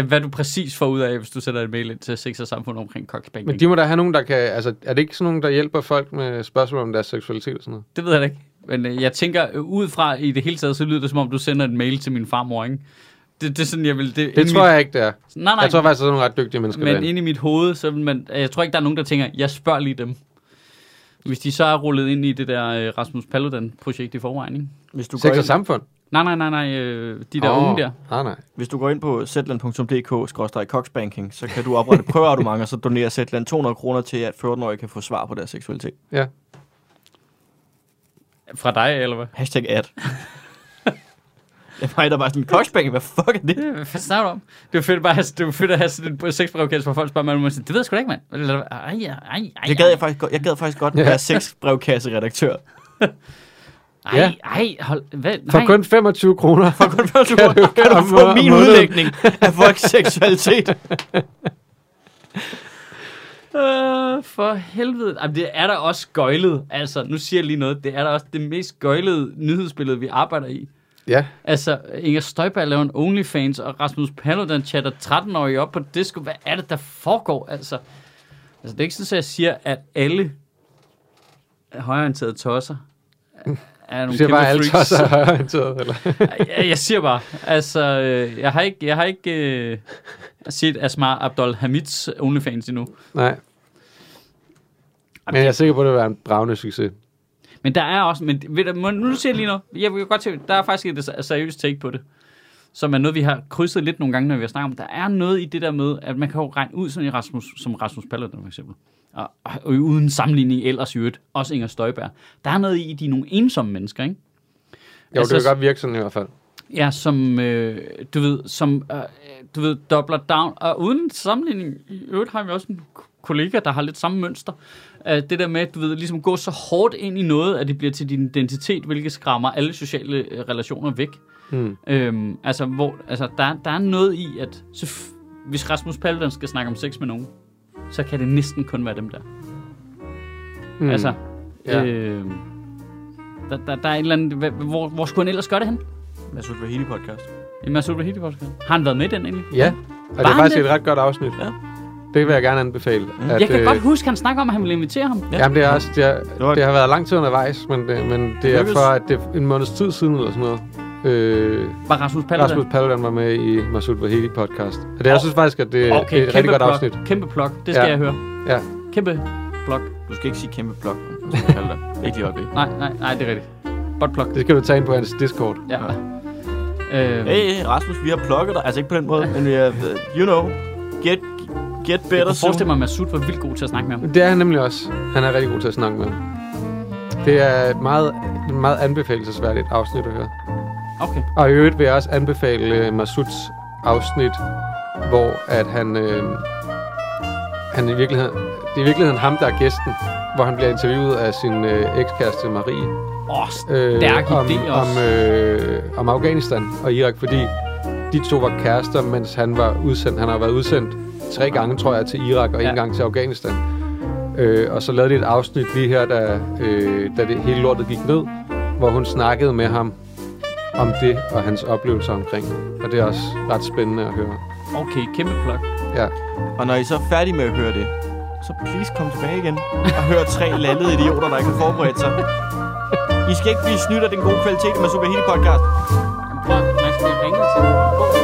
[SPEAKER 2] Hvad du præcis får ud af, hvis du sender en mail ind til Sex og Samfund omkring koksbanken.
[SPEAKER 3] Men
[SPEAKER 2] De...
[SPEAKER 3] de må da have nogen, der kan... Altså, er det ikke sådan nogen, der hjælper folk med spørgsmål om deres seksualitet og sådan noget?
[SPEAKER 2] Det ved jeg da ikke. Men øh, jeg tænker, øh, ud fra i det hele taget, så lyder det som om, du sender en mail til min farmor, ikke? Det, det er sådan, jeg vil... Det,
[SPEAKER 3] Det tror jeg ikke, det er.
[SPEAKER 2] Mit... Nej, nej,
[SPEAKER 3] Jeg tror faktisk, der er nogle ret dygtige mennesker
[SPEAKER 2] men
[SPEAKER 3] derinde.
[SPEAKER 2] ind i mit hoved, så vil man... Jeg tror ikke, der er nogen, der tænker, jeg spørger lige dem. Hvis de så er rullet ind i det der øh, Rasmus Paludan-projekt i forvejen, ikke?
[SPEAKER 1] Hvis du går
[SPEAKER 3] Sex og
[SPEAKER 1] ind,
[SPEAKER 3] samfund?
[SPEAKER 2] Nej, nej, nej, nej, øh, de der oh. unge der.
[SPEAKER 3] Nej, nej.
[SPEAKER 1] hvis du går ind på zetland.dk-coxbanking, så kan du oprette prøveautomang, og så donerer Zetland 200 kroner til, at 14-årige kan få svar på deres seksualitet.
[SPEAKER 3] Ja.
[SPEAKER 2] Fra dig, eller hvad?
[SPEAKER 1] Hashtag ad. Jeg var der bare sådan, coxbanking, hvad fuck er det?
[SPEAKER 2] Ja, Hvad fanden snakker du om? Det var fedt, bare, at have- det var fedt at have sådan en sexbrevkasse, hvor folk spørger mig, om man siger, det ved jeg sgu da ikke, mand. Eller, ej, ej, ej, ej.
[SPEAKER 1] Det gad jeg faktisk, godt- jeg gad faktisk godt
[SPEAKER 3] Ja.
[SPEAKER 1] være sexbrevkasseredaktør.
[SPEAKER 2] Ej,
[SPEAKER 3] Ja.
[SPEAKER 2] ej, hold, hvad, nej.
[SPEAKER 3] For kun 25 kroner.
[SPEAKER 1] For kun før du kan, kan du
[SPEAKER 3] om
[SPEAKER 1] få
[SPEAKER 3] må-
[SPEAKER 1] min
[SPEAKER 3] måneden?
[SPEAKER 1] udlægning af folks (laughs) seksualitet.
[SPEAKER 2] (laughs) Øh, for helvede. Jamen, det er da også gøjlet. Altså, nu siger jeg lige noget. Det er da også det mest gøjlede nyhedsbillede, vi arbejder i.
[SPEAKER 3] Ja.
[SPEAKER 2] Altså, Inger Støjberg laver en OnlyFans, og Rasmus Paludan chatter 13-årige op på disco. Hvad er det, der foregår? Altså, altså det er ikke sådan, at jeg siger, at alle højorienterede tosser er
[SPEAKER 3] Du
[SPEAKER 2] nogle
[SPEAKER 3] siger
[SPEAKER 2] kæmpe
[SPEAKER 3] bare, at alle
[SPEAKER 2] freaks. (laughs)
[SPEAKER 3] tosser er højorienteret, eller?
[SPEAKER 2] jeg, jeg siger bare, altså, øh, jeg har ikke, jeg har ikke øh, set Asmar Abdul Hamids OnlyFans endnu.
[SPEAKER 3] Nej. Men jeg er sikker på, at det vil være en bravende succes.
[SPEAKER 2] Men der er også, men ved du, må- nu siger jeg lige noget. Jeg vil godt til, der er faktisk et se- seriøst take på det, som er noget, vi har krydset lidt nogle gange, når vi har snakket om. Der er noget i det der med, at man kan jo regne ud sådan i Rasmus, som Rasmus Paludan for eksempel. Og, og, og uden sammenligning ellers i øvrigt, også Inger Støjberg. Der er noget i, at de er nogle ensomme mennesker, ikke?
[SPEAKER 3] Jo,
[SPEAKER 2] Altså,
[SPEAKER 3] det vil godt virke sådan i hvert fald.
[SPEAKER 2] Ja, som, øh, du ved, som, øh, du ved, dobler down. Og uden sammenligning, i øvrigt har vi også en k- kollega, der har lidt samme mønster. Øh, det der med, du ved, ligesom gå så hårdt ind i noget, at det bliver til din identitet, hvilket skræmmer alle sociale øh, relationer væk.
[SPEAKER 3] Hmm.
[SPEAKER 2] Øhm, altså, hvor, altså der, der er noget i, at så, hvis Rasmus Paludan skal snakke om sex med nogen, så kan det næsten kun være dem der.
[SPEAKER 3] Hmm.
[SPEAKER 2] Altså,
[SPEAKER 3] Ja.
[SPEAKER 2] øhm, der, der, der er et eller andet, hvor, hvor, hvor skulle han ellers gøre det hen?
[SPEAKER 1] Jeg synes, det var hele podcast.
[SPEAKER 2] I Mads Ulrich podcast. Har han været med i den egentlig?
[SPEAKER 3] Ja, og det
[SPEAKER 2] Var
[SPEAKER 3] er
[SPEAKER 2] han
[SPEAKER 3] faktisk
[SPEAKER 2] det? Mm.
[SPEAKER 3] et ret godt afsnit.
[SPEAKER 1] Ja.
[SPEAKER 3] Det vil jeg gerne anbefale. At, øh,
[SPEAKER 2] Jeg kan godt huske, han snakker om, at han ville invitere ham.
[SPEAKER 1] Ja.
[SPEAKER 3] Jamen, det, er også, det, er,
[SPEAKER 1] var-
[SPEAKER 3] det har været lang tid undervejs, men det, men det er
[SPEAKER 1] Lykkedes.
[SPEAKER 3] for, at det er en måneds tid siden eller sådan noget. Øh,
[SPEAKER 2] Var Rasmus Paludan.
[SPEAKER 3] Rasmus Paludan var med i Masoud Vahedi podcast. Og det, jeg
[SPEAKER 2] Og-
[SPEAKER 3] synes faktisk, at det, det er
[SPEAKER 2] Okay,
[SPEAKER 3] øh, et rigtig
[SPEAKER 2] kæmpe
[SPEAKER 3] godt
[SPEAKER 2] plug.
[SPEAKER 3] afsnit.
[SPEAKER 2] Kæmpe plug. Det skal
[SPEAKER 3] Ja.
[SPEAKER 2] jeg høre.
[SPEAKER 3] Ja.
[SPEAKER 2] Kæmpe plug.
[SPEAKER 1] Du skal ikke sige kæmpe blok. som jeg kalder det. Ikke lige op det.
[SPEAKER 2] Nej, nej, nej, det er rigtigt. Bot plug.
[SPEAKER 3] Det skal du tage ind på hans Discord.
[SPEAKER 2] Ja. Øh,
[SPEAKER 1] Hey, hey, Rasmus, vi har plukket dig. Altså ikke på den måde, men vi har, øh, you know, get, get
[SPEAKER 2] jeg
[SPEAKER 1] better
[SPEAKER 2] kunne forestille mig, at Masud var vildt god til at snakke med ham.
[SPEAKER 3] Det er han nemlig også. Han er rigtig god til at snakke med. Det er et meget, et meget anbefalesværdigt afsnit at høre.
[SPEAKER 2] Okay.
[SPEAKER 3] Og i øvrigt vil jeg også anbefale uh, Masuds afsnit, hvor at han, øh, han i virkeligheden, det er i virkeligheden ham, der er gæsten, hvor han bliver interviewet af sin øh, ekskæreste Marie
[SPEAKER 2] Åh, oh, stærk
[SPEAKER 3] øh, om,
[SPEAKER 2] idé også.
[SPEAKER 3] om, øh, om Afghanistan og Irak, fordi de to var kærester, mens han var udsendt. Han har været udsendt tre gange, tror jeg, til Irak og en
[SPEAKER 2] Ja.
[SPEAKER 3] gang til Afghanistan. Øh, og så lavede de et afsnit lige her, da, øh, da det hele lortet gik ned, hvor hun snakkede med ham om det og hans oplevelser omkring. det. Og det er også ret spændende at høre.
[SPEAKER 2] Øh. Okay, kæmpe plug.
[SPEAKER 3] Ja.
[SPEAKER 1] Og når I så er færdige med at høre det, så please kom tilbage igen og hør tre lallede idioter, der ikke har forberedt sig. I skal ikke blive snydt af den gode kvalitet, man så hele podcast.
[SPEAKER 2] Jamen, Prøv, man skal ringe til. God. øh, Øh,